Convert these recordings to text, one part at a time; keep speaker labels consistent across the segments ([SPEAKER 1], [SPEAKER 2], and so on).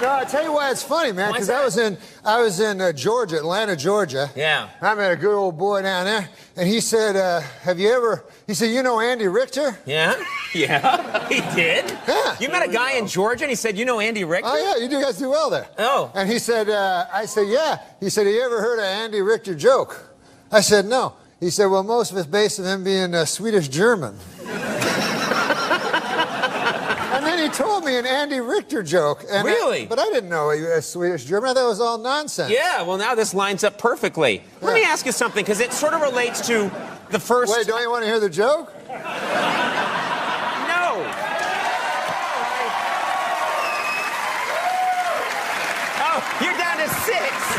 [SPEAKER 1] No, I tell you why it's funny, man.
[SPEAKER 2] Why's
[SPEAKER 1] Because I
[SPEAKER 2] that?
[SPEAKER 1] was in I was in uh, Georgia, Atlanta, Georgia.
[SPEAKER 2] Yeah.
[SPEAKER 1] I met a good old boy down there, and he said, uh, "Have you ever?" He said, "You know Andy Richter?"
[SPEAKER 2] Yeah? Yeah. He did?
[SPEAKER 1] Yeah.
[SPEAKER 2] You met a guy in Georgia and he said, You know Andy Richter?
[SPEAKER 1] Oh yeah, you do guys do well there.
[SPEAKER 2] Oh.
[SPEAKER 1] And he said, uh, I said, yeah. He said, have you ever heard an Andy Richter joke? I said, no. He said, well, most of it's based on him being uh, Swedish German. and then he told me an Andy Richter joke. And I-
[SPEAKER 2] Really?
[SPEAKER 1] but I didn't know he was Swedish German. I thought it was all nonsense.
[SPEAKER 2] Yeah, well, now this lines up perfectly. Let me
[SPEAKER 1] Yeah.
[SPEAKER 2] ask you something, because it sort of relates to the first.
[SPEAKER 1] Wait, don't you want to hear the joke?
[SPEAKER 2] No. Oh, you're down to six.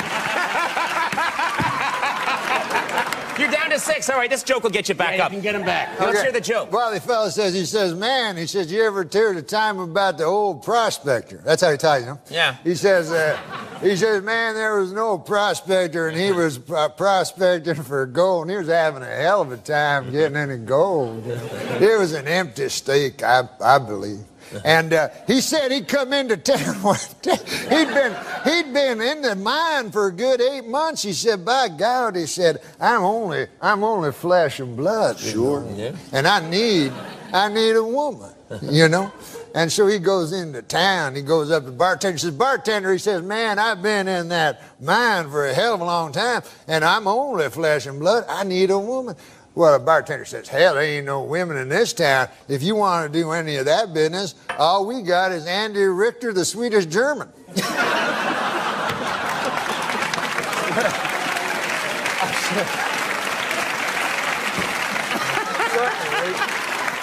[SPEAKER 2] you're down to six. All right, this joke will get you back
[SPEAKER 3] Yeah, you
[SPEAKER 2] up.
[SPEAKER 3] can get him back.
[SPEAKER 2] Let's
[SPEAKER 1] Okay.
[SPEAKER 2] hear the joke.
[SPEAKER 1] Well, the fella says, he says, man, he says, you ever hear the time about the old prospector? That's how he ties him.
[SPEAKER 2] Yeah.
[SPEAKER 1] He says, uh, he says, man, there was an old prospector, and he was uh, prospecting for gold, and he was having a hell of a time getting any gold. It was an empty stake, I, I believe. And uh, he said he'd come into town one day. He'd been he'd been in the mine for a good eight months. He said, "By God," he said, "I'm only I'm only flesh and blood." Sure. And I need I need a woman, you know. And so he goes into town. He goes up to the bartender. He says, "Bartender," he says, "Man, I've been in that mine for a hell of a long time, and I'm only flesh and blood. I need a woman." Well, the bartender says, hell, there ain't no women in this town. If you want to do any of that business, all we got is Andy Richter, the Swedish German.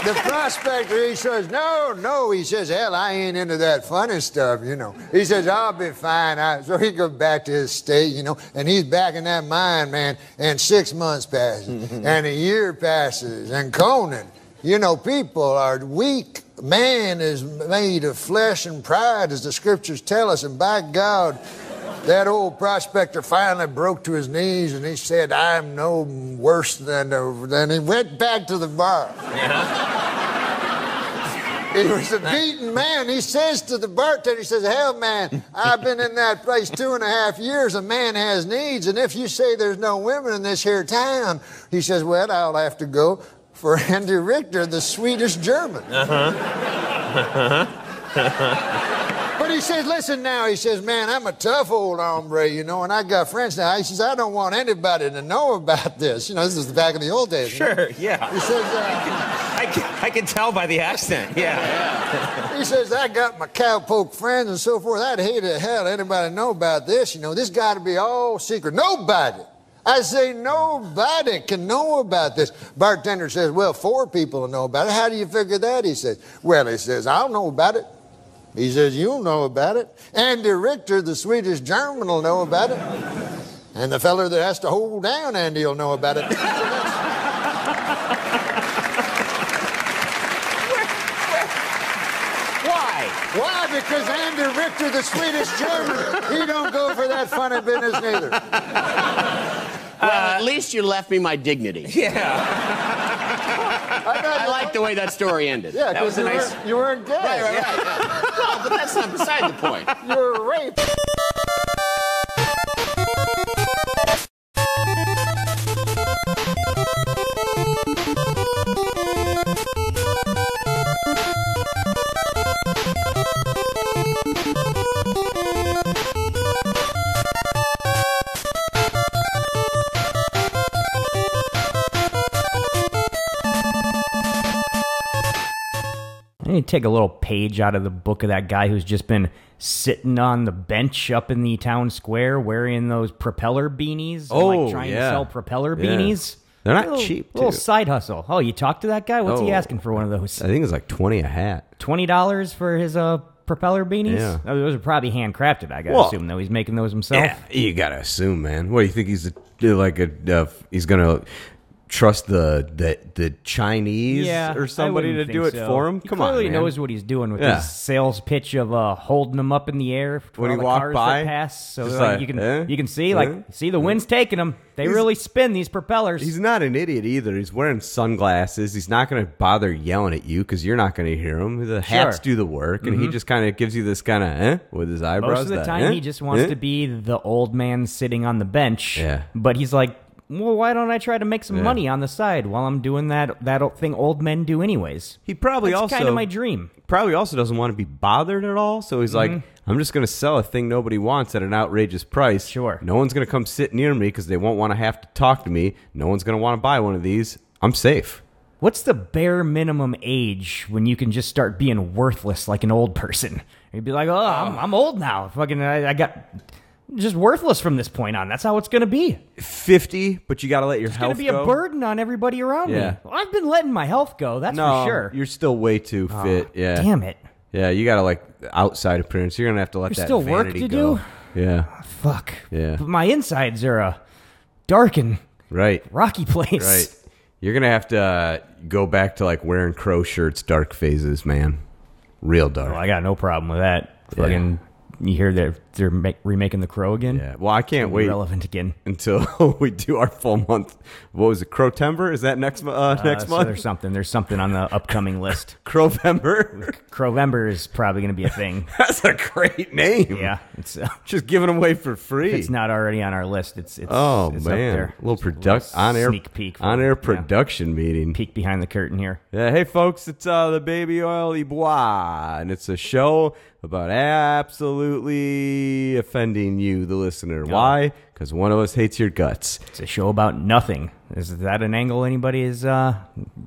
[SPEAKER 1] The prospector, he says, no, no. He says, hell, I ain't into that funny stuff, you know. He says, I'll be fine. I, so he goes back to his state, you know, and he's back in that mine, man. And six months passes, and a year passes, and Conan, you know, people are weak. Man is made of flesh and pride, as the scriptures tell us, and by God, that old prospector finally broke to his knees and he said, I'm no worse than. A, than he went back to the bar. He was a beaten man. He says to the bartender, he says, Hell, man, I've been in that place two and a half years. A man has needs. And if you say there's no women in this here town, he says, Well, I'll have to go for Andy Richter, the Swedish German. But he says, listen now, he says, man, I'm a tough old hombre, you know, and I got friends now. He says, I don't want anybody to know about this. You know, this is back in the old days. you know.
[SPEAKER 2] Sure, yeah.
[SPEAKER 1] He says, uh,
[SPEAKER 2] I can, I can tell by the accent, yeah.
[SPEAKER 1] he says, I got my cowpoke friends and so forth. I'd hate to hell anybody to know about this. You know, this got to be all secret. Nobody. I say nobody can know about this. Bartender says, well, four people will know about it. How do you figure that? He says, well, he says, I'll know about it. He says, you'll know about it. Andy Richter, the Swedish German, will know about it. And the feller that has to hold down Andy will know about it.
[SPEAKER 2] Why?
[SPEAKER 1] Why? Because Andy Richter, the Swedish German, he don't go for that funny business neither.
[SPEAKER 3] Well, at least you left me my dignity.
[SPEAKER 2] Yeah.
[SPEAKER 1] I, got
[SPEAKER 3] I like the way that story ended.
[SPEAKER 1] Yeah,
[SPEAKER 2] That was
[SPEAKER 1] because
[SPEAKER 2] a
[SPEAKER 1] you,
[SPEAKER 2] nice-
[SPEAKER 1] weren't, you weren't gay.
[SPEAKER 3] Right, right, right. yeah. No, but that's not beside the point.
[SPEAKER 1] You were raped.
[SPEAKER 4] And you take a little page out of the book of that guy who's just been sitting on the bench up in the town square wearing those propeller beanies. and,
[SPEAKER 5] Oh,
[SPEAKER 4] like trying to
[SPEAKER 5] yeah.
[SPEAKER 4] sell propeller
[SPEAKER 5] Yeah.
[SPEAKER 4] beanies.
[SPEAKER 5] They're not
[SPEAKER 4] Little-
[SPEAKER 5] cheap,
[SPEAKER 4] Little
[SPEAKER 5] too.
[SPEAKER 4] side hustle. Oh, you talk to that guy? What's he
[SPEAKER 5] Oh.
[SPEAKER 4] asking for one of those?
[SPEAKER 5] I think it's like 20 a hat.
[SPEAKER 4] Twenty dollars for his uh propeller beanies?
[SPEAKER 5] Yeah.
[SPEAKER 4] Oh, those are probably handcrafted. I gotta
[SPEAKER 5] Well-
[SPEAKER 4] assume though. He's making those himself.
[SPEAKER 5] You gotta assume, man. What do you think he's a, like a uh, he's gonna trust the the, the Chinese
[SPEAKER 4] yeah, I
[SPEAKER 5] or somebody to
[SPEAKER 4] wouldn't
[SPEAKER 5] do it
[SPEAKER 4] think so.
[SPEAKER 5] for him?
[SPEAKER 4] He
[SPEAKER 5] Come
[SPEAKER 4] clearly
[SPEAKER 5] on, man.
[SPEAKER 4] knows what he's doing with
[SPEAKER 5] Yeah.
[SPEAKER 4] his sales pitch of uh, holding them up in the air for
[SPEAKER 5] When
[SPEAKER 4] all
[SPEAKER 5] he
[SPEAKER 4] the
[SPEAKER 5] walked
[SPEAKER 4] cars
[SPEAKER 5] by,
[SPEAKER 4] that pass. So
[SPEAKER 5] just
[SPEAKER 4] like,
[SPEAKER 5] like,
[SPEAKER 4] you can
[SPEAKER 5] eh,
[SPEAKER 4] you can see
[SPEAKER 5] eh,
[SPEAKER 4] like see the wind's taking them. They
[SPEAKER 5] He's-
[SPEAKER 4] really spin these propellers.
[SPEAKER 5] He's not an idiot either. He's wearing sunglasses. He's not going to bother yelling at you because you're not going to hear him. The hats do the work, and he just kind of gives you this kind of eh with his eyebrows.
[SPEAKER 4] Mm-hmm. Most of the
[SPEAKER 5] that,
[SPEAKER 4] time,
[SPEAKER 5] eh,
[SPEAKER 4] he just wants
[SPEAKER 5] eh.
[SPEAKER 4] to be the old man sitting on the bench.
[SPEAKER 5] Yeah.
[SPEAKER 4] But he's like, well, why don't I try to make some
[SPEAKER 5] Yeah.
[SPEAKER 4] money on the side while I'm doing that that old thing old men do anyways?
[SPEAKER 5] He probably
[SPEAKER 4] That's
[SPEAKER 5] also
[SPEAKER 4] kind of my dream.
[SPEAKER 5] Probably also doesn't want to be bothered at all. So he's like,
[SPEAKER 4] Mm-hmm.
[SPEAKER 5] I'm just going to sell a thing nobody wants at an outrageous price.
[SPEAKER 4] Sure.
[SPEAKER 5] No one's going to come sit near me because they won't want to have to talk to me. No one's going to want to buy one of these. I'm safe.
[SPEAKER 4] What's the bare minimum age when you can just start being worthless like an old person? You'd be like, oh, I'm, I'm old now. Fucking, I, I got just worthless from this point on. That's how it's going to be.
[SPEAKER 5] 50, but you got to let your
[SPEAKER 4] It's going
[SPEAKER 5] health
[SPEAKER 4] to be
[SPEAKER 5] go.
[SPEAKER 4] a burden on everybody around
[SPEAKER 5] Yeah.
[SPEAKER 4] me. Well, I've been letting my health go. That's
[SPEAKER 5] No,
[SPEAKER 4] for sure.
[SPEAKER 5] you're still way too fit. yeah.
[SPEAKER 4] Damn it.
[SPEAKER 5] Yeah, you got to like outside appearance. You're going to have to let
[SPEAKER 4] There's
[SPEAKER 5] that
[SPEAKER 4] still work
[SPEAKER 5] vanity
[SPEAKER 4] to
[SPEAKER 5] go.
[SPEAKER 4] do?
[SPEAKER 5] Yeah.
[SPEAKER 4] Fuck.
[SPEAKER 5] Yeah.
[SPEAKER 4] But my insides are a dark and
[SPEAKER 5] Right.
[SPEAKER 4] rocky place.
[SPEAKER 5] Right. You're going to have to uh, go back to like wearing crow shirts, dark phases, man. Real dark.
[SPEAKER 4] Well, Oh, I got no problem with that.
[SPEAKER 5] Yeah.
[SPEAKER 4] Fucking, you hear they're, they're ma- remaking The Crow again?
[SPEAKER 5] Yeah. Well, I can't wait
[SPEAKER 4] Relevant again.
[SPEAKER 5] until we do our full month. What was it? Crowtember? Is that next mo- uh, next
[SPEAKER 4] Uh, so
[SPEAKER 5] month?
[SPEAKER 4] there's something. There's something on the upcoming list.
[SPEAKER 5] Crowvember.
[SPEAKER 4] Crowember is probably going to be a thing.
[SPEAKER 5] That's a great name.
[SPEAKER 4] Yeah, it's uh,
[SPEAKER 5] Just giving them away for free.
[SPEAKER 4] it's not already on our list. It's it's
[SPEAKER 5] oh
[SPEAKER 4] it's up
[SPEAKER 5] man,
[SPEAKER 4] there.
[SPEAKER 5] little production on air
[SPEAKER 4] sneak peek for-
[SPEAKER 5] on air
[SPEAKER 4] yeah.
[SPEAKER 5] production meeting.
[SPEAKER 4] peek behind the curtain here.
[SPEAKER 5] Yeah, hey folks, it's uh, the Baby Oil y Bois, and it's a show about absolutely offending you, the listener. Why? Because one of us hates your guts.
[SPEAKER 4] It's a show about nothing. Is that an angle anybody is uh,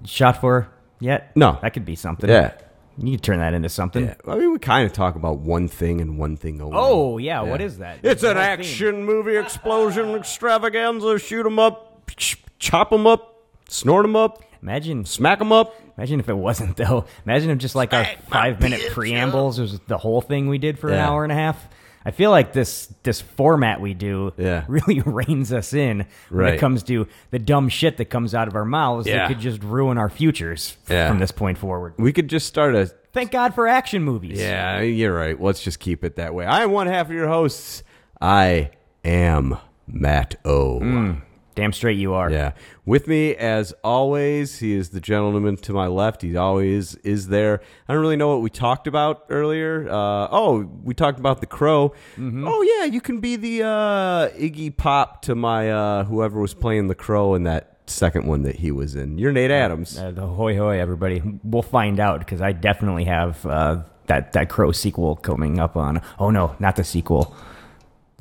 [SPEAKER 4] shot for yet?
[SPEAKER 5] No.
[SPEAKER 4] that could be something.
[SPEAKER 5] Yeah.
[SPEAKER 4] you could turn that into something.
[SPEAKER 5] Yeah, I mean, we kind of talk about one thing and one thing only.
[SPEAKER 4] Oh yeah, what is that?
[SPEAKER 5] It's an
[SPEAKER 4] The whole
[SPEAKER 5] action movie explosion extravaganza. Shoot 'em up, ch- chop 'em up, snort 'em up,
[SPEAKER 4] theme. Imagine,
[SPEAKER 5] smack 'em up.
[SPEAKER 4] imagine if it wasn't though. Imagine if just like our five-minute preambles was the whole thing we did for an
[SPEAKER 5] Yeah.
[SPEAKER 4] hour and a half. I feel like this this format we do
[SPEAKER 5] Yeah.
[SPEAKER 4] really reins us in when
[SPEAKER 5] Right.
[SPEAKER 4] it comes to the dumb shit that comes out of our mouths
[SPEAKER 5] Yeah.
[SPEAKER 4] that could just ruin our futures f-
[SPEAKER 5] Yeah.
[SPEAKER 4] from this point forward.
[SPEAKER 5] We could just start a.
[SPEAKER 4] Thank God for action movies.
[SPEAKER 5] Yeah, you're right. Let's just keep it that way. I am one half of your hosts. I am Matt O.
[SPEAKER 4] Damn straight you are.
[SPEAKER 5] Yeah. With me, as always, he is the gentleman to my left. He always is there. I don't really know what we talked about earlier. Uh, oh, we talked about the crow.
[SPEAKER 4] Mm-hmm.
[SPEAKER 5] Oh, yeah, you can be the uh, Iggy Pop to my uh, whoever was playing the crow in that second one that he was in. You're Nate Adams.
[SPEAKER 4] Uh, the hoy hoy, everybody. We'll find out because I definitely have uh, that that Crow sequel coming up on. Oh no, not the sequel.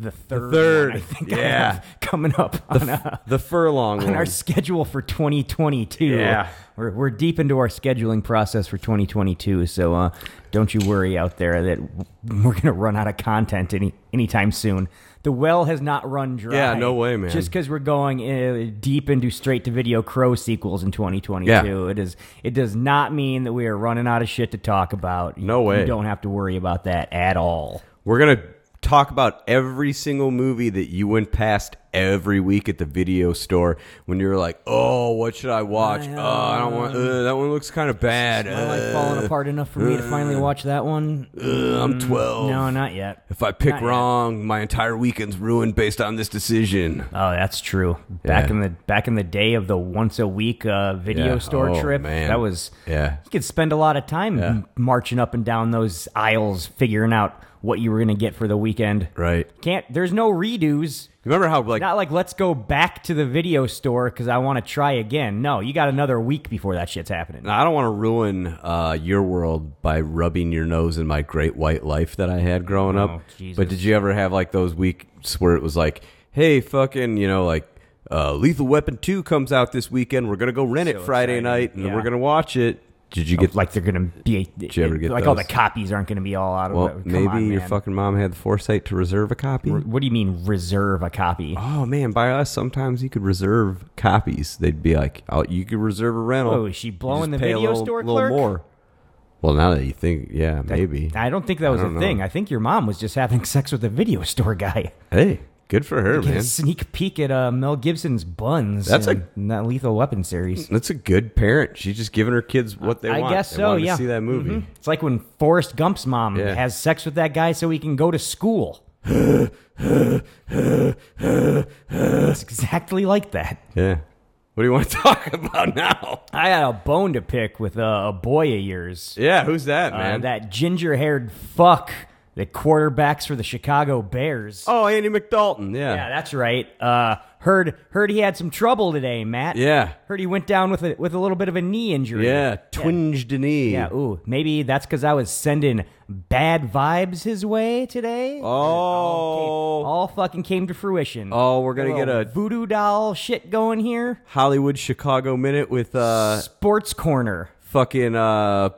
[SPEAKER 4] The third.
[SPEAKER 5] third,
[SPEAKER 4] one I think I
[SPEAKER 5] yeah.
[SPEAKER 4] have coming up on, uh,
[SPEAKER 5] the furlong
[SPEAKER 4] on
[SPEAKER 5] one.
[SPEAKER 4] our schedule for 2022.
[SPEAKER 5] Yeah.
[SPEAKER 4] We're, we're deep into our scheduling process for 2022, so uh, don't you worry out there that we're going to run out of content any anytime soon. The well has not run dry.
[SPEAKER 5] Yeah, no way, man.
[SPEAKER 4] Just because we're going uh, deep into straight to video Crow sequels in 2022,
[SPEAKER 5] Yeah.
[SPEAKER 4] it is it does not mean that we are running out of shit to talk about. You-
[SPEAKER 5] No way.
[SPEAKER 4] You don't have to worry about that at all.
[SPEAKER 5] We're going to talk about every single movie that you went past every week at the video store when you were like, "Oh, what should I watch? Oh, I don't
[SPEAKER 4] um,
[SPEAKER 5] want uh, that one looks kind of bad.
[SPEAKER 4] My life
[SPEAKER 5] Uh,
[SPEAKER 4] falling apart enough for me to finally watch that one?
[SPEAKER 5] uh, I'm 12.
[SPEAKER 4] No, not yet.
[SPEAKER 5] if I pick
[SPEAKER 4] not yet.
[SPEAKER 5] wrong, my entire weekend's ruined based on this decision."
[SPEAKER 4] Oh, that's true. Back
[SPEAKER 5] Yeah.
[SPEAKER 4] in the back in the day of the once a week uh, video
[SPEAKER 5] Yeah.
[SPEAKER 4] store
[SPEAKER 5] Oh,
[SPEAKER 4] trip,
[SPEAKER 5] man.
[SPEAKER 4] that was
[SPEAKER 5] Yeah.
[SPEAKER 4] You could spend a lot of time
[SPEAKER 5] Yeah.
[SPEAKER 4] marching up and down those aisles, figuring out what you were going to get for the weekend.
[SPEAKER 5] Right.
[SPEAKER 4] Can't. There's no redos.
[SPEAKER 5] Remember how like
[SPEAKER 4] Not like let's go back to the video store because I want to try again. No, you got another week before that shit's happening.
[SPEAKER 5] I don't want to ruin uh, your world by rubbing your nose in my great white life that I had growing up.
[SPEAKER 4] Oh, Jesus.
[SPEAKER 5] But did you ever have like those weeks where it was like, hey, fucking, you know, like uh, Lethal Weapon 2 comes out this weekend. We're going to go rent it
[SPEAKER 4] So
[SPEAKER 5] Friday
[SPEAKER 4] exciting.
[SPEAKER 5] night and
[SPEAKER 4] Yeah.
[SPEAKER 5] we're going to watch it. Did you get like,
[SPEAKER 4] Like they're gonna be.
[SPEAKER 5] you ever get
[SPEAKER 4] like all the
[SPEAKER 5] those?
[SPEAKER 4] copies aren't gonna be all out of.
[SPEAKER 5] well,
[SPEAKER 4] Come
[SPEAKER 5] maybe
[SPEAKER 4] on,
[SPEAKER 5] your
[SPEAKER 4] man.
[SPEAKER 5] fucking mom had the foresight to reserve a copy?
[SPEAKER 4] What do you mean reserve a copy?
[SPEAKER 5] Oh man, by us sometimes you could reserve copies. They'd be like, "Oh, you could reserve a rental."
[SPEAKER 4] Whoa, Oh, is she
[SPEAKER 5] You
[SPEAKER 4] blowing
[SPEAKER 5] just
[SPEAKER 4] the
[SPEAKER 5] pay a
[SPEAKER 4] video
[SPEAKER 5] little-
[SPEAKER 4] store
[SPEAKER 5] little
[SPEAKER 4] clerk?
[SPEAKER 5] more. Well, now that you think, yeah, maybe.
[SPEAKER 4] I don't think that was a
[SPEAKER 5] don't know.
[SPEAKER 4] thing. I think your mom was just having sex with a video store guy.
[SPEAKER 5] Hey, Good for her,
[SPEAKER 4] Get a
[SPEAKER 5] man.
[SPEAKER 4] sneak peek at uh, Mel Gibson's buns.
[SPEAKER 5] That's a-
[SPEAKER 4] in that Lethal Weapon series.
[SPEAKER 5] That's a good parent. She's just giving her kids what they
[SPEAKER 4] I
[SPEAKER 5] want.
[SPEAKER 4] guess
[SPEAKER 5] They
[SPEAKER 4] so.
[SPEAKER 5] wanted to
[SPEAKER 4] yeah.
[SPEAKER 5] see that movie.
[SPEAKER 4] Mhm. It's like when Forrest Gump's mom
[SPEAKER 5] Yeah.
[SPEAKER 4] has sex with that guy so he can go to school. it's exactly like that.
[SPEAKER 5] Yeah. What do you want to talk about now?
[SPEAKER 4] I had a bone to pick with uh, a boy of yours.
[SPEAKER 5] Yeah, who's that,
[SPEAKER 4] Uh,
[SPEAKER 5] man?
[SPEAKER 4] that ginger-haired fuck that quarterbacks for the Chicago Bears.
[SPEAKER 5] oh, Andy McDalton.
[SPEAKER 4] Yeah,
[SPEAKER 5] Yeah.
[SPEAKER 4] that's right. Uh, heard heard he had some trouble today, Matt.
[SPEAKER 5] Yeah.
[SPEAKER 4] Heard he went down with a with a little bit of a knee injury.
[SPEAKER 5] Yeah. Twinged knee.
[SPEAKER 4] Yeah, ooh, maybe that's because I was sending bad vibes his way today.
[SPEAKER 5] Oh.
[SPEAKER 4] All fucking came to fruition.
[SPEAKER 5] Oh, we're gonna get
[SPEAKER 4] little
[SPEAKER 5] a-
[SPEAKER 4] voodoo doll shit going here.
[SPEAKER 5] Hollywood Chicago minute with uh
[SPEAKER 4] Sports corner.
[SPEAKER 5] fucking uh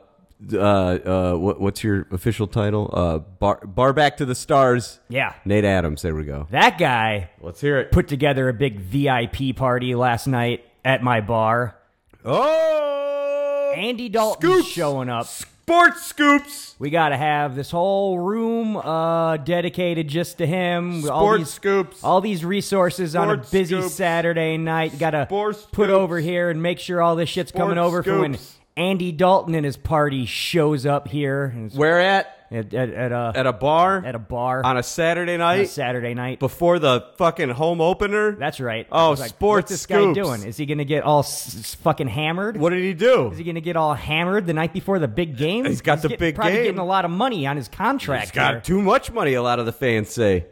[SPEAKER 5] uh uh what, what's your official title? Uh bar bar back to the stars.
[SPEAKER 4] Yeah.
[SPEAKER 5] Nate Adams. There we go.
[SPEAKER 4] That guy
[SPEAKER 5] Let's hear it.
[SPEAKER 4] put together a big VIP party last night at my bar.
[SPEAKER 5] Oh.
[SPEAKER 4] Andy Dalton showing up.
[SPEAKER 5] Sports scoops.
[SPEAKER 4] We got to have this whole room uh, dedicated just to him. with all
[SPEAKER 5] Sports
[SPEAKER 4] these,
[SPEAKER 5] scoops.
[SPEAKER 4] All these resources on a
[SPEAKER 5] Sports
[SPEAKER 4] busy
[SPEAKER 5] scoops.
[SPEAKER 4] Saturday night. Got to put
[SPEAKER 5] Sports scoops.
[SPEAKER 4] over here and make sure all this shit's coming
[SPEAKER 5] Sports
[SPEAKER 4] over for when
[SPEAKER 5] scoops.
[SPEAKER 4] Andy Dalton and his party shows up here and it's
[SPEAKER 5] Where at?
[SPEAKER 4] at, at, at a
[SPEAKER 5] At a bar.
[SPEAKER 4] at a bar
[SPEAKER 5] on a Saturday
[SPEAKER 4] on a
[SPEAKER 5] night
[SPEAKER 4] Saturday night.
[SPEAKER 5] before the fucking home opener.
[SPEAKER 4] That's right.
[SPEAKER 5] Oh,
[SPEAKER 4] I was like,
[SPEAKER 5] sports
[SPEAKER 4] What's this
[SPEAKER 5] scoops.
[SPEAKER 4] guy doing? Is he gonna get all s- s- fucking hammered?
[SPEAKER 5] What did he do?
[SPEAKER 4] Is he gonna get all hammered the night before the big game?
[SPEAKER 5] He's got the
[SPEAKER 4] get-
[SPEAKER 5] big
[SPEAKER 4] probably
[SPEAKER 5] game.
[SPEAKER 4] getting a lot of money on his contract.
[SPEAKER 5] He's got
[SPEAKER 4] there.
[SPEAKER 5] too much money. A lot of the fans say.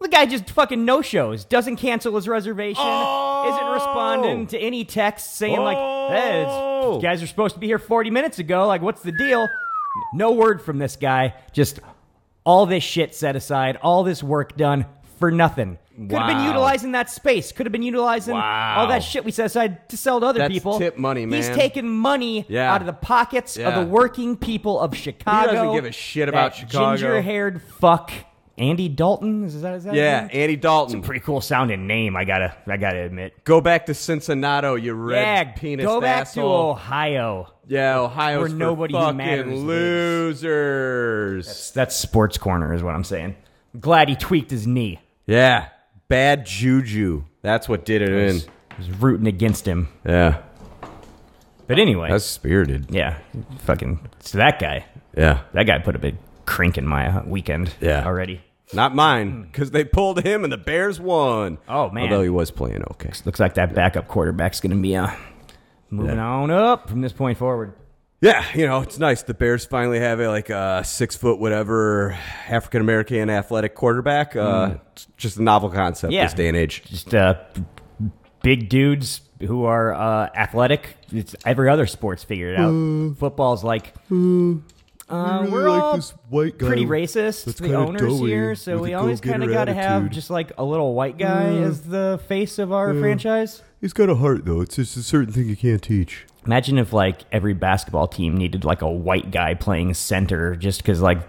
[SPEAKER 4] The guy just fucking no shows, doesn't cancel his reservation,
[SPEAKER 5] Oh!
[SPEAKER 4] isn't responding to any texts saying, like, hey, it's,
[SPEAKER 5] Oh!
[SPEAKER 4] you guys are supposed to be here 40 minutes ago. Like, what's the deal? No word from this guy. Just all this shit set aside, all this work done for nothing. Could have been
[SPEAKER 5] Wow.
[SPEAKER 4] utilizing that space. Could have been utilizing
[SPEAKER 5] Wow.
[SPEAKER 4] all that shit we set aside to sell to other
[SPEAKER 5] That's
[SPEAKER 4] people.
[SPEAKER 5] tip money,
[SPEAKER 4] He's
[SPEAKER 5] man.
[SPEAKER 4] taking money
[SPEAKER 5] Yeah.
[SPEAKER 4] out of the pockets of
[SPEAKER 5] Yeah.
[SPEAKER 4] the working people of Chicago.
[SPEAKER 5] give a shit
[SPEAKER 4] That
[SPEAKER 5] about Chicago.
[SPEAKER 4] Ginger-haired fuck. Andy Dalton is that? Is that his
[SPEAKER 5] Yeah,
[SPEAKER 4] name?
[SPEAKER 5] Andy Dalton.
[SPEAKER 4] pretty cool sounding name. I gotta, I gotta admit.
[SPEAKER 5] Go back to Cincinnati, you red
[SPEAKER 4] yeah,
[SPEAKER 5] penis
[SPEAKER 4] go back to
[SPEAKER 5] asshole.
[SPEAKER 4] Ohio.
[SPEAKER 5] yeah, Ohio's
[SPEAKER 4] where
[SPEAKER 5] for
[SPEAKER 4] nobody who
[SPEAKER 5] fucking
[SPEAKER 4] matters lives.
[SPEAKER 5] losers.
[SPEAKER 4] That's sports corner, is what I'm saying. Glad he tweaked his knee.
[SPEAKER 5] yeah, bad juju. That's what did it
[SPEAKER 4] I
[SPEAKER 5] in.
[SPEAKER 4] was, I was rooting against him,
[SPEAKER 5] Yeah,
[SPEAKER 4] but anyway,
[SPEAKER 5] that's spirited.
[SPEAKER 4] yeah, fucking. So that guy,
[SPEAKER 5] Yeah,
[SPEAKER 4] that guy put a big crink in my uh, weekend.
[SPEAKER 5] Yeah.
[SPEAKER 4] already.
[SPEAKER 5] not mine because they pulled him and the Bears won.
[SPEAKER 4] Oh, man.
[SPEAKER 5] although he was playing okay.
[SPEAKER 4] Looks like that backup quarterback's gonna be uh, moving on up from this point forward.
[SPEAKER 5] Yeah, you know, it's nice. The Bears finally have a like a six foot whatever African American athletic quarterback. Uh, it's just a novel concept
[SPEAKER 4] Mm. Yeah.
[SPEAKER 5] this day and age.
[SPEAKER 4] Just uh, big dudes who are uh, athletic. It's every other sport's figured out. Football's like uh, we're all
[SPEAKER 6] white guy
[SPEAKER 4] pretty racist.
[SPEAKER 6] that's
[SPEAKER 4] the
[SPEAKER 6] kinda
[SPEAKER 4] owners
[SPEAKER 6] doughy
[SPEAKER 4] here, so
[SPEAKER 6] with
[SPEAKER 4] we
[SPEAKER 6] a
[SPEAKER 4] always kind
[SPEAKER 6] go-getter
[SPEAKER 4] of got to have
[SPEAKER 6] attitude.
[SPEAKER 4] just like a little white guy as the face of our franchise.
[SPEAKER 6] He's got a heart though. It's just a certain thing you can't teach.
[SPEAKER 4] Imagine if like every basketball team needed like a white guy playing center just because like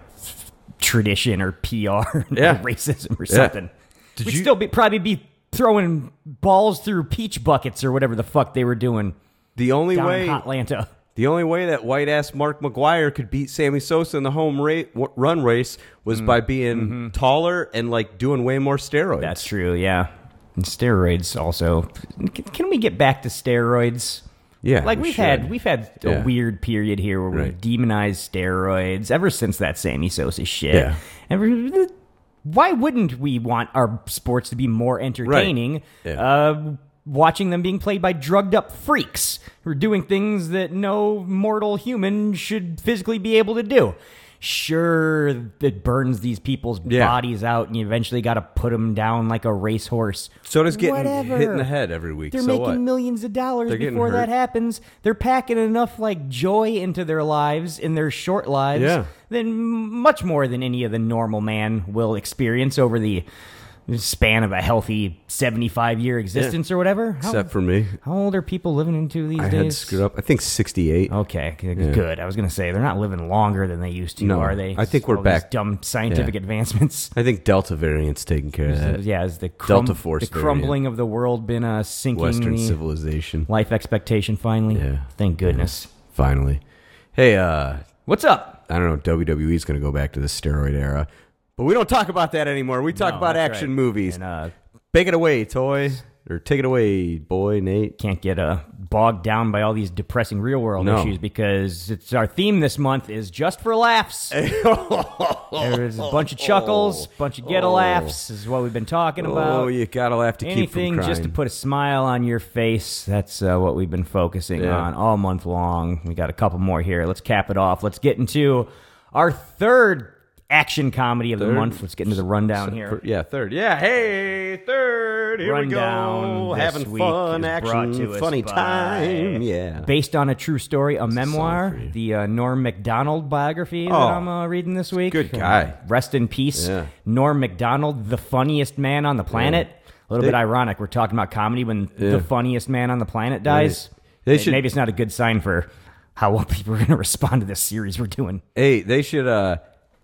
[SPEAKER 4] tradition or PR
[SPEAKER 5] Yeah.
[SPEAKER 4] or racism or
[SPEAKER 5] Yeah.
[SPEAKER 4] something.
[SPEAKER 5] Did
[SPEAKER 4] We'd
[SPEAKER 5] you-
[SPEAKER 4] still be probably be throwing balls through peach buckets or whatever the fuck they were doing
[SPEAKER 5] The only
[SPEAKER 4] down
[SPEAKER 5] way,
[SPEAKER 4] in Atlanta.
[SPEAKER 5] the only way that white ass Mark McGuire could beat Sammy Sosa in the home rate w- run race
[SPEAKER 4] Mm.
[SPEAKER 5] was by being taller and like doing way more steroids.
[SPEAKER 4] Mm-hmm. That's true, yeah. And steroids also. Can, can we get back to steroids?
[SPEAKER 5] yeah.
[SPEAKER 4] like
[SPEAKER 5] we
[SPEAKER 4] we've had
[SPEAKER 5] should.
[SPEAKER 4] we've had a
[SPEAKER 5] Yeah.
[SPEAKER 4] weird period here where
[SPEAKER 5] Right.
[SPEAKER 4] we've demonized steroids ever since that Sammy Sosa shit.
[SPEAKER 5] Yeah.
[SPEAKER 4] And we- why wouldn't we want our sports to be more entertaining?
[SPEAKER 5] Yeah.
[SPEAKER 4] Uh, watching them being played by drugged up freaks who are doing things that no mortal human should physically be able to do. Sure, it burns these people's
[SPEAKER 5] Yeah.
[SPEAKER 4] bodies out, and you eventually got to put them down like a racehorse.
[SPEAKER 5] So does getting
[SPEAKER 4] Whatever.
[SPEAKER 5] hit in the head every week.
[SPEAKER 4] They're
[SPEAKER 5] so
[SPEAKER 4] making
[SPEAKER 5] what?
[SPEAKER 4] millions of dollars
[SPEAKER 5] They're getting
[SPEAKER 4] before that
[SPEAKER 5] hurt.
[SPEAKER 4] happens. They're packing enough like joy into their lives in their short lives.
[SPEAKER 5] Yeah.
[SPEAKER 4] Then much more than any of the normal man will experience over the span of a healthy 75 year existence or whatever. How,
[SPEAKER 5] Except for me,
[SPEAKER 4] how old are people living into these
[SPEAKER 5] I
[SPEAKER 4] days?
[SPEAKER 5] had screwed up. I think sixty eight.
[SPEAKER 4] Okay, g- good. I was going to say they're not living longer than they used to,
[SPEAKER 5] No,
[SPEAKER 4] are they?
[SPEAKER 5] I think we're
[SPEAKER 4] All these
[SPEAKER 5] back-
[SPEAKER 4] dumb scientific
[SPEAKER 5] yeah.
[SPEAKER 4] advancements.
[SPEAKER 5] I think Delta variant's taking care of that.
[SPEAKER 4] yeah, is the, crum-
[SPEAKER 5] Delta Force
[SPEAKER 4] the
[SPEAKER 5] variant.
[SPEAKER 4] crumbling of the world been uh, sinking
[SPEAKER 5] Western
[SPEAKER 4] the-
[SPEAKER 5] civilization.
[SPEAKER 4] life expectation finally.
[SPEAKER 5] Yeah.
[SPEAKER 4] Thank goodness.
[SPEAKER 5] Finally. Hey, uh,
[SPEAKER 4] What's up?
[SPEAKER 5] E I don't know. WWE's going to go back to the steroid era. But we don't talk about that anymore. We talk
[SPEAKER 4] No,
[SPEAKER 5] about
[SPEAKER 4] that's
[SPEAKER 5] action
[SPEAKER 4] right.
[SPEAKER 5] movies.
[SPEAKER 4] And, uh,
[SPEAKER 5] Take it away, toy. Or take it away, boy, Nate.
[SPEAKER 4] can't get uh, bogged down by all these depressing real world
[SPEAKER 5] No.
[SPEAKER 4] issues because it's our theme this month is just for laughs. There's a bunch of chuckles, bunch of get a laughs is what we've been talking about.
[SPEAKER 5] Oh, you gotta laugh to keep
[SPEAKER 4] Anything
[SPEAKER 5] from
[SPEAKER 4] just to
[SPEAKER 5] crying.
[SPEAKER 4] put a smile on your face. That's uh, what we've been focusing
[SPEAKER 5] Yeah.
[SPEAKER 4] on all month long. We got a couple more here. Let's cap it off. Let's get into our third action comedy of the
[SPEAKER 5] Third.
[SPEAKER 4] month. Let's get into the rundown here.
[SPEAKER 5] Yeah, third. Yeah, hey, third. Here
[SPEAKER 4] Rundown
[SPEAKER 5] we go.
[SPEAKER 4] this
[SPEAKER 5] Having
[SPEAKER 4] week
[SPEAKER 5] fun,
[SPEAKER 4] is brought
[SPEAKER 5] action,
[SPEAKER 4] to us
[SPEAKER 5] funny
[SPEAKER 4] by-
[SPEAKER 5] time. Yeah.
[SPEAKER 4] Based on a true story, a
[SPEAKER 5] for
[SPEAKER 4] memoir,
[SPEAKER 5] you.
[SPEAKER 4] the uh, Norm MacDonald biography that
[SPEAKER 5] Oh.
[SPEAKER 4] I'm uh, reading this week.
[SPEAKER 5] Good guy.
[SPEAKER 4] Rest in peace,
[SPEAKER 5] Yeah.
[SPEAKER 4] Norm MacDonald, the funniest man on the planet. A little
[SPEAKER 5] They-
[SPEAKER 4] bit ironic. We're talking about comedy when the funniest man on the planet dies.
[SPEAKER 5] They
[SPEAKER 4] May-
[SPEAKER 5] should-
[SPEAKER 4] Maybe it's not a good sign for how well people are going to respond to this series we're doing.
[SPEAKER 5] Hey, they should uh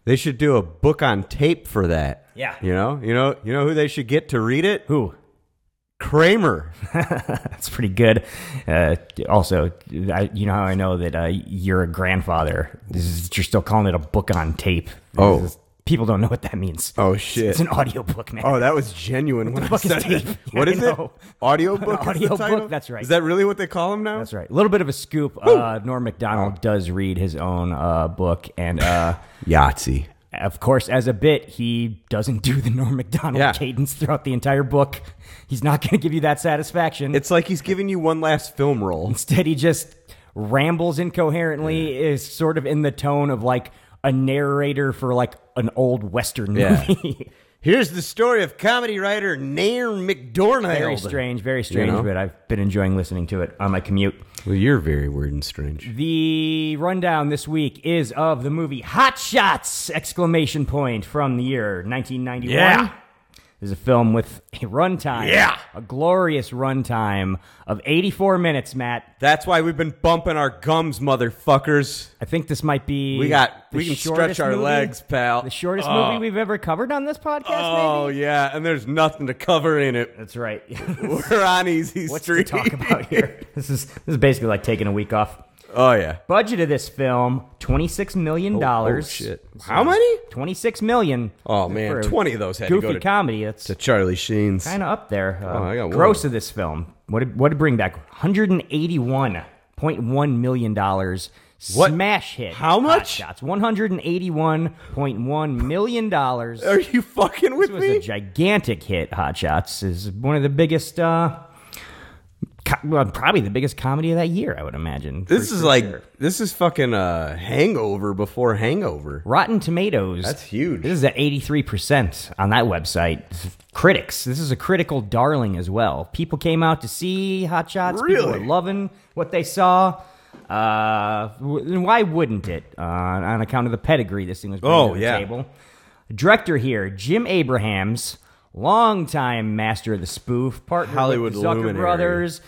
[SPEAKER 5] they should do a book on tape for that.
[SPEAKER 4] Yeah.
[SPEAKER 5] You know? You know you know who they should get to read it?
[SPEAKER 4] Who?
[SPEAKER 5] Kramer.
[SPEAKER 4] That's pretty good. Uh, also, I, you know how I know that uh, you're a grandfather. This is, you're still calling it a book on tape.
[SPEAKER 5] Oh.
[SPEAKER 4] This is- people don't know what that means.
[SPEAKER 5] Oh,
[SPEAKER 4] It's-
[SPEAKER 5] shit.
[SPEAKER 4] It's, an audiobook, man.
[SPEAKER 5] Oh, that was genuine when I
[SPEAKER 4] fuck is
[SPEAKER 5] said it.
[SPEAKER 4] tape?
[SPEAKER 5] What
[SPEAKER 4] I
[SPEAKER 5] is it?
[SPEAKER 4] know.
[SPEAKER 5] Audiobook?
[SPEAKER 4] An
[SPEAKER 5] is the
[SPEAKER 4] audiobook,
[SPEAKER 5] title?
[SPEAKER 4] that's right.
[SPEAKER 5] Is that really what they call him now?
[SPEAKER 4] That's right. A little bit of a scoop. Uh, Norm
[SPEAKER 5] Oh.
[SPEAKER 4] Macdonald does read his own uh, book, and uh,
[SPEAKER 5] Yahtzee.
[SPEAKER 4] of course, as a bit, he doesn't do the Norm Macdonald
[SPEAKER 5] Yeah.
[SPEAKER 4] cadence throughout the entire book. He's not going to give you that satisfaction.
[SPEAKER 5] It's like he's giving you one last film role.
[SPEAKER 4] Instead, he just rambles incoherently, is sort of in the tone of like a narrator for like an old Western
[SPEAKER 5] Yeah.
[SPEAKER 4] movie.
[SPEAKER 5] Here's the story of comedy writer Nair McDornild.
[SPEAKER 4] very strange, very strange,
[SPEAKER 5] know?
[SPEAKER 4] but I've been enjoying listening to it on my commute.
[SPEAKER 5] Well, you're very weird and strange.
[SPEAKER 4] The rundown this week is of the movie Hot Shots! Exclamation point from the year 1991.
[SPEAKER 5] Yeah.
[SPEAKER 4] This is a film with a runtime.
[SPEAKER 5] Yeah.
[SPEAKER 4] A glorious runtime of 84 minutes, Matt.
[SPEAKER 5] That's why we've been bumping our gums, motherfuckers.
[SPEAKER 4] I think this might be.
[SPEAKER 5] We got-
[SPEAKER 4] the
[SPEAKER 5] we can stretch
[SPEAKER 4] shortest
[SPEAKER 5] our
[SPEAKER 4] movie-
[SPEAKER 5] legs, pal.
[SPEAKER 4] The shortest movie we've ever covered on this podcast.
[SPEAKER 5] Oh
[SPEAKER 4] maybe?
[SPEAKER 5] yeah, and there's nothing to cover in it.
[SPEAKER 4] that's right.
[SPEAKER 5] We're on easy
[SPEAKER 4] What's to
[SPEAKER 5] street.
[SPEAKER 4] talk about here? This is this is basically like taking a week off.
[SPEAKER 5] Oh yeah.
[SPEAKER 4] Budget of this film: twenty six million dollars.
[SPEAKER 5] Oh, shit. How many?
[SPEAKER 4] Twenty six million.
[SPEAKER 5] Oh
[SPEAKER 4] For
[SPEAKER 5] man,
[SPEAKER 4] a
[SPEAKER 5] twenty of those had to
[SPEAKER 4] Goofy
[SPEAKER 5] go to,
[SPEAKER 4] comedy. That's
[SPEAKER 5] to Charlie Sheen's.
[SPEAKER 4] kind of up there. Uh,
[SPEAKER 5] Oh, I got
[SPEAKER 4] gross
[SPEAKER 5] one.
[SPEAKER 4] of this film. What did, what did bring back? One hundred and eighty one point one million dollars.
[SPEAKER 5] What?
[SPEAKER 4] Smash hit.
[SPEAKER 5] How
[SPEAKER 4] Hot
[SPEAKER 5] much?
[SPEAKER 4] Shots. One hundred and eighty one point one million dollars.
[SPEAKER 5] Are you fucking with
[SPEAKER 4] This was
[SPEAKER 5] me?
[SPEAKER 4] a gigantic hit. Hot Shots is one of the biggest, uh, co- well, probably the biggest comedy of that year, I would imagine. for
[SPEAKER 5] this is
[SPEAKER 4] sure.
[SPEAKER 5] like this is fucking uh, Hangover before Hangover.
[SPEAKER 4] Rotten Tomatoes.
[SPEAKER 5] That's huge.
[SPEAKER 4] This is at eighty three percent on that website. Critics. This is a critical darling as well. People came out to see Hot Shots. People
[SPEAKER 5] Really?
[SPEAKER 4] were loving what they saw. Uh, w- and why wouldn't it? Uh, on account of the pedigree this thing was bringing
[SPEAKER 5] Oh,
[SPEAKER 4] to the
[SPEAKER 5] yeah.
[SPEAKER 4] table. Director here, Jim Abrahams, longtime master of the spoof, partner
[SPEAKER 5] Hollywood
[SPEAKER 4] with the Zucker
[SPEAKER 5] luminary.
[SPEAKER 4] Brothers,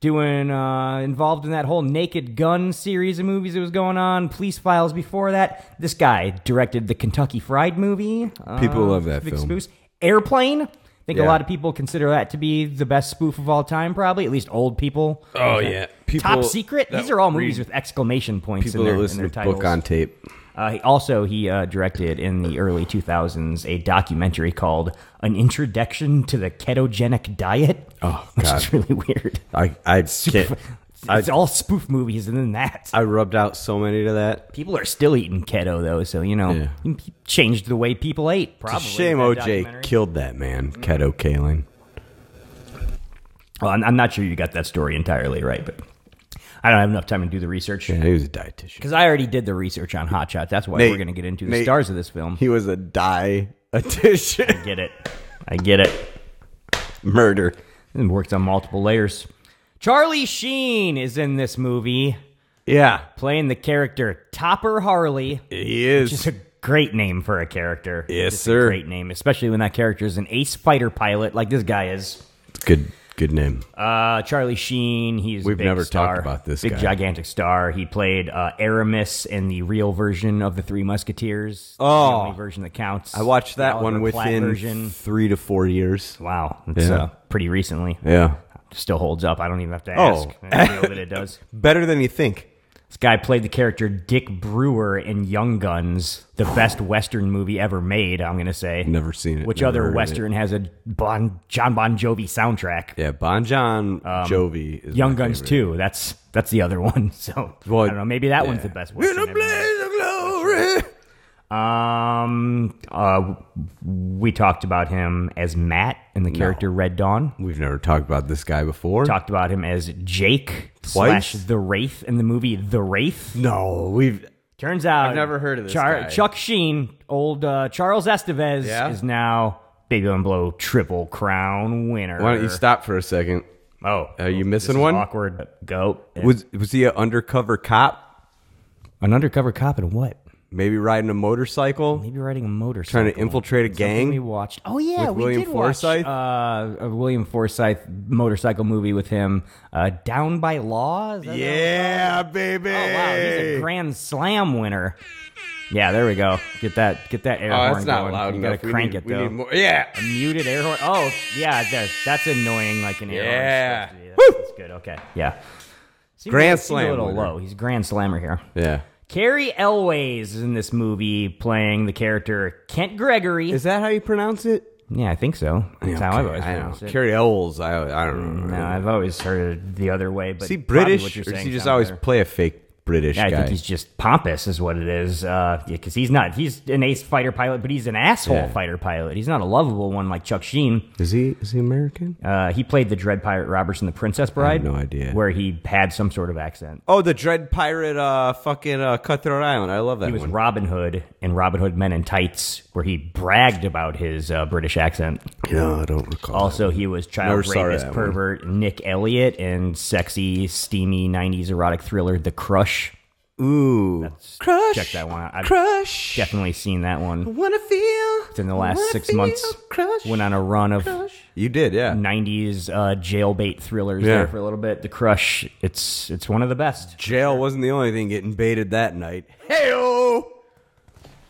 [SPEAKER 4] doing uh, involved in that whole Naked Gun series of movies that was going on, Police Files before that. This guy directed the Kentucky Fried movie. uh,
[SPEAKER 5] People love that
[SPEAKER 4] big
[SPEAKER 5] film.
[SPEAKER 4] spoofs. Airplane. I think
[SPEAKER 5] Yeah.
[SPEAKER 4] a lot of people consider that to be the best spoof of all time, probably at least old people.
[SPEAKER 5] Oh yeah, people,
[SPEAKER 4] Top Secret.
[SPEAKER 5] that
[SPEAKER 4] These are all movies
[SPEAKER 5] read-
[SPEAKER 4] with exclamation points
[SPEAKER 5] People
[SPEAKER 4] in
[SPEAKER 5] that
[SPEAKER 4] their, in
[SPEAKER 5] listen
[SPEAKER 4] their
[SPEAKER 5] to
[SPEAKER 4] titles.
[SPEAKER 5] book on tape.
[SPEAKER 4] Uh, he, also, he uh, directed in the early 2000s a documentary called "An Introduction to the Ketogenic Diet,"
[SPEAKER 5] Oh,
[SPEAKER 4] which
[SPEAKER 5] God.
[SPEAKER 4] is really weird.
[SPEAKER 5] I I can't. I-
[SPEAKER 4] It's all spoof movies, and then that.
[SPEAKER 5] I rubbed out so many to that.
[SPEAKER 4] people are still eating keto though, so you know,
[SPEAKER 5] Yeah.
[SPEAKER 4] he changed the way people ate. Probably
[SPEAKER 5] It's a shame
[SPEAKER 4] with that
[SPEAKER 5] OJ
[SPEAKER 4] documentary. Mm-hmm.
[SPEAKER 5] killed that man, Keto Kaling.
[SPEAKER 4] Well, I'm, I'm not sure you got that story entirely right, but I don't have enough time to do the research.
[SPEAKER 5] Yeah, he was a dietitian.
[SPEAKER 4] Because I already did the research on Hot Shot. That's why
[SPEAKER 5] Nate,
[SPEAKER 4] we're going to get into the
[SPEAKER 5] Nate,
[SPEAKER 4] stars of this film.
[SPEAKER 5] He was a dietitian.
[SPEAKER 4] I get it. I get it.
[SPEAKER 5] Murder.
[SPEAKER 4] and worked on multiple layers. Charlie Sheen is in this movie
[SPEAKER 5] Yeah,
[SPEAKER 4] playing the character Topper Harley,
[SPEAKER 5] he is.
[SPEAKER 4] which is a great name for a character.
[SPEAKER 5] Yes,
[SPEAKER 4] Just
[SPEAKER 5] sir.
[SPEAKER 4] A great name, especially when that character is an ace fighter pilot like this guy is.
[SPEAKER 5] good, good name.
[SPEAKER 4] Uh, Charlie Sheen, he's a
[SPEAKER 5] We've
[SPEAKER 4] big
[SPEAKER 5] never talked
[SPEAKER 4] star,
[SPEAKER 5] about this
[SPEAKER 4] big
[SPEAKER 5] guy.
[SPEAKER 4] gigantic star. He played uh, Aramis in the real version of the Three Musketeers. It's
[SPEAKER 5] Oh.
[SPEAKER 4] the only version that counts.
[SPEAKER 5] I watched that
[SPEAKER 4] The
[SPEAKER 5] one
[SPEAKER 4] Oliver Platt
[SPEAKER 5] within
[SPEAKER 4] version.
[SPEAKER 5] three to four years.
[SPEAKER 4] Wow, that's
[SPEAKER 5] Yeah.
[SPEAKER 4] uh, pretty recently.
[SPEAKER 5] Yeah,
[SPEAKER 4] Still holds up. I don't even have to
[SPEAKER 5] Oh.
[SPEAKER 4] ask. I know that it does.
[SPEAKER 5] better than you think.
[SPEAKER 4] This guy played the character Dick Brewer in Young Guns, the best Western movie ever made. I'm gonna say
[SPEAKER 5] Never seen it,
[SPEAKER 4] Which
[SPEAKER 5] never heard
[SPEAKER 4] other
[SPEAKER 5] of it.
[SPEAKER 4] Western has a Bon John Bon Jovi soundtrack?
[SPEAKER 5] Yeah, Bon John Jovi is
[SPEAKER 4] Um, Young
[SPEAKER 5] my
[SPEAKER 4] Guns
[SPEAKER 5] favorite.
[SPEAKER 4] too. That's that's the other one. So
[SPEAKER 5] Well,
[SPEAKER 4] I don't know. Maybe that one's
[SPEAKER 5] yeah.
[SPEAKER 4] the best one.
[SPEAKER 5] of glory.
[SPEAKER 4] Um, uh, we talked about him as Matt in the character Red Dawn.
[SPEAKER 5] We've never talked about this guy before.
[SPEAKER 4] Talked about him as Jake
[SPEAKER 5] Twice?
[SPEAKER 4] slash the Wraith in the movie The Wraith.
[SPEAKER 5] no, we've
[SPEAKER 4] Turns out
[SPEAKER 5] I've never heard of this guy.
[SPEAKER 4] Chuck Sheen, old uh, Charles Estevez,
[SPEAKER 5] Yeah?
[SPEAKER 4] is now Baby One Blow Triple Crown winner.
[SPEAKER 5] Why don't you stop for a second?
[SPEAKER 4] Oh,
[SPEAKER 5] Are you
[SPEAKER 4] this
[SPEAKER 5] missing
[SPEAKER 4] is
[SPEAKER 5] one?
[SPEAKER 4] Awkward. Go.
[SPEAKER 5] Was was he an undercover cop?
[SPEAKER 4] An undercover cop and what?
[SPEAKER 5] Maybe riding a motorcycle,
[SPEAKER 4] Maybe riding a motorcycle.
[SPEAKER 5] trying to infiltrate a
[SPEAKER 4] Something We
[SPEAKER 5] gang.
[SPEAKER 4] watched. Oh yeah,
[SPEAKER 5] With
[SPEAKER 4] we
[SPEAKER 5] William
[SPEAKER 4] did watch,
[SPEAKER 5] Forsythe?
[SPEAKER 4] uh, a William Forsythe motorcycle movie with him. Uh, Down by Law. Is that
[SPEAKER 5] Yeah, baby.
[SPEAKER 4] that? Oh, Wow, he's a Grand Slam winner. Yeah, there we go. Get that. Get that air
[SPEAKER 5] Oh,
[SPEAKER 4] horn
[SPEAKER 5] that's not
[SPEAKER 4] going.
[SPEAKER 5] loud
[SPEAKER 4] you
[SPEAKER 5] enough.
[SPEAKER 4] gotta crank
[SPEAKER 5] we need,
[SPEAKER 4] it though.
[SPEAKER 5] We need more. Yeah.
[SPEAKER 4] Muted air horn. Oh yeah, there. That's annoying. Like an air
[SPEAKER 5] Yeah.
[SPEAKER 4] horn. Yeah. That's, that's good. Okay. Yeah. Seems-
[SPEAKER 5] Grand
[SPEAKER 4] seems A
[SPEAKER 5] slam
[SPEAKER 4] little
[SPEAKER 5] winner.
[SPEAKER 4] low. He's a grand slammer here.
[SPEAKER 5] Yeah.
[SPEAKER 4] Carrie Elways is in this movie playing the character Kent Gregory.
[SPEAKER 5] Is that how you pronounce it?
[SPEAKER 4] yeah, I think so. That's how I've always
[SPEAKER 5] I
[SPEAKER 4] pronounced
[SPEAKER 5] know.
[SPEAKER 4] it. Mm,
[SPEAKER 5] Carrie Owls. I, I don't know.
[SPEAKER 4] No, I've always heard it the other way. But
[SPEAKER 5] Is he
[SPEAKER 4] probably
[SPEAKER 5] British,
[SPEAKER 4] what you're
[SPEAKER 5] or does
[SPEAKER 4] saying
[SPEAKER 5] he just
[SPEAKER 4] sounds
[SPEAKER 5] always
[SPEAKER 4] better.
[SPEAKER 5] play a fake British
[SPEAKER 4] Yeah, I
[SPEAKER 5] guy?
[SPEAKER 4] think he's just pompous, is what it is. Uh, yeah, because he's not. He's an ace fighter pilot, but he's an asshole
[SPEAKER 5] Yeah.
[SPEAKER 4] fighter pilot. He's not a lovable one like Chuck Sheen.
[SPEAKER 5] is he is he American?
[SPEAKER 4] Uh, he played the Dread Pirate Roberts in The Princess Bride.
[SPEAKER 5] no idea.
[SPEAKER 4] Where he had some sort of accent.
[SPEAKER 5] Oh, the Dread Pirate, uh, fucking uh, Cutthroat Island. I love that
[SPEAKER 4] He was
[SPEAKER 5] one.
[SPEAKER 4] Robin Hood in Robin Hood Men in Tights, where he bragged about his uh, British accent.
[SPEAKER 5] no, I don't recall.
[SPEAKER 4] Also, he was
[SPEAKER 5] Never
[SPEAKER 4] child
[SPEAKER 5] saw
[SPEAKER 4] rapist
[SPEAKER 5] that one.
[SPEAKER 4] pervert Nick Elliott in sexy, steamy '90s erotic thriller The Crush.
[SPEAKER 5] Ooh, crush.
[SPEAKER 4] Check that one out. I've
[SPEAKER 5] Crush.
[SPEAKER 4] definitely seen that one.
[SPEAKER 5] Wanna feel?
[SPEAKER 4] It's in the last
[SPEAKER 5] wanna
[SPEAKER 4] six
[SPEAKER 5] feel
[SPEAKER 4] months.
[SPEAKER 5] Crush.
[SPEAKER 4] Went on a run of
[SPEAKER 5] you did, yeah.
[SPEAKER 4] '90s uh, jailbait thrillers
[SPEAKER 5] Yeah.
[SPEAKER 4] there for a little bit. The Crush. It's it's one of the best.
[SPEAKER 5] Jail wasn't the only thing getting baited that night. Heyo.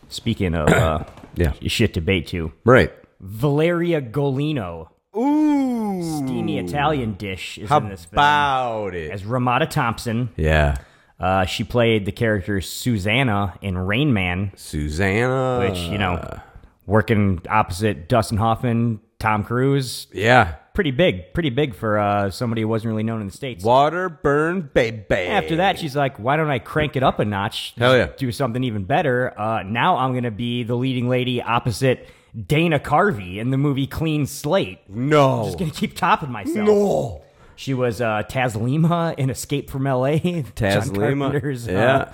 [SPEAKER 4] Speaking of uh,
[SPEAKER 5] Yeah.
[SPEAKER 4] shit to bait to,
[SPEAKER 5] Right.
[SPEAKER 4] Valeria Golino,
[SPEAKER 5] Ooh.
[SPEAKER 4] steamy Italian dish, is
[SPEAKER 5] How
[SPEAKER 4] in this film
[SPEAKER 5] about it?
[SPEAKER 4] as Ramada Thompson.
[SPEAKER 5] yeah.
[SPEAKER 4] Uh, she played the character Susanna in Rain Man.
[SPEAKER 5] Susanna.
[SPEAKER 4] which you know, working opposite Dustin Hoffman, Tom Cruise,
[SPEAKER 5] Yeah.
[SPEAKER 4] pretty big, pretty big for uh, somebody who wasn't really known in the states.
[SPEAKER 5] Water burn baby.
[SPEAKER 4] After that, she's like, "Why don't I crank it up a notch?
[SPEAKER 5] Hell yeah.
[SPEAKER 4] do something even better." Uh, now I'm gonna be the leading lady opposite Dana Carvey in the movie Clean Slate.
[SPEAKER 5] No.
[SPEAKER 4] Just gonna keep topping myself.
[SPEAKER 5] No.
[SPEAKER 4] She was uh, Taz Lima in Escape from L.A.
[SPEAKER 5] Taz
[SPEAKER 4] John
[SPEAKER 5] Lima.
[SPEAKER 4] Carpenter's, uh,
[SPEAKER 5] Yeah.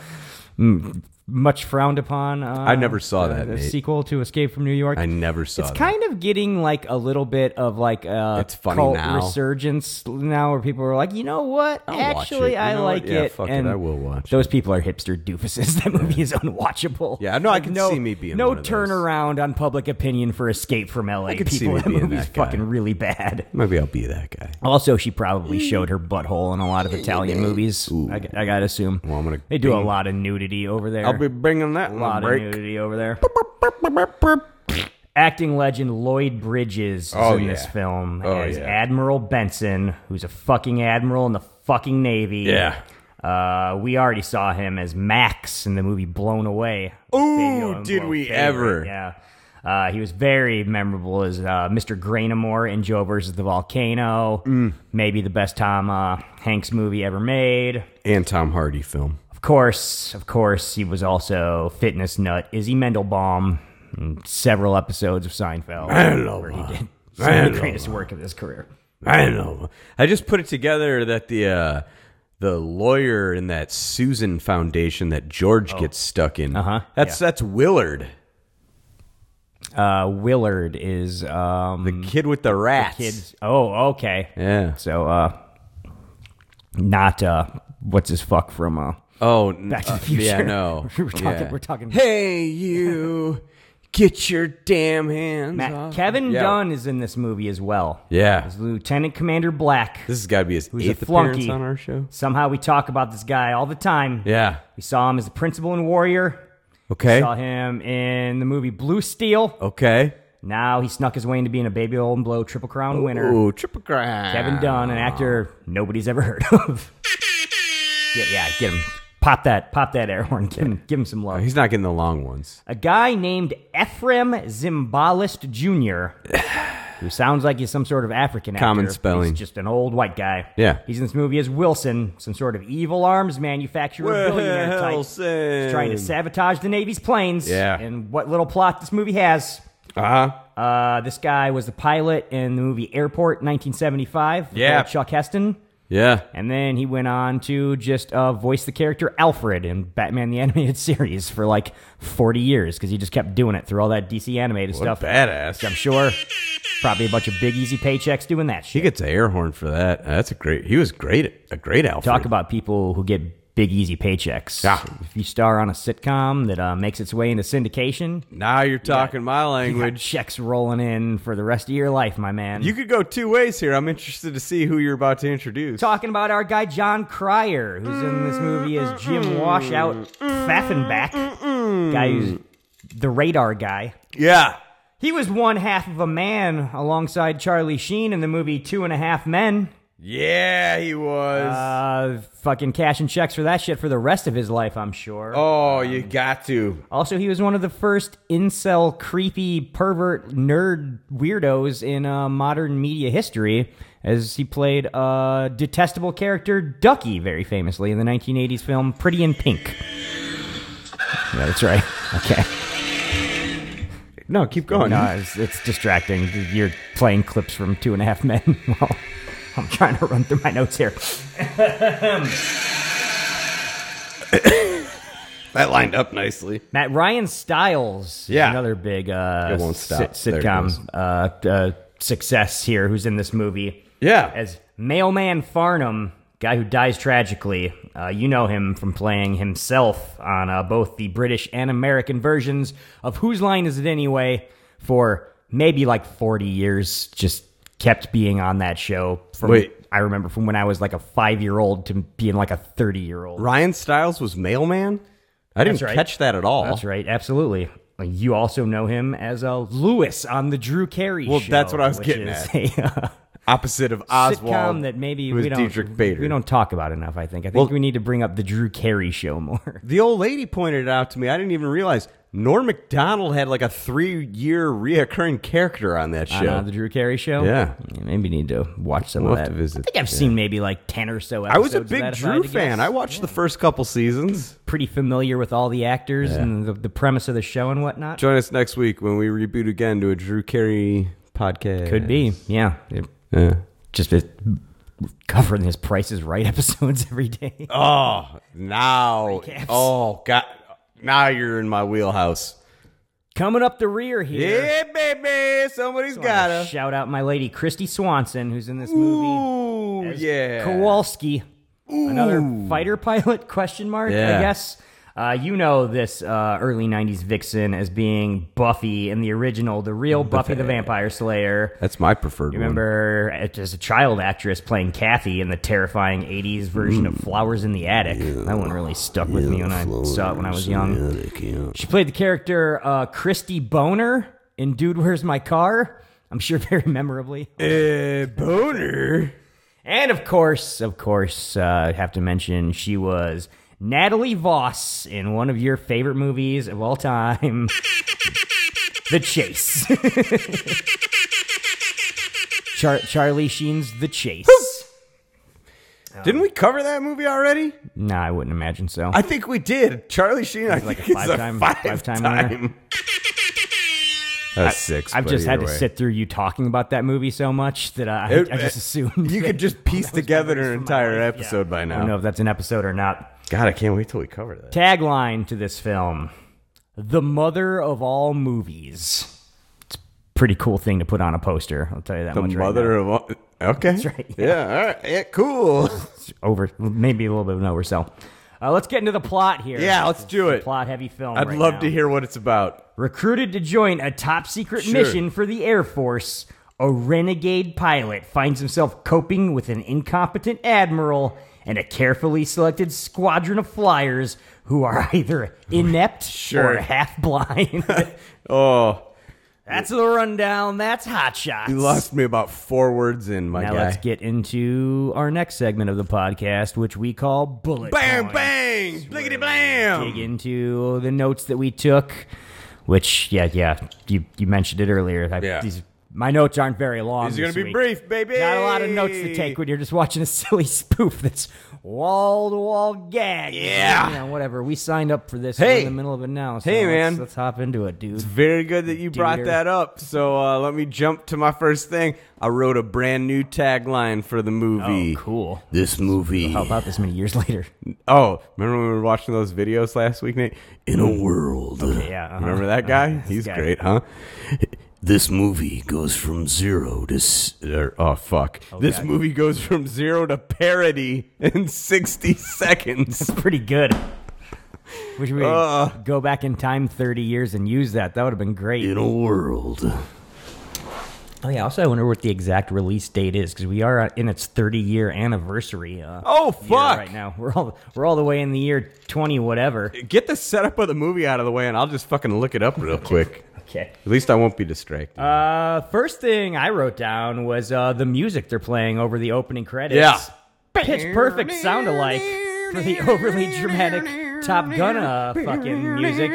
[SPEAKER 4] m- much frowned upon. Uh, I
[SPEAKER 5] never saw that, Nate.
[SPEAKER 4] sequel to Escape from New York.
[SPEAKER 5] I never saw
[SPEAKER 4] it's
[SPEAKER 5] that.
[SPEAKER 4] kind of getting like a little bit of like a
[SPEAKER 5] It's funny
[SPEAKER 4] cult
[SPEAKER 5] now.
[SPEAKER 4] resurgence now where people are like, you know what?
[SPEAKER 5] I'll watch
[SPEAKER 4] Actually,
[SPEAKER 5] it. You
[SPEAKER 4] I
[SPEAKER 5] know what?
[SPEAKER 4] like
[SPEAKER 5] Yeah,
[SPEAKER 4] it.
[SPEAKER 5] fuck it.
[SPEAKER 4] and
[SPEAKER 5] I will watch
[SPEAKER 4] Those people are hipster doofuses. That movie is unwatchable.
[SPEAKER 5] Yeah, no, I
[SPEAKER 4] Like,
[SPEAKER 5] can
[SPEAKER 4] no,
[SPEAKER 5] see me being
[SPEAKER 4] no
[SPEAKER 5] one of those.
[SPEAKER 4] turnaround on public opinion for Escape from L.A.
[SPEAKER 5] I could
[SPEAKER 4] people.
[SPEAKER 5] see me
[SPEAKER 4] that
[SPEAKER 5] being
[SPEAKER 4] movie's
[SPEAKER 5] that guy.
[SPEAKER 4] fucking really bad.
[SPEAKER 5] Maybe I'll be that guy.
[SPEAKER 4] Also, she probably
[SPEAKER 5] Mm.
[SPEAKER 4] showed her butthole in a lot of Italian movies. I, I gotta assume.
[SPEAKER 5] Well, I'm gonna
[SPEAKER 4] they do a
[SPEAKER 5] bing-
[SPEAKER 4] lot of nudity over there.
[SPEAKER 5] I'll be bringing that
[SPEAKER 4] a lot
[SPEAKER 5] one
[SPEAKER 4] of
[SPEAKER 5] break.
[SPEAKER 4] nudity over there. Acting legend Lloyd Bridges is
[SPEAKER 5] Oh,
[SPEAKER 4] in this
[SPEAKER 5] yeah.
[SPEAKER 4] film
[SPEAKER 5] Oh,
[SPEAKER 4] as
[SPEAKER 5] yeah.
[SPEAKER 4] Admiral Benson, who's a fucking admiral in the fucking Navy.
[SPEAKER 5] Yeah.
[SPEAKER 4] Uh, we already saw him as Max in the movie Blown Away.
[SPEAKER 5] Ooh,
[SPEAKER 4] Big Owen
[SPEAKER 5] Oh, did
[SPEAKER 4] Blow
[SPEAKER 5] we
[SPEAKER 4] favorite,
[SPEAKER 5] ever.
[SPEAKER 4] Yeah. Uh, he was very memorable as uh, Mr. Grainamore in Joe versus the Volcano.
[SPEAKER 5] Mm.
[SPEAKER 4] Maybe the best Tom uh, Hanks movie ever made.
[SPEAKER 5] And Tom Hardy film.
[SPEAKER 4] Of course, of course, he was also fitness nut Izzy Mendelbaum in several episodes of Seinfeld. Where he did some of the greatest work of his career.
[SPEAKER 5] I don't know. I just put it together that the uh, the lawyer in that Susan Foundation that
[SPEAKER 4] Oh.
[SPEAKER 5] George gets stuck in.
[SPEAKER 4] Uh-huh.
[SPEAKER 5] Uh huh. That's that's Willard,
[SPEAKER 4] Uh, Willard is um,
[SPEAKER 5] the kid with the rats.
[SPEAKER 4] kids. Oh, okay.
[SPEAKER 5] Yeah.
[SPEAKER 4] So, uh, not uh, what's his fuck from uh,
[SPEAKER 5] Oh, n-
[SPEAKER 4] Back to
[SPEAKER 5] uh,
[SPEAKER 4] the Future.
[SPEAKER 5] Yeah, no.
[SPEAKER 4] we're talking.
[SPEAKER 5] Yeah.
[SPEAKER 4] We're talking.
[SPEAKER 5] Hey, you, get your damn hands
[SPEAKER 4] Matt-
[SPEAKER 5] off.
[SPEAKER 4] Kevin
[SPEAKER 5] Yeah.
[SPEAKER 4] Dunn is in this movie as well.
[SPEAKER 5] Yeah.
[SPEAKER 4] As Lieutenant Commander Black.
[SPEAKER 5] This has got to be his
[SPEAKER 4] Who's a
[SPEAKER 5] eighth appearance
[SPEAKER 4] flunky.
[SPEAKER 5] on our show.
[SPEAKER 4] Somehow we talk about this guy all the time.
[SPEAKER 5] Yeah.
[SPEAKER 4] We saw him as the principal in Warrior.
[SPEAKER 5] Okay.
[SPEAKER 4] Saw him in the movie Blue Steel.
[SPEAKER 5] Okay.
[SPEAKER 4] Now he snuck his way into being a baby old and blow triple crown winner.
[SPEAKER 5] Ooh, triple crown.
[SPEAKER 4] Kevin Dunn, an actor nobody's ever heard of. Get- yeah, get him. Pop that, pop that air horn. Give him, give him some love.
[SPEAKER 5] Uh, He's not getting the long ones.
[SPEAKER 4] A guy named Ephraim Zimbalist Jr., who sounds like he's some sort of African actor.
[SPEAKER 5] Common spelling.
[SPEAKER 4] He's just an old white guy.
[SPEAKER 5] Yeah.
[SPEAKER 4] He's in this movie as Wilson, some sort of evil arms manufacturer billionaire type.
[SPEAKER 5] Wilson.
[SPEAKER 4] He's trying to sabotage the Navy's planes.
[SPEAKER 5] Yeah.
[SPEAKER 4] And what little plot this movie has.
[SPEAKER 5] Uh huh.
[SPEAKER 4] Uh, this guy was the pilot in the movie Airport 1975. with
[SPEAKER 5] Yeah.
[SPEAKER 4] old Chuck Heston.
[SPEAKER 5] Yeah.
[SPEAKER 4] And then he went on to just uh, voice the character Alfred in Batman the Animated Series for like 40 years because he just kept doing it through all that DC animated
[SPEAKER 5] What a
[SPEAKER 4] stuff.
[SPEAKER 5] badass.
[SPEAKER 4] I'm sure probably a bunch of big easy paychecks doing that
[SPEAKER 5] He
[SPEAKER 4] shit.
[SPEAKER 5] gets an air horn for that. Uh, That's a great. He was great. at- A great Alfred.
[SPEAKER 4] Talk about people who get big easy paychecks.
[SPEAKER 5] Yeah.
[SPEAKER 4] If you star on a sitcom that uh, makes its way into syndication,
[SPEAKER 5] Now you're talking my
[SPEAKER 4] you got
[SPEAKER 5] language.
[SPEAKER 4] checks rolling in for the rest of your life, my man.
[SPEAKER 5] You could go two ways here. I'm interested to see who you're about to introduce.
[SPEAKER 4] talking about our guy John Cryer, who's in this movie as Jim Washout Pfaffenbach, guy who's the radar guy.
[SPEAKER 5] Yeah.
[SPEAKER 4] He was one half of a man alongside Charlie Sheen in the movie Two and a Half Men.
[SPEAKER 5] Yeah, he was.
[SPEAKER 4] Uh, fucking cashing checks for that shit for the rest of his life, I'm sure.
[SPEAKER 5] oh, you got to.
[SPEAKER 4] Also, he was one of the first incel, creepy, pervert, nerd weirdos in uh, modern media history, as he played a detestable character, Ducky, very famously in the 1980s film Pretty in Pink. Yeah, that's right. Okay.
[SPEAKER 5] No, keep going.
[SPEAKER 4] No, it's, it's distracting. You're playing clips from Two and a Half Men. Well, I'm trying to run through my notes here.
[SPEAKER 5] that lined up nicely.
[SPEAKER 4] Matt Ryan Stiles,
[SPEAKER 5] Yeah.
[SPEAKER 4] another big uh,
[SPEAKER 5] It won't stop.
[SPEAKER 4] sit-
[SPEAKER 5] There it goes.
[SPEAKER 4] sitcom uh, uh, success here, who's in this movie
[SPEAKER 5] Yeah.
[SPEAKER 4] as Mailman Farnham, guy who dies tragically. Uh, you know him from playing himself on uh, both the British and American versions of Whose Line Is It Anyway for maybe like 40 years. Just kept being on that show. From,
[SPEAKER 5] Wait.
[SPEAKER 4] I remember from when I was like a five year old to being like a 30 year old.
[SPEAKER 5] Ryan Stiles was mailman. I didn't
[SPEAKER 4] That's right.
[SPEAKER 5] catch that at all.
[SPEAKER 4] That's right. Absolutely. You also know him as uh, Lewis on the Drew Carey
[SPEAKER 5] Well,
[SPEAKER 4] show.
[SPEAKER 5] that's what I was
[SPEAKER 4] which
[SPEAKER 5] getting
[SPEAKER 4] is
[SPEAKER 5] at.
[SPEAKER 4] a, uh,
[SPEAKER 5] Opposite of Oswald.
[SPEAKER 4] sitcom that maybe
[SPEAKER 5] who is
[SPEAKER 4] we don't
[SPEAKER 5] Dietrich Bader.
[SPEAKER 4] we don't talk about enough. I think I think
[SPEAKER 5] Well-
[SPEAKER 4] we need to bring up the Drew Carey show more.
[SPEAKER 5] The old lady pointed it out to me. I didn't even realize Norm Macdonald had like a three-year reoccurring character on that show.
[SPEAKER 4] Uh, the Drew Carey show.
[SPEAKER 5] Yeah.
[SPEAKER 4] maybe need to watch some
[SPEAKER 5] We'll
[SPEAKER 4] of
[SPEAKER 5] have
[SPEAKER 4] that.
[SPEAKER 5] to visit,
[SPEAKER 4] I think I've seen maybe like ten or so. Episodes
[SPEAKER 5] I was a
[SPEAKER 4] of that,
[SPEAKER 5] big
[SPEAKER 4] if
[SPEAKER 5] Drew
[SPEAKER 4] had to guess.
[SPEAKER 5] fan. I watched the first couple seasons.
[SPEAKER 4] pretty familiar with all the actors and the, the premise of the show and whatnot.
[SPEAKER 5] Join us next week when we reboot again to a Drew Carey podcast.
[SPEAKER 4] Could be, yeah. It-
[SPEAKER 5] Yeah.
[SPEAKER 4] just it, covering his prices right episodes every day.
[SPEAKER 5] Oh, now.
[SPEAKER 4] Recaps.
[SPEAKER 5] Oh, God. Now you're in my wheelhouse.
[SPEAKER 4] Coming up the rear here.
[SPEAKER 5] Yeah, baby. Somebody's got
[SPEAKER 4] Gotta
[SPEAKER 5] to.
[SPEAKER 4] shout out my lady Christy Swanson, who's in this movie.
[SPEAKER 5] Ooh,
[SPEAKER 4] as
[SPEAKER 5] yeah.
[SPEAKER 4] Kowalski, another fighter pilot? Question mark.
[SPEAKER 5] Yeah.
[SPEAKER 4] I guess. Uh, you know this uh, early '90s vixen as being Buffy in the original, the real Buffy the Vampire Slayer.
[SPEAKER 5] That's my preferred one.
[SPEAKER 4] Remember, as a child actress playing Kathy in the terrifying '80s version of Flowers in the Attic. that one really stuck with me when I saw it when I was young. She played the character uh, Christy Boner in Dude, Where's My Car? I'm sure very memorably.
[SPEAKER 5] Uh, boner.
[SPEAKER 4] And of course, of course, uh, I have to mention she was Natalie Voss in one of your favorite movies of all time, The Chase. Char- Charlie Sheen's The Chase.
[SPEAKER 5] Didn't we cover that movie already?
[SPEAKER 4] nah, I wouldn't imagine so.
[SPEAKER 5] I think we did. Charlie Sheen, I
[SPEAKER 4] like a
[SPEAKER 5] think is a
[SPEAKER 4] five-time-
[SPEAKER 5] five-time.
[SPEAKER 4] five-time winner.
[SPEAKER 5] That's six.
[SPEAKER 4] I've
[SPEAKER 5] but
[SPEAKER 4] just had
[SPEAKER 5] either
[SPEAKER 4] to
[SPEAKER 5] way.
[SPEAKER 4] sit through you talking about that movie so much that I,
[SPEAKER 5] It- eh,
[SPEAKER 4] I just assumed
[SPEAKER 5] You
[SPEAKER 4] that-
[SPEAKER 5] could just piece together an entire episode by
[SPEAKER 4] I don't know
[SPEAKER 5] now.
[SPEAKER 4] if that's an episode or not.
[SPEAKER 5] God, I can't wait till we cover that.
[SPEAKER 4] Tagline to this film The mother of all movies. It's a pretty cool thing to put on a poster. I'll tell you that
[SPEAKER 5] The
[SPEAKER 4] much. right
[SPEAKER 5] mother
[SPEAKER 4] now.
[SPEAKER 5] of all. Okay. That's
[SPEAKER 4] right,
[SPEAKER 5] Yeah. all right. Yeah, cool.
[SPEAKER 4] It's over, maybe a little bit of an oversell. Uh, let's get into the plot here.
[SPEAKER 5] Yeah, let's do it.
[SPEAKER 4] Plot heavy film.
[SPEAKER 5] I'd
[SPEAKER 4] right
[SPEAKER 5] love
[SPEAKER 4] now.
[SPEAKER 5] to hear what it's about.
[SPEAKER 4] Recruited to join a top secret
[SPEAKER 5] Sure.
[SPEAKER 4] mission for the Air Force, a renegade pilot finds himself coping with an incompetent admiral and a carefully selected squadron of flyers who are either inept
[SPEAKER 5] Sure.
[SPEAKER 4] or half blind.
[SPEAKER 5] Oh,
[SPEAKER 4] That's the rundown. That's hot shots.
[SPEAKER 5] You lost me about four words in, my
[SPEAKER 4] Now
[SPEAKER 5] guy.
[SPEAKER 4] let's get into our next segment of the podcast, which we call Bullet
[SPEAKER 5] bam,
[SPEAKER 4] Points.
[SPEAKER 5] bang, bliggity blam.
[SPEAKER 4] dig into the notes that we took, which yeah, yeah, you you mentioned it earlier. I,
[SPEAKER 5] Yeah.
[SPEAKER 4] these, my notes aren't very long.
[SPEAKER 5] These are gonna
[SPEAKER 4] this
[SPEAKER 5] be
[SPEAKER 4] week.
[SPEAKER 5] brief, baby.
[SPEAKER 4] Not a lot of notes to take when you're just watching a silly spoof that's wall to wall gag.
[SPEAKER 5] Yeah.
[SPEAKER 4] you know, whatever. We signed up for this. we're
[SPEAKER 5] Hey.
[SPEAKER 4] in the middle of it now. So
[SPEAKER 5] Hey,
[SPEAKER 4] let's-
[SPEAKER 5] man.
[SPEAKER 4] let's hop into it, dude.
[SPEAKER 5] Very good that you brought
[SPEAKER 4] Dooter.
[SPEAKER 5] that up. So uh, let me jump to my first thing. I wrote a brand new tagline for the movie.
[SPEAKER 4] Oh, cool.
[SPEAKER 5] This movie.
[SPEAKER 4] How about this many years later?
[SPEAKER 5] Oh, remember when we were watching those videos last week, Nate? In a world.
[SPEAKER 4] yeah, uh-huh.
[SPEAKER 5] Remember that guy?
[SPEAKER 4] Uh, this
[SPEAKER 5] He's
[SPEAKER 4] guy.
[SPEAKER 5] great, huh? This movie goes from zero to. s- Or, oh, fuck. this movie goes from zero to parody in 60 seconds.
[SPEAKER 4] Pretty good. Wish we could
[SPEAKER 5] Uh.
[SPEAKER 4] go back in time 30 years and use that. That would have been great.
[SPEAKER 5] a world.
[SPEAKER 4] Oh yeah. Also, I wonder what the exact release date is because we are in its 30 year anniversary. Uh,
[SPEAKER 5] Oh,
[SPEAKER 4] year
[SPEAKER 5] fuck.
[SPEAKER 4] Right now, we're all we're all the way in the year 20 whatever.
[SPEAKER 5] Get the setup of the movie out of the way, and I'll just fucking look it up real quick.
[SPEAKER 4] Okay.
[SPEAKER 5] At least I won't be distracted.
[SPEAKER 4] Uh, first thing I wrote down was uh, the music they're playing over the opening credits.
[SPEAKER 5] Yeah.
[SPEAKER 4] Pitch perfect sound alike for the overly dramatic Top Gun uh, fucking music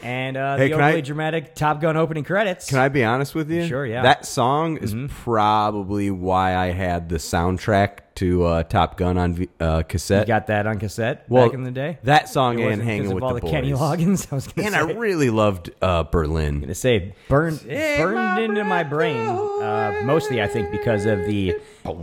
[SPEAKER 4] and uh,
[SPEAKER 5] Hey,
[SPEAKER 4] the
[SPEAKER 5] can I-
[SPEAKER 4] overly dramatic Top Gun opening credits.
[SPEAKER 5] Can I be honest with you?
[SPEAKER 4] Sure, yeah. Mm-hmm.
[SPEAKER 5] That song is probably why I had the soundtrack to uh, Top Gun on v- uh, cassette.
[SPEAKER 4] You got that on cassette back in the day?
[SPEAKER 5] That song
[SPEAKER 4] It
[SPEAKER 5] and
[SPEAKER 4] wasn't
[SPEAKER 5] Hanging
[SPEAKER 4] because
[SPEAKER 5] with
[SPEAKER 4] of all
[SPEAKER 5] the,
[SPEAKER 4] the Kenny
[SPEAKER 5] Boys.
[SPEAKER 4] Loggins. I was gonna
[SPEAKER 5] And
[SPEAKER 4] say.
[SPEAKER 5] I really loved uh, Berlin.
[SPEAKER 4] to say burned burned into my brain uh, mostly i think because of the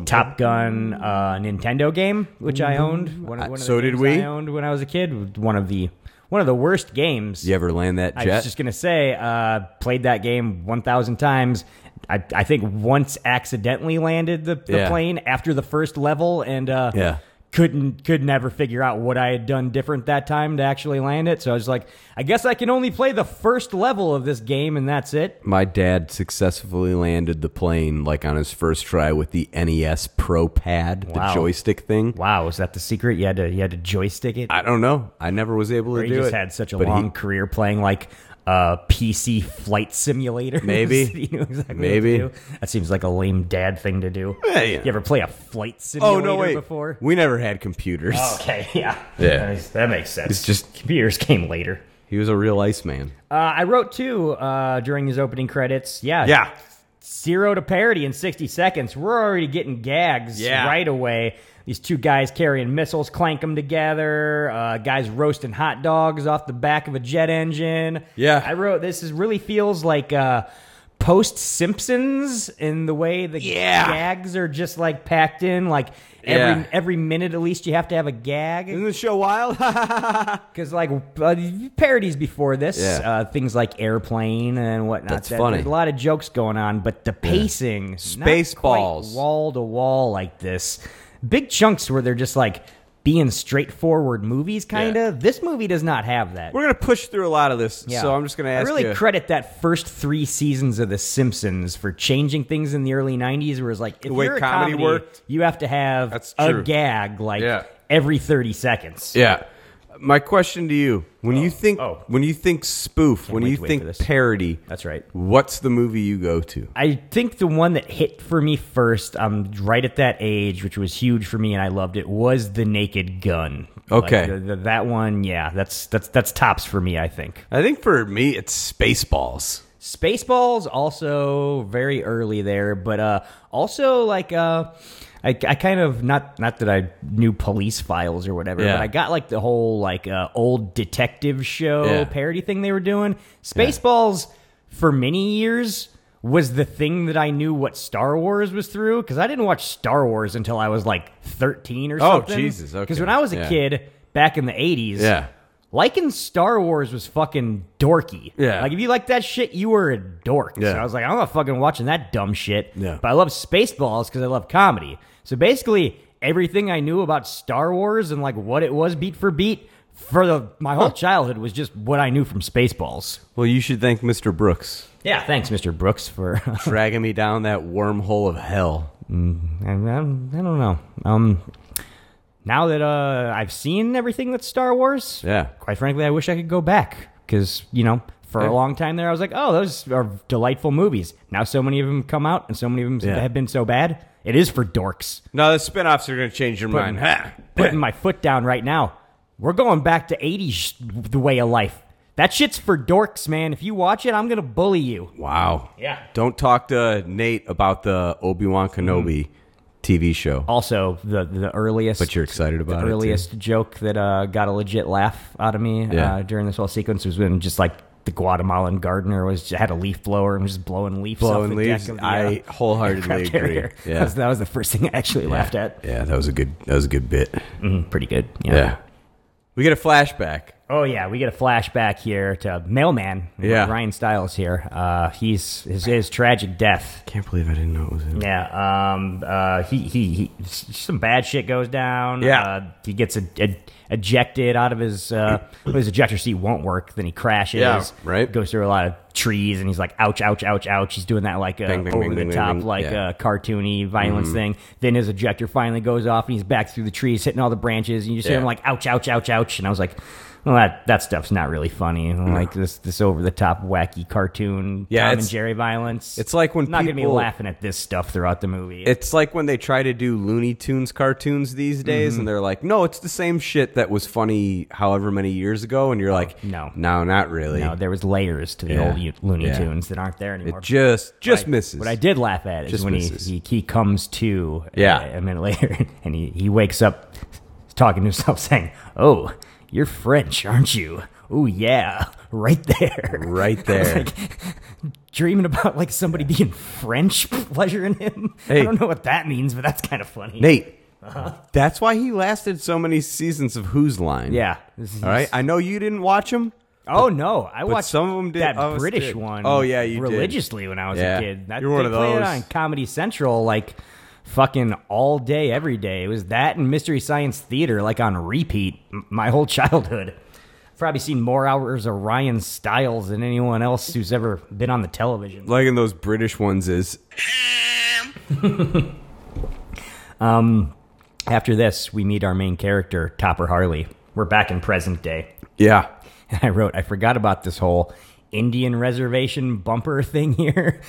[SPEAKER 4] top gun uh, nintendo game which i owned one, of- one of the
[SPEAKER 5] so did
[SPEAKER 4] games
[SPEAKER 5] we.
[SPEAKER 4] i owned when i was a kid one of the one of the worst games
[SPEAKER 5] You ever land that
[SPEAKER 4] i
[SPEAKER 5] jet?
[SPEAKER 4] was just gonna say uh, played that game 1000 times I, I think once accidentally landed the, the
[SPEAKER 5] Yeah.
[SPEAKER 4] plane after the first level and uh,
[SPEAKER 5] Yeah.
[SPEAKER 4] couldn't could never figure out what I had done different that time to actually land it. So I was like, I guess I can only play the first level of this game and that's it.
[SPEAKER 5] my dad successfully landed the plane like on his first try with the NES Pro Pad, the
[SPEAKER 4] Wow.
[SPEAKER 5] joystick thing.
[SPEAKER 4] Wow, is that the secret? You had to you had to joystick it.
[SPEAKER 5] I don't know. I never was able to
[SPEAKER 4] or you
[SPEAKER 5] do
[SPEAKER 4] just
[SPEAKER 5] it.
[SPEAKER 4] had such a
[SPEAKER 5] But he-
[SPEAKER 4] long career playing like a PC flight simulator.
[SPEAKER 5] Maybe.
[SPEAKER 4] you know exactly what to
[SPEAKER 5] Maybe.
[SPEAKER 4] do. that seems like a lame dad thing to do.
[SPEAKER 5] Yeah, yeah.
[SPEAKER 4] You ever play a flight
[SPEAKER 5] oh
[SPEAKER 4] simulator
[SPEAKER 5] no! Wait,
[SPEAKER 4] before? Oh.
[SPEAKER 5] we never had computers.
[SPEAKER 4] Okay, yeah,
[SPEAKER 5] Yeah.
[SPEAKER 4] that makes, that makes sense.
[SPEAKER 5] It's just-
[SPEAKER 4] computers came later.
[SPEAKER 5] He was a real ice man.
[SPEAKER 4] Uh, I wrote too uh, during his opening credits. Yeah,
[SPEAKER 5] yeah.
[SPEAKER 4] zero to parity in 60 seconds. We're already getting gags
[SPEAKER 5] Yeah.
[SPEAKER 4] right away. These two guys carrying missiles, clank them together. Uh, guys roasting hot dogs off the back of a jet engine.
[SPEAKER 5] Yeah.
[SPEAKER 4] I wrote this is really feels like uh, post Simpsons in the way the
[SPEAKER 5] Yeah.
[SPEAKER 4] gags are just like packed in. Like every
[SPEAKER 5] Yeah.
[SPEAKER 4] every minute at least you have to have a gag.
[SPEAKER 5] Isn't the show wild?
[SPEAKER 4] Because like uh, parodies before this,
[SPEAKER 5] Yeah.
[SPEAKER 4] uh, things like airplane and whatnot.
[SPEAKER 5] That's funny.
[SPEAKER 4] There's a lot of jokes going on, but the pacing,
[SPEAKER 5] Spaceballs.
[SPEAKER 4] wall to wall like this, big chunks where they're just like being straightforward movies, kind of. This movie does not have that.
[SPEAKER 5] We're gonna push through a lot of this,
[SPEAKER 4] Yeah.
[SPEAKER 5] so I'm just gonna ask
[SPEAKER 4] I really
[SPEAKER 5] you.
[SPEAKER 4] credit that first three seasons of The Simpsons for changing things in the early '90s, where it's like if
[SPEAKER 5] The way
[SPEAKER 4] you're a
[SPEAKER 5] comedy
[SPEAKER 4] comedy,
[SPEAKER 5] worked.
[SPEAKER 4] you have to have
[SPEAKER 5] That's true.
[SPEAKER 4] a gag like
[SPEAKER 5] Yeah.
[SPEAKER 4] every 30 seconds.
[SPEAKER 5] yeah, my question to you: When you think,
[SPEAKER 4] oh.
[SPEAKER 5] when you think spoof, when
[SPEAKER 4] wait
[SPEAKER 5] you
[SPEAKER 4] to wait for
[SPEAKER 5] think
[SPEAKER 4] this.
[SPEAKER 5] parody,
[SPEAKER 4] That's right.
[SPEAKER 5] What's the movie you go to?
[SPEAKER 4] I think the one that hit for me first, um, right at that age, which was huge for me, and I loved it, was the Naked Gun.
[SPEAKER 5] Okay.
[SPEAKER 4] Like, the- the- that one, yeah, that's that's that's tops for me. I think
[SPEAKER 5] I think for me, it's Spaceballs.
[SPEAKER 4] Spaceballs also very early there, but uh, also like uh, I, I kind of not not that I knew Police Files or whatever,
[SPEAKER 5] Yeah.
[SPEAKER 4] but I got like the whole like uh, old detective show
[SPEAKER 5] Yeah.
[SPEAKER 4] parody thing they were doing. Spaceballs for many years was the thing that I knew what Star Wars was through because I didn't watch Star Wars until I was like thirteen or
[SPEAKER 5] Oh,
[SPEAKER 4] something.
[SPEAKER 5] Jesus, okay.
[SPEAKER 4] Because when I was a
[SPEAKER 5] Yeah.
[SPEAKER 4] kid back in the eighties,
[SPEAKER 5] Yeah.
[SPEAKER 4] liking Star Wars was fucking dorky.
[SPEAKER 5] Yeah.
[SPEAKER 4] Like if you like that shit, you were a dork. So
[SPEAKER 5] Yeah.
[SPEAKER 4] I was like, I'm not fucking watching that dumb shit.
[SPEAKER 5] Yeah.
[SPEAKER 4] But I love Spaceballs because I love comedy. So basically, everything I knew about Star Wars and like what it was beat for beat for the, my whole childhood was just what I knew from Spaceballs.
[SPEAKER 5] Well, you should thank Mr. Brooks
[SPEAKER 4] Yeah. Thanks, Mr. Brooks, for.
[SPEAKER 5] dragging me down that wormhole of hell.
[SPEAKER 4] I, I, I don't know. Um, now that uh, I've seen everything that's Star Wars,
[SPEAKER 5] Yeah.
[SPEAKER 4] quite frankly, I wish I could go back because you know for a long time there. I was like, oh, those are delightful movies. Now so many of them come out, and so many of them
[SPEAKER 5] Yeah.
[SPEAKER 4] have been so bad. It is for dorks.
[SPEAKER 5] No, the spin-offs are going to change your mind. Ha!
[SPEAKER 4] Putting my foot down right now. We're going back to '80s the way of life. That shit's for dorks, man. If you watch it, I'm gonna bully you.
[SPEAKER 5] Wow.
[SPEAKER 2] Yeah.
[SPEAKER 5] Don't talk to Nate about the Obi Wan
[SPEAKER 4] Mm-hmm.
[SPEAKER 5] Kenobi TV show.
[SPEAKER 4] Also, the the earliest.
[SPEAKER 5] But you're excited
[SPEAKER 4] the
[SPEAKER 5] about it, too.
[SPEAKER 4] earliest joke that uh, got a legit laugh out of me
[SPEAKER 5] Yeah.
[SPEAKER 4] uh, during this whole sequence was when just like the Guatemalan gardener was had a leaf blower and was just blowing leaves.
[SPEAKER 5] Blowing
[SPEAKER 4] off the
[SPEAKER 5] leaves.
[SPEAKER 4] Deck of the,
[SPEAKER 5] I
[SPEAKER 4] uh,
[SPEAKER 5] wholeheartedly
[SPEAKER 4] aircraft
[SPEAKER 5] agree.
[SPEAKER 4] carrier.
[SPEAKER 5] Yeah.
[SPEAKER 4] That, was, that was the first thing I actually laughed at.
[SPEAKER 5] Yeah, that was a good. That was a good bit.
[SPEAKER 4] Pretty good.
[SPEAKER 5] Yeah. We get a flashback.
[SPEAKER 4] Oh yeah, we get a flashback here to Mailman.
[SPEAKER 5] Yeah.
[SPEAKER 4] Ryan Stiles here. Uh, he's his, his tragic death.
[SPEAKER 5] Can't believe I didn't know it was him.
[SPEAKER 4] Yeah. Um. Uh. He. He. he s- some bad shit goes down.
[SPEAKER 5] Yeah.
[SPEAKER 4] Uh, he gets e- e- ejected out of his. Uh, well, his ejector seat won't work. Then he crashes.
[SPEAKER 5] Yeah, right.
[SPEAKER 4] Goes through a lot of trees, and he's like, ouch, ouch, ouch, ouch. He's doing that like uh,
[SPEAKER 5] Bang, bang,
[SPEAKER 4] over
[SPEAKER 5] bang,
[SPEAKER 4] the
[SPEAKER 5] bang,
[SPEAKER 4] top,
[SPEAKER 5] bang, bang.
[SPEAKER 4] like
[SPEAKER 5] Yeah. Mm-hmm.
[SPEAKER 4] uh, cartoony violence thing. Then his ejector finally goes off, and he's back through the trees, hitting all the branches, and you just hear
[SPEAKER 5] Yeah.
[SPEAKER 4] him like, ouch, ouch, ouch, ouch. And I was like. Well, that, that stuff's not really funny. Like this this over the top wacky cartoon
[SPEAKER 5] Yeah,
[SPEAKER 4] Tom
[SPEAKER 5] it's-
[SPEAKER 4] and Jerry violence.
[SPEAKER 5] it's like when
[SPEAKER 4] not gonna be
[SPEAKER 5] people-
[SPEAKER 4] laughing at this stuff throughout the movie.
[SPEAKER 5] It's like when they try to do Looney Tunes cartoons these days, and they're like, "No, it's the same shit that was funny however many years ago," and you're like,
[SPEAKER 4] no.
[SPEAKER 5] Oh, no, not really.
[SPEAKER 4] No, there was layers to the
[SPEAKER 5] Yeah.
[SPEAKER 4] old U- Looney
[SPEAKER 5] Yeah.
[SPEAKER 4] Tunes that aren't there anymore.
[SPEAKER 5] it just just misses."
[SPEAKER 4] what I did laugh at is
[SPEAKER 5] Just
[SPEAKER 4] when he,
[SPEAKER 5] misses.
[SPEAKER 4] he he comes to uh,
[SPEAKER 5] Yeah.
[SPEAKER 4] a minute later and he, he wakes up talking to himself saying, "Oh, you're French, aren't you? Oh yeah, right there,
[SPEAKER 5] right there.
[SPEAKER 4] dreaming about like somebody being French, pleasuring him. I
[SPEAKER 5] Hey.
[SPEAKER 4] don't know what that means, but that's kind of funny.
[SPEAKER 5] Nate. That's why he lasted so many seasons of Who's Line.
[SPEAKER 4] yeah,
[SPEAKER 5] All right. I know you didn't watch him.
[SPEAKER 4] Oh no, I watched
[SPEAKER 5] some of 'em did-
[SPEAKER 4] that
[SPEAKER 5] I was
[SPEAKER 4] British
[SPEAKER 5] did.
[SPEAKER 4] one.
[SPEAKER 5] Oh, yeah, you did.
[SPEAKER 4] religiously when I was
[SPEAKER 5] Yeah.
[SPEAKER 4] a kid. That,
[SPEAKER 5] You're one
[SPEAKER 4] they
[SPEAKER 5] of
[SPEAKER 4] played it
[SPEAKER 5] those.
[SPEAKER 4] on Comedy Central like fucking all day, every day. It was that and Mystery Science Theater like on repeat m- my whole childhood. I've probably seen more hours of Ryan Stiles than anyone else who's ever been on the television.
[SPEAKER 5] Like in those British ones is
[SPEAKER 4] After this, we meet our main character, Topper Harley. We're back in present day.
[SPEAKER 5] yeah.
[SPEAKER 4] And I wrote, I forgot about this whole Indian reservation bumper thing here.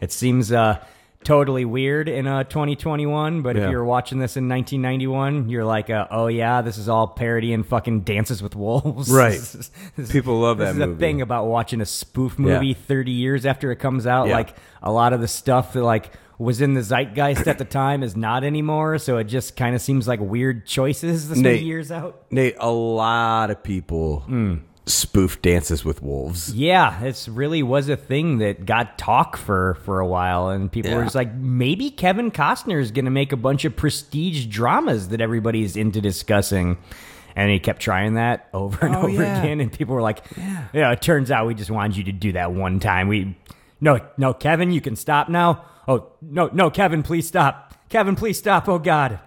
[SPEAKER 4] it seems uh, totally weird in uh, 2021, but
[SPEAKER 5] Yeah.
[SPEAKER 4] if you were watching this in 1991, you're like, uh, oh yeah, this is all parody and fucking Dances with Wolves.
[SPEAKER 5] Right.
[SPEAKER 4] This is- this is-
[SPEAKER 5] People love
[SPEAKER 4] this
[SPEAKER 5] that
[SPEAKER 4] is the
[SPEAKER 5] movie.
[SPEAKER 4] thing about watching a spoof movie
[SPEAKER 5] Yeah.
[SPEAKER 4] 30 years after it comes out.
[SPEAKER 5] Yeah.
[SPEAKER 4] Like a lot of the stuff that like was in the zeitgeist at the time is not anymore. So it just kind of seems like weird choices this many
[SPEAKER 5] Nate.
[SPEAKER 4] years out.
[SPEAKER 5] Nate, a lot of people
[SPEAKER 4] Hmm.
[SPEAKER 5] spoof dances with wolves.
[SPEAKER 4] Yeah, it's really was a thing that got talk for for a while, and people were
[SPEAKER 5] Yeah.
[SPEAKER 4] just like, maybe Kevin Costner is going to make a bunch of prestige dramas that everybody's into discussing. And he kept trying that over and
[SPEAKER 5] Oh,
[SPEAKER 4] over
[SPEAKER 5] yeah.
[SPEAKER 4] again, and people were like, yeah. it turns out we just wanted you to do that one time. We, no, no, Kevin, you can stop now. Oh no, no, Kevin, please stop. Kevin, please stop. Oh God."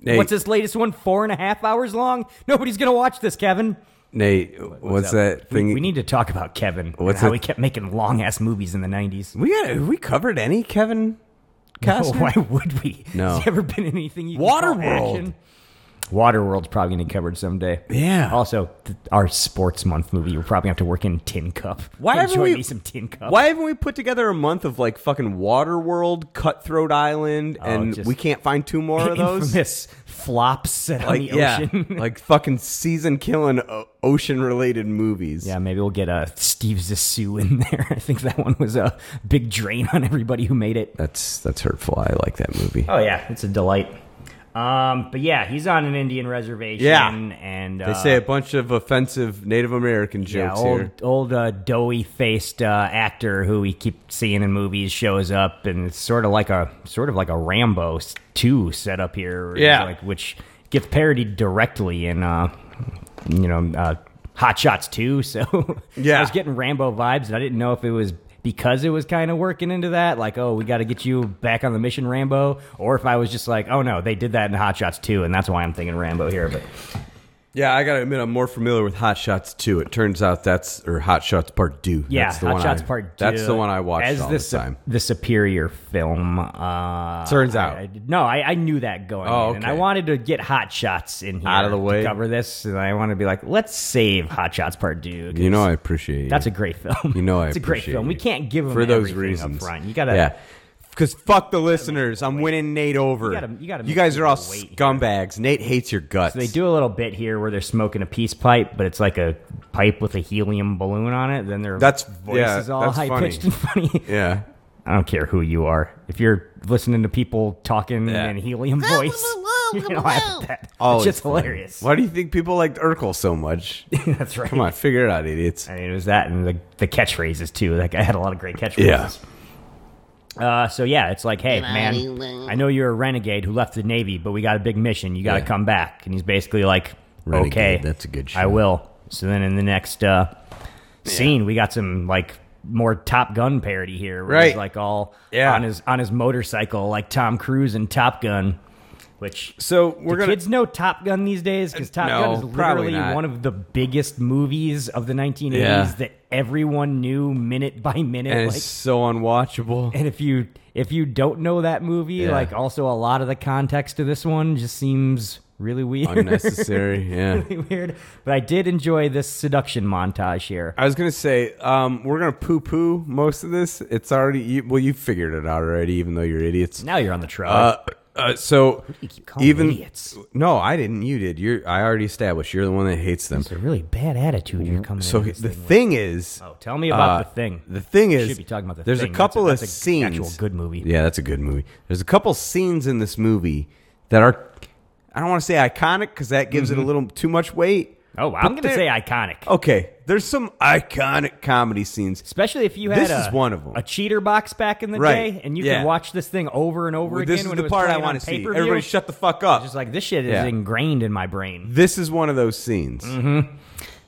[SPEAKER 5] Nate,
[SPEAKER 4] What's this latest one? Four and a half hours long? Nobody's gonna watch this, Kevin.
[SPEAKER 5] Nate, what's that thing?
[SPEAKER 4] We, we need to talk about Kevin.
[SPEAKER 5] What's
[SPEAKER 4] and how
[SPEAKER 5] that-
[SPEAKER 4] he kept making long ass movies in the nineties.
[SPEAKER 5] We got. Have we covered any Kevin Costner?
[SPEAKER 4] why would we?
[SPEAKER 5] No.
[SPEAKER 4] Has there ever been anything you
[SPEAKER 5] Waterworld.
[SPEAKER 4] Can call action? Waterworld's probably gonna be covered someday.
[SPEAKER 5] Yeah.
[SPEAKER 4] Also, th- our sports month movie, we're probably gonna have to work in Tin Cup.
[SPEAKER 5] Why haven't
[SPEAKER 4] enjoy
[SPEAKER 5] we-
[SPEAKER 4] me some Tin Cup?
[SPEAKER 5] Why haven't we put together a month of like fucking Waterworld, Cutthroat Island, and
[SPEAKER 4] Oh, just-
[SPEAKER 5] we can't find two more of those?
[SPEAKER 4] Infamous flops set on
[SPEAKER 5] Like
[SPEAKER 4] the
[SPEAKER 5] yeah,
[SPEAKER 4] ocean.
[SPEAKER 5] like fucking season killing ocean related movies.
[SPEAKER 4] Yeah, maybe we'll get uh, Steve Zissou in there. I think that one was a big drain on everybody who made it.
[SPEAKER 5] that's that's hurtful. I like that movie.
[SPEAKER 4] Oh yeah, it's a delight. Um, but yeah, he's on an Indian reservation.
[SPEAKER 5] Yeah.
[SPEAKER 4] and
[SPEAKER 5] They
[SPEAKER 4] uh,
[SPEAKER 5] say a bunch of offensive Native American
[SPEAKER 4] yeah,
[SPEAKER 5] jokes
[SPEAKER 4] old
[SPEAKER 5] here.
[SPEAKER 4] old uh, doughy faced uh, actor who we keep seeing in movies shows up, and it's sort of like a sort of like a Rambo s- two set up here. where
[SPEAKER 5] Yeah.
[SPEAKER 4] he's like which gets parodied directly in uh, you know uh, Hot Shots two. So I
[SPEAKER 5] Yeah.
[SPEAKER 4] was getting Rambo vibes, and I didn't know if it was. Because it was kind of working into that, like, oh, we got to get you back on the mission, Rambo, or if I was just like, oh no, they did that in Hot Shots too, and that's why I'm thinking Rambo here. But
[SPEAKER 5] Yeah, I gotta admit, I'm more familiar with Hot Shots too. It turns out that's or Hot Shots Part Two.
[SPEAKER 4] Yeah,
[SPEAKER 5] that's the
[SPEAKER 4] Hot
[SPEAKER 5] one
[SPEAKER 4] Shots
[SPEAKER 5] I-
[SPEAKER 4] Part Two.
[SPEAKER 5] That's the one I watched
[SPEAKER 4] as
[SPEAKER 5] all
[SPEAKER 4] the,
[SPEAKER 5] the
[SPEAKER 4] su-
[SPEAKER 5] time.
[SPEAKER 4] the superior film. Uh,
[SPEAKER 5] Turns out.
[SPEAKER 4] I, I did- no, I, I knew that going.
[SPEAKER 5] Oh,
[SPEAKER 4] in, and I
[SPEAKER 5] okay.
[SPEAKER 4] wanted to get Hot Shots in here
[SPEAKER 5] Out of the way.
[SPEAKER 4] to cover this, and I want to be like, let's save Hot Shots Part Two. 'cause
[SPEAKER 5] You know, I appreciate you.
[SPEAKER 4] that's a great film.
[SPEAKER 5] You know I
[SPEAKER 4] it's a great
[SPEAKER 5] appreciate
[SPEAKER 4] film. We
[SPEAKER 5] you.
[SPEAKER 4] can't give them
[SPEAKER 5] for those
[SPEAKER 4] everything
[SPEAKER 5] reasons.
[SPEAKER 4] up front. You gotta.
[SPEAKER 5] yeah. Because fuck the listeners, I'm winning Nate over.
[SPEAKER 4] You gotta- you gotta make
[SPEAKER 5] guys are all
[SPEAKER 4] people wait.
[SPEAKER 5] scumbags. Nate hates your guts.
[SPEAKER 4] So they do a little bit here where they're smoking a peace pipe, but it's like a pipe with a helium balloon on it. Then their
[SPEAKER 5] That's-
[SPEAKER 4] voice
[SPEAKER 5] yeah,
[SPEAKER 4] is all
[SPEAKER 5] that's
[SPEAKER 4] high
[SPEAKER 5] funny.
[SPEAKER 4] pitched and funny.
[SPEAKER 5] Yeah.
[SPEAKER 4] I don't care who you are. If you're listening to people talking
[SPEAKER 5] Yeah.
[SPEAKER 4] in helium voice, you know, I like that.
[SPEAKER 5] All
[SPEAKER 4] it's just
[SPEAKER 5] fun.
[SPEAKER 4] hilarious.
[SPEAKER 5] Why do you think people liked Urkel so much?
[SPEAKER 4] That's right.
[SPEAKER 5] Come on, figure it out, idiots.
[SPEAKER 4] I mean, it was that and the, the catchphrases too. Like I had a lot of great
[SPEAKER 5] Yeah.
[SPEAKER 4] catchphrases. Uh, so yeah, it's like, hey man, I know you're a renegade who left the navy, but we got a big mission. You got to
[SPEAKER 5] Yeah.
[SPEAKER 4] come back. And he's basically like,
[SPEAKER 5] Renegade,
[SPEAKER 4] okay,
[SPEAKER 5] that's a good
[SPEAKER 4] I
[SPEAKER 5] show.
[SPEAKER 4] will. So then in the next uh, scene, we got some like more Top Gun parody here. Where He's
[SPEAKER 5] Right.
[SPEAKER 4] like all
[SPEAKER 5] Yeah.
[SPEAKER 4] on his on his motorcycle, like Tom Cruise in Top Gun. Which
[SPEAKER 5] So we're
[SPEAKER 4] do
[SPEAKER 5] gonna-
[SPEAKER 4] kids know Top Gun these days because Top
[SPEAKER 5] no,
[SPEAKER 4] Gun is
[SPEAKER 5] probably
[SPEAKER 4] literally
[SPEAKER 5] not.
[SPEAKER 4] one of the biggest movies of the 1980s
[SPEAKER 5] Yeah.
[SPEAKER 4] that everyone knew minute by minute.
[SPEAKER 5] And
[SPEAKER 4] like,
[SPEAKER 5] it's so unwatchable.
[SPEAKER 4] and if you if you don't know that movie,
[SPEAKER 5] Yeah.
[SPEAKER 4] like also a lot of the context to this one just seems really weird.
[SPEAKER 5] Unnecessary. Yeah.
[SPEAKER 4] Really weird. But I did enjoy this seduction montage here.
[SPEAKER 5] I was gonna say um, we're gonna poo-poo most of this. It's already you, well, you figured it out already, even though you're idiots.
[SPEAKER 4] Now you're on the truck.
[SPEAKER 5] Uh, uh, so
[SPEAKER 4] you keep calling
[SPEAKER 5] even
[SPEAKER 4] idiots?
[SPEAKER 5] no, I didn't. You did. You're. I already established. You're the one that hates them.
[SPEAKER 4] it's a really bad attitude you're coming.
[SPEAKER 5] So
[SPEAKER 4] into
[SPEAKER 5] he-
[SPEAKER 4] this
[SPEAKER 5] the
[SPEAKER 4] thing with.
[SPEAKER 5] thing is,
[SPEAKER 4] Oh, tell me about
[SPEAKER 5] uh,
[SPEAKER 4] the thing.
[SPEAKER 5] The thing
[SPEAKER 4] You
[SPEAKER 5] is,
[SPEAKER 4] should be talking about the
[SPEAKER 5] there's
[SPEAKER 4] thing.
[SPEAKER 5] a
[SPEAKER 4] That's
[SPEAKER 5] couple
[SPEAKER 4] that's
[SPEAKER 5] of
[SPEAKER 4] a
[SPEAKER 5] scenes.
[SPEAKER 4] Actual good movie.
[SPEAKER 5] Yeah, that's a good movie. There's a couple scenes in this movie that are, I don't want to say iconic because that gives
[SPEAKER 4] Mm-hmm.
[SPEAKER 5] it a little too much weight.
[SPEAKER 4] Oh,
[SPEAKER 5] but
[SPEAKER 4] I'm gonna
[SPEAKER 5] they're-
[SPEAKER 4] say iconic.
[SPEAKER 5] Okay, there's some iconic comedy scenes.
[SPEAKER 4] Especially if you had
[SPEAKER 5] This
[SPEAKER 4] a,
[SPEAKER 5] is one of 'em.
[SPEAKER 4] a cheater box back in the
[SPEAKER 5] Right.
[SPEAKER 4] day, and you
[SPEAKER 5] Yeah.
[SPEAKER 4] could watch this thing over and over
[SPEAKER 5] Well,
[SPEAKER 4] again.
[SPEAKER 5] this is
[SPEAKER 4] when
[SPEAKER 5] the
[SPEAKER 4] it was
[SPEAKER 5] part I
[SPEAKER 4] playing on
[SPEAKER 5] want to see.
[SPEAKER 4] pay-per-view.
[SPEAKER 5] Everybody, shut the fuck up.
[SPEAKER 4] Just like this shit is
[SPEAKER 5] Yeah.
[SPEAKER 4] ingrained in my brain.
[SPEAKER 5] this is one of those scenes.
[SPEAKER 4] Mm-hmm.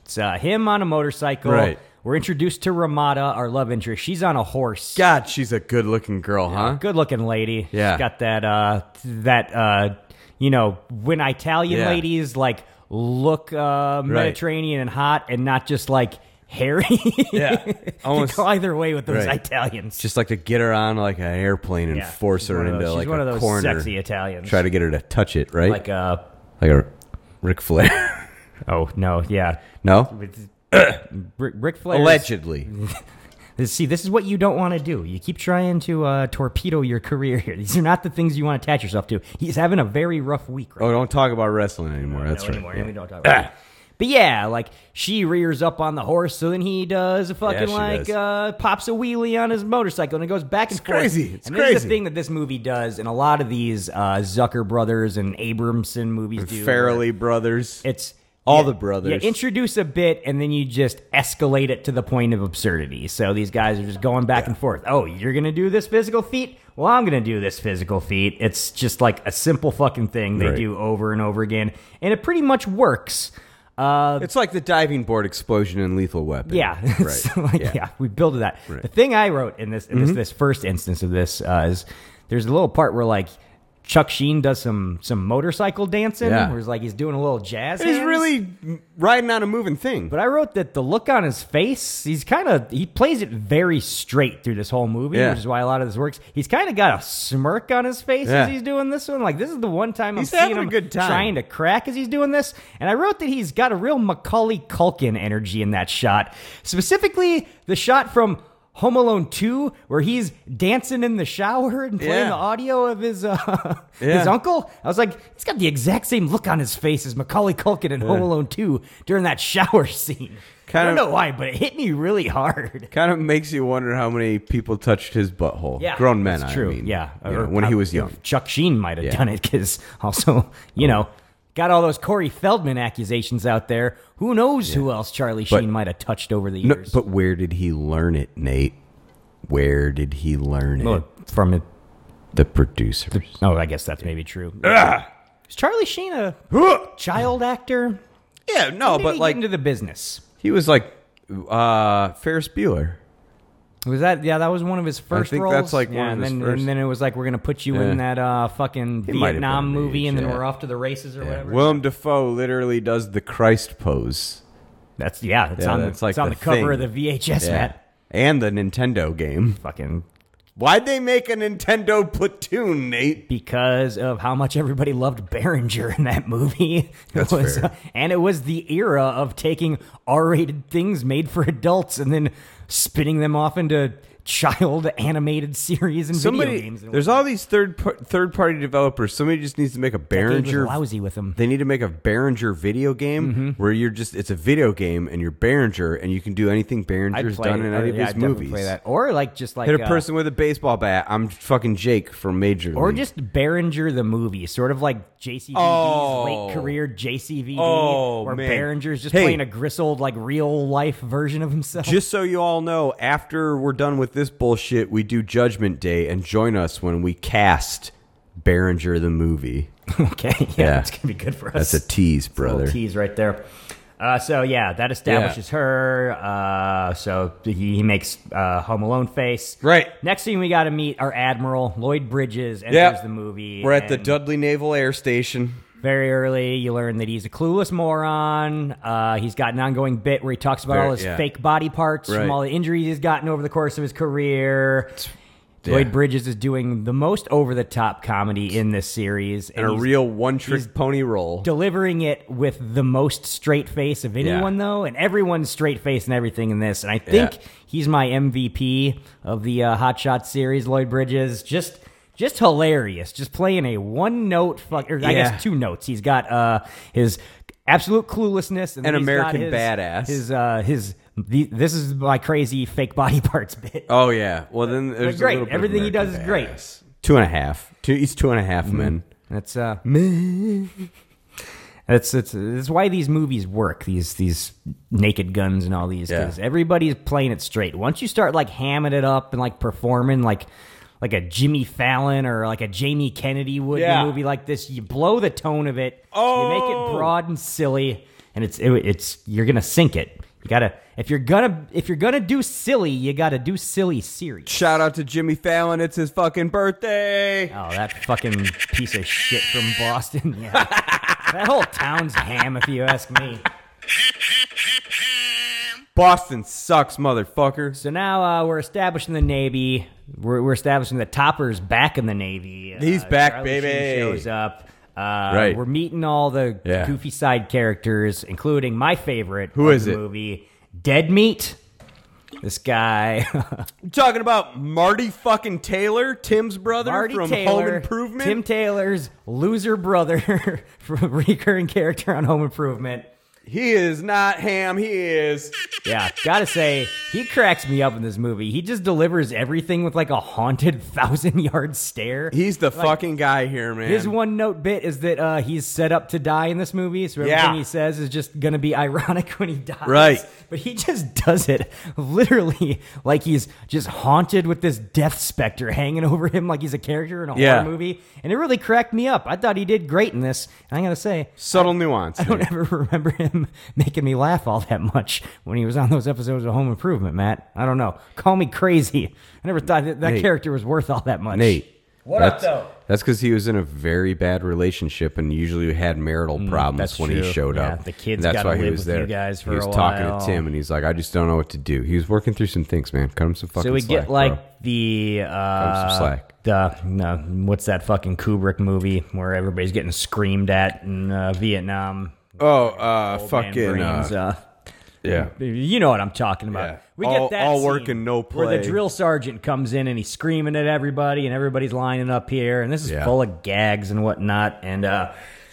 [SPEAKER 4] It's uh, him on a motorcycle.
[SPEAKER 5] Right.
[SPEAKER 4] We're introduced to Ramada, our love interest. She's on a horse.
[SPEAKER 5] God, she's a good-looking girl, huh?
[SPEAKER 4] Good looking lady.
[SPEAKER 5] Yeah.
[SPEAKER 4] She's got that uh that uh you know, when Italian
[SPEAKER 5] Yeah.
[SPEAKER 4] ladies like look uh Mediterranean and hot and not just like hairy.
[SPEAKER 5] Yeah,
[SPEAKER 4] Almost,
[SPEAKER 5] almost.
[SPEAKER 4] you go either way with those
[SPEAKER 5] Right.
[SPEAKER 4] Italians.
[SPEAKER 5] Just like to get her on like an airplane and
[SPEAKER 4] Yeah,
[SPEAKER 5] force
[SPEAKER 4] she's
[SPEAKER 5] her
[SPEAKER 4] one of
[SPEAKER 5] into
[SPEAKER 4] those- she's
[SPEAKER 5] like
[SPEAKER 4] one
[SPEAKER 5] a
[SPEAKER 4] of those
[SPEAKER 5] corner.
[SPEAKER 4] sexy Italians.
[SPEAKER 5] Try to get her to touch it, right?
[SPEAKER 4] like uh
[SPEAKER 5] like a Ric Flair.
[SPEAKER 4] oh no, yeah.
[SPEAKER 5] no,
[SPEAKER 4] With Rick, Ric Flair's-
[SPEAKER 5] allegedly.
[SPEAKER 4] See, this is what you don't want to do. You keep trying to uh, torpedo your career here. These are not the things you want to attach yourself to. He's having a very rough week right
[SPEAKER 5] Oh, don't talk about wrestling anymore. That's
[SPEAKER 4] now
[SPEAKER 5] right.
[SPEAKER 4] anymore. We don't talk about it. But yeah, like she rears up on the horse, so then he does a fucking
[SPEAKER 5] she
[SPEAKER 4] like
[SPEAKER 5] does.
[SPEAKER 4] uh, pops a wheelie on his motorcycle and it goes back and
[SPEAKER 5] It's
[SPEAKER 4] forth.
[SPEAKER 5] crazy. It's
[SPEAKER 4] and this is the
[SPEAKER 5] crazy.
[SPEAKER 4] thing that this movie does, and a lot of these uh, Zucker brothers and Abramson movies do. uh, where
[SPEAKER 5] Farrelly brothers.
[SPEAKER 4] It's
[SPEAKER 5] All
[SPEAKER 4] yeah,
[SPEAKER 5] the brothers.
[SPEAKER 4] You introduce a bit and then you just escalate it to the point of absurdity. So these guys are just going back and forth. Oh, you're going to do this physical feat? Well, I'm going to do this physical feat. It's just like a simple fucking thing they
[SPEAKER 5] Right.
[SPEAKER 4] do over and over again. And it pretty much works. Uh,
[SPEAKER 5] It's like the diving board explosion in Lethal Weapon.
[SPEAKER 4] yeah,
[SPEAKER 5] right.
[SPEAKER 4] So, like, yeah.
[SPEAKER 5] yeah. Mm-hmm.
[SPEAKER 4] we build that. The thing I wrote in this in this, this first instance of this uh, is there's a little part where like Chuck Sheen does some some motorcycle dancing,
[SPEAKER 5] Yeah.
[SPEAKER 4] where he's like he's doing a little jazz.
[SPEAKER 5] He's
[SPEAKER 4] hands.
[SPEAKER 5] really riding on a moving thing.
[SPEAKER 4] But I wrote that the look on his face, he's kind of, he plays it very straight through this whole movie,
[SPEAKER 5] Yeah.
[SPEAKER 4] which is why a lot of this works. He's kind of got a smirk on his face as
[SPEAKER 5] Yeah.
[SPEAKER 4] he's doing this one. Like, this is the one time
[SPEAKER 5] He's
[SPEAKER 4] I'm seeing
[SPEAKER 5] having a
[SPEAKER 4] him
[SPEAKER 5] good time.
[SPEAKER 4] trying to crack as he's doing this. And I wrote that he's got a real Macaulay Culkin energy in that shot. Specifically, the shot from Home Alone 2, where he's dancing in the shower and playing
[SPEAKER 5] Yeah.
[SPEAKER 4] the audio of his uh, his
[SPEAKER 5] Yeah.
[SPEAKER 4] uncle. I was like, he's got the exact same look on his face as Macaulay Culkin in Home Alone 2 during that shower scene.
[SPEAKER 5] Kind
[SPEAKER 4] I don't
[SPEAKER 5] of-
[SPEAKER 4] know why, but it hit me really hard.
[SPEAKER 5] kind of makes you wonder how many people touched his butthole.
[SPEAKER 4] Yeah,
[SPEAKER 5] grown men.
[SPEAKER 4] that's
[SPEAKER 5] I
[SPEAKER 4] true.
[SPEAKER 5] mean.
[SPEAKER 4] yeah,
[SPEAKER 5] You
[SPEAKER 4] Or-
[SPEAKER 5] know, when he was
[SPEAKER 4] uh,
[SPEAKER 5] young.
[SPEAKER 4] Chuck Sheen might have
[SPEAKER 5] Yeah. Oh.
[SPEAKER 4] done it because also, you know, got all those Corey Feldman accusations out there. Who knows who else Charlie
[SPEAKER 5] But-
[SPEAKER 4] Sheen might have touched over the
[SPEAKER 5] No,
[SPEAKER 4] years?
[SPEAKER 5] but where did he learn it, Nate? Where did he learn it?
[SPEAKER 4] Well, from it.
[SPEAKER 5] The producers.
[SPEAKER 4] Oh, I guess that's maybe true. Is Charlie Sheen a child actor?
[SPEAKER 5] yeah, no,
[SPEAKER 4] Maybe
[SPEAKER 5] but
[SPEAKER 4] get
[SPEAKER 5] like
[SPEAKER 4] into the business.
[SPEAKER 5] he was like uh Ferris Bueller.
[SPEAKER 4] Was that yeah? That was one of his first
[SPEAKER 5] think
[SPEAKER 4] roles.
[SPEAKER 5] that's, like,
[SPEAKER 4] yeah,
[SPEAKER 5] one of
[SPEAKER 4] and
[SPEAKER 5] his
[SPEAKER 4] then,
[SPEAKER 5] first-
[SPEAKER 4] And then it was like we're gonna put you
[SPEAKER 5] Yeah.
[SPEAKER 4] in that uh, fucking
[SPEAKER 5] He might have
[SPEAKER 4] Vietnam
[SPEAKER 5] been
[SPEAKER 4] movie,
[SPEAKER 5] Beach,
[SPEAKER 4] and then
[SPEAKER 5] yeah.
[SPEAKER 4] we're off to the races or whatever.
[SPEAKER 5] Willem Dafoe literally does the Christ pose.
[SPEAKER 4] That's yeah. It's
[SPEAKER 5] Yeah,
[SPEAKER 4] on the,
[SPEAKER 5] that's like
[SPEAKER 4] it's on the,
[SPEAKER 5] the
[SPEAKER 4] cover
[SPEAKER 5] thing.
[SPEAKER 4] of the VHS mat.
[SPEAKER 5] And the Nintendo game.
[SPEAKER 4] Fucking
[SPEAKER 5] Why'd they make a Nintendo platoon, Nate?
[SPEAKER 4] because of how much everybody loved Behringer in that movie. It
[SPEAKER 5] That's
[SPEAKER 4] was,
[SPEAKER 5] fair.
[SPEAKER 4] uh, and it was the era of taking R-rated things made for adults and then spinning them off into child animated series and video
[SPEAKER 5] Somebody,
[SPEAKER 4] games. and
[SPEAKER 5] there's all these third par- third party developers. Somebody just needs to make a
[SPEAKER 4] Dave was
[SPEAKER 5] Behringer.
[SPEAKER 4] lousy with them.
[SPEAKER 5] They need to make a Behringer video game
[SPEAKER 4] Mm-hmm.
[SPEAKER 5] where you're just it's a video game and you're Behringer and you can do anything
[SPEAKER 4] I'd
[SPEAKER 5] Behringer's
[SPEAKER 4] play-
[SPEAKER 5] done in
[SPEAKER 4] or,
[SPEAKER 5] any of
[SPEAKER 4] yeah,
[SPEAKER 5] his
[SPEAKER 4] I'd definitely
[SPEAKER 5] movies.
[SPEAKER 4] Play that. Or like just like
[SPEAKER 5] Hit a
[SPEAKER 4] uh,
[SPEAKER 5] person with a baseball bat. I'm fucking Jake from Major
[SPEAKER 4] or
[SPEAKER 5] League.
[SPEAKER 4] just Behringer the movie, sort of like JCVD's
[SPEAKER 5] Oh.
[SPEAKER 4] late career JCVD,
[SPEAKER 5] Oh,
[SPEAKER 4] where
[SPEAKER 5] man.
[SPEAKER 4] Behringer's just
[SPEAKER 5] Hey.
[SPEAKER 4] playing a grizzled, like real life version of himself.
[SPEAKER 5] Just so you all know, after we're done with this bullshit, we do Judgment Day and join us when we cast Behringer the movie.
[SPEAKER 4] okay, yeah,
[SPEAKER 5] Yeah.
[SPEAKER 4] it's gonna be good for us.
[SPEAKER 5] That's a tease, brother.
[SPEAKER 4] Little tease right there. Uh, so yeah, that establishes her. Uh, so he, he makes uh, Home Alone face.
[SPEAKER 5] Right.
[SPEAKER 4] Next thing we got to meet our Admiral Lloyd Bridges enters
[SPEAKER 5] Yep.
[SPEAKER 4] the movie.
[SPEAKER 5] We're at the
[SPEAKER 4] and
[SPEAKER 5] Dudley Naval Air Station.
[SPEAKER 4] very early. You learn that he's a clueless moron. Uh, he's got an ongoing bit where he talks about
[SPEAKER 5] Very-
[SPEAKER 4] all his
[SPEAKER 5] yeah.
[SPEAKER 4] fake body parts
[SPEAKER 5] Right.
[SPEAKER 4] from all the injuries he's gotten over the course of his career. Lloyd Bridges is doing the most over the top comedy in this series,
[SPEAKER 5] And a
[SPEAKER 4] he's-
[SPEAKER 5] real one trick pony roll.
[SPEAKER 4] delivering it with the most straight face of anyone
[SPEAKER 5] Yeah.
[SPEAKER 4] though and everyone's straight face and everything in this and i think
[SPEAKER 5] Yeah.
[SPEAKER 4] he's my mvp of the uh, hot shot series lloyd bridges just just hilarious just playing a one note fuck or i
[SPEAKER 5] Yeah.
[SPEAKER 4] guess two notes he's got uh his absolute cluelessness and,
[SPEAKER 5] An
[SPEAKER 4] then he's got
[SPEAKER 5] American
[SPEAKER 4] his-
[SPEAKER 5] badass.
[SPEAKER 4] his uh his the, this is my crazy fake body parts bit
[SPEAKER 5] Oh, yeah. Well, then there's a
[SPEAKER 4] great.
[SPEAKER 5] little bit of
[SPEAKER 4] Everything he
[SPEAKER 5] American
[SPEAKER 4] does is great. Mm-hmm.
[SPEAKER 5] badass. Two and a half. Two, he's two and a half men.
[SPEAKER 4] That's uh That's it's that's why these movies work. These these naked guns and all these because
[SPEAKER 5] Yeah.
[SPEAKER 4] everybody's playing it straight. Once you start like hamming it up and like performing like like a Jimmy Fallon or like a Jamie Kennedy would in
[SPEAKER 5] Yeah.
[SPEAKER 4] a movie like this, you blow the tone of it. you make
[SPEAKER 5] Oh.
[SPEAKER 4] it broad and silly, and it's it, it's you're gonna sink it. You gotta if you're gonna if you're gonna do silly, you gotta do silly serious.
[SPEAKER 5] Shout out to Jimmy Fallon. It's his fucking birthday.
[SPEAKER 4] Oh, that fucking piece of shit from Boston. Yeah. that whole town's ham, if you ask me.
[SPEAKER 5] Boston sucks, motherfucker.
[SPEAKER 4] So now uh, we're establishing the Navy. We're, we're establishing the Topper's back in the Navy. Uh,
[SPEAKER 5] He's back,
[SPEAKER 4] Charlie Sheen
[SPEAKER 5] baby.
[SPEAKER 4] shows up. Uh,
[SPEAKER 5] Right.
[SPEAKER 4] We're meeting all the
[SPEAKER 5] Yeah.
[SPEAKER 4] goofy side characters, including my favorite.
[SPEAKER 5] Who
[SPEAKER 4] of
[SPEAKER 5] is
[SPEAKER 4] the
[SPEAKER 5] it?
[SPEAKER 4] Movie Dead Meat. This guy,
[SPEAKER 5] talking about Marty fucking Taylor, Tim's brother
[SPEAKER 4] Marty
[SPEAKER 5] from
[SPEAKER 4] Taylor,
[SPEAKER 5] Home Improvement.
[SPEAKER 4] Tim Taylor's loser brother, from recurring character on Home Improvement.
[SPEAKER 5] he is not ham. He is.
[SPEAKER 4] Yeah, gotta say, he cracks me up in this movie. He just delivers everything with like a haunted thousand yard stare.
[SPEAKER 5] He's the fucking guy here, man.
[SPEAKER 4] His one note bit is that uh, he's set up to die in this movie, so
[SPEAKER 5] Yeah.
[SPEAKER 4] everything he says is just gonna be ironic when he dies.
[SPEAKER 5] Right.
[SPEAKER 4] But he just does it literally like he's just haunted with this death specter hanging over him like he's a character in a
[SPEAKER 5] Yeah.
[SPEAKER 4] horror movie. And it really cracked me up. I thought he did great in this. And I gotta say,
[SPEAKER 5] subtle nuance.
[SPEAKER 4] I don't ever remember him making me laugh all that much when he was on those episodes of Home Improvement, Matt. I don't know. Call me crazy. I never thought that, that
[SPEAKER 5] Nate.
[SPEAKER 4] character was worth all that much.
[SPEAKER 5] Nate.
[SPEAKER 4] What up,
[SPEAKER 5] that's,
[SPEAKER 4] though?
[SPEAKER 5] That's because he was in a very bad relationship and usually had marital problems
[SPEAKER 4] Mm, that's
[SPEAKER 5] when
[SPEAKER 4] true.
[SPEAKER 5] he showed
[SPEAKER 4] Yeah,
[SPEAKER 5] up.
[SPEAKER 4] the kids
[SPEAKER 5] And that's
[SPEAKER 4] gotta
[SPEAKER 5] why he
[SPEAKER 4] live
[SPEAKER 5] was
[SPEAKER 4] with
[SPEAKER 5] there.
[SPEAKER 4] you guys for
[SPEAKER 5] he was
[SPEAKER 4] a
[SPEAKER 5] talking
[SPEAKER 4] while.
[SPEAKER 5] to Tim and he's like, I just don't know what to do. He was working through some things, man. Cut him some fucking
[SPEAKER 4] So we
[SPEAKER 5] slack,
[SPEAKER 4] get like
[SPEAKER 5] bro.
[SPEAKER 4] the
[SPEAKER 5] Cut him
[SPEAKER 4] uh,
[SPEAKER 5] some slack.
[SPEAKER 4] the no, what's that fucking Kubrick movie where everybody's getting screamed at in uh, Vietnam?
[SPEAKER 5] Oh, uh,
[SPEAKER 4] Old man
[SPEAKER 5] fucking.
[SPEAKER 4] brains,
[SPEAKER 5] Uh,
[SPEAKER 4] uh,
[SPEAKER 5] yeah.
[SPEAKER 4] You know what I'm talking about.
[SPEAKER 5] Yeah.
[SPEAKER 4] We
[SPEAKER 5] All-
[SPEAKER 4] get that
[SPEAKER 5] all
[SPEAKER 4] scene
[SPEAKER 5] work and no
[SPEAKER 4] Where
[SPEAKER 5] play.
[SPEAKER 4] the drill sergeant comes in and he's screaming at everybody, and everybody's lining up here, and this is
[SPEAKER 5] Yeah.
[SPEAKER 4] full of gags and whatnot. And uh,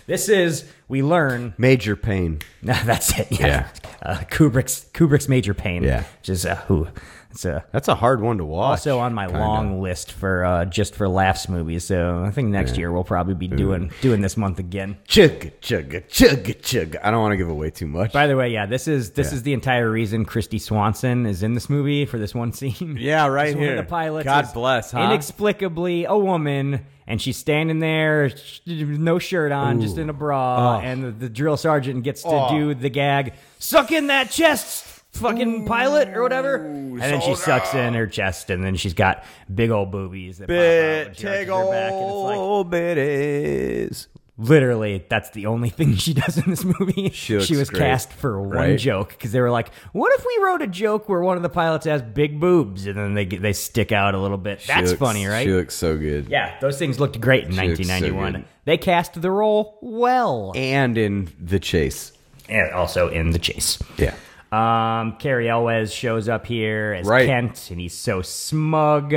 [SPEAKER 4] this is we learn.
[SPEAKER 5] Major pain.
[SPEAKER 4] No, that's it. Yeah,
[SPEAKER 5] Yeah.
[SPEAKER 4] Uh, Kubrick's Kubrick's major pain.
[SPEAKER 5] Yeah.
[SPEAKER 4] which is uh, who. It's uh,
[SPEAKER 5] That's a hard one to watch.
[SPEAKER 4] also on my
[SPEAKER 5] kinda.
[SPEAKER 4] long list for uh, just for laughs movies. So I think next year we'll probably be doing doing this month again.
[SPEAKER 5] chugga chugga chugga chugga. I don't want to give away too much.
[SPEAKER 4] By the way, yeah, this is this is the entire reason Christy Swanson is in this movie for this one scene.
[SPEAKER 5] yeah, right
[SPEAKER 4] It's
[SPEAKER 5] here.
[SPEAKER 4] One of the pilots.
[SPEAKER 5] God
[SPEAKER 4] is
[SPEAKER 5] bless. Huh?
[SPEAKER 4] Inexplicably, a woman, and she's standing there, sh- no shirt on, just in a bra, and the, the drill sergeant gets to do the gag. Suck in that chest, fucking pilot or whatever. And then she sucks in her chest, and then she's got big old boobies that pop out. when she arches her back, and it's like-
[SPEAKER 5] bitties.
[SPEAKER 4] literally that's the only thing she does in this movie
[SPEAKER 5] She
[SPEAKER 4] she,
[SPEAKER 5] looks
[SPEAKER 4] was
[SPEAKER 5] great,
[SPEAKER 4] cast for one
[SPEAKER 5] right?
[SPEAKER 4] joke because they were like what if we wrote a joke where one of the pilots has big boobs and then they get- they stick out a little bit that's funny right
[SPEAKER 5] She looks so good.
[SPEAKER 4] yeah those things looked great in
[SPEAKER 5] She looks so
[SPEAKER 4] 1991
[SPEAKER 5] good.
[SPEAKER 4] they cast the role well
[SPEAKER 5] And in the chase.
[SPEAKER 4] and also in the chase
[SPEAKER 5] Yeah.
[SPEAKER 4] um carrie elwes shows up here as
[SPEAKER 5] Right.
[SPEAKER 4] kent and he's so smug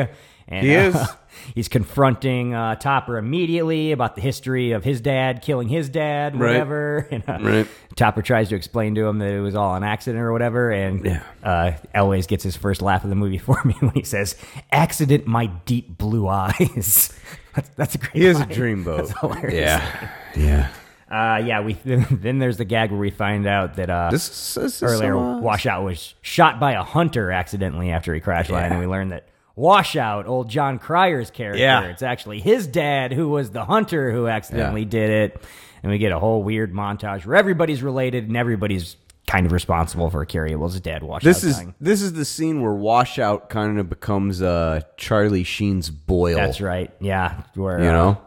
[SPEAKER 4] and
[SPEAKER 5] He
[SPEAKER 4] uh,
[SPEAKER 5] is.
[SPEAKER 4] he's confronting uh, topper immediately about the history of his dad killing his dad
[SPEAKER 5] Right.
[SPEAKER 4] whatever and, uh,
[SPEAKER 5] Right.
[SPEAKER 4] Topper tries to explain to him that it was all an accident or whatever, and
[SPEAKER 5] Yeah.
[SPEAKER 4] uh, Elways gets his first laugh of the movie for me when he says, "Accident, my deep blue eyes." that's, that's a great.
[SPEAKER 5] He is a
[SPEAKER 4] line.
[SPEAKER 5] dreamboat.
[SPEAKER 4] That's hilarious.
[SPEAKER 5] Yeah. Yeah.
[SPEAKER 4] Uh, yeah. We then there's the gag where we find out that uh,
[SPEAKER 5] This is, this is
[SPEAKER 4] earlier
[SPEAKER 5] some, uh,
[SPEAKER 4] Washout was shot by a hunter accidentally after he crashed by, and
[SPEAKER 5] Yeah.
[SPEAKER 4] we learned that Washout, old John Cryer's character,
[SPEAKER 5] Yeah.
[SPEAKER 4] it's actually his dad who was the hunter who accidentally
[SPEAKER 5] Yeah.
[SPEAKER 4] did it. And we get a whole weird montage where everybody's related and everybody's kind of responsible for Carrie Abel's dad Washout
[SPEAKER 5] This is
[SPEAKER 4] dying.
[SPEAKER 5] this is the scene where Washout kind of becomes uh, Charlie Sheen's Boyle.
[SPEAKER 4] That's right. Yeah. Where,
[SPEAKER 5] You
[SPEAKER 4] uh,
[SPEAKER 5] know?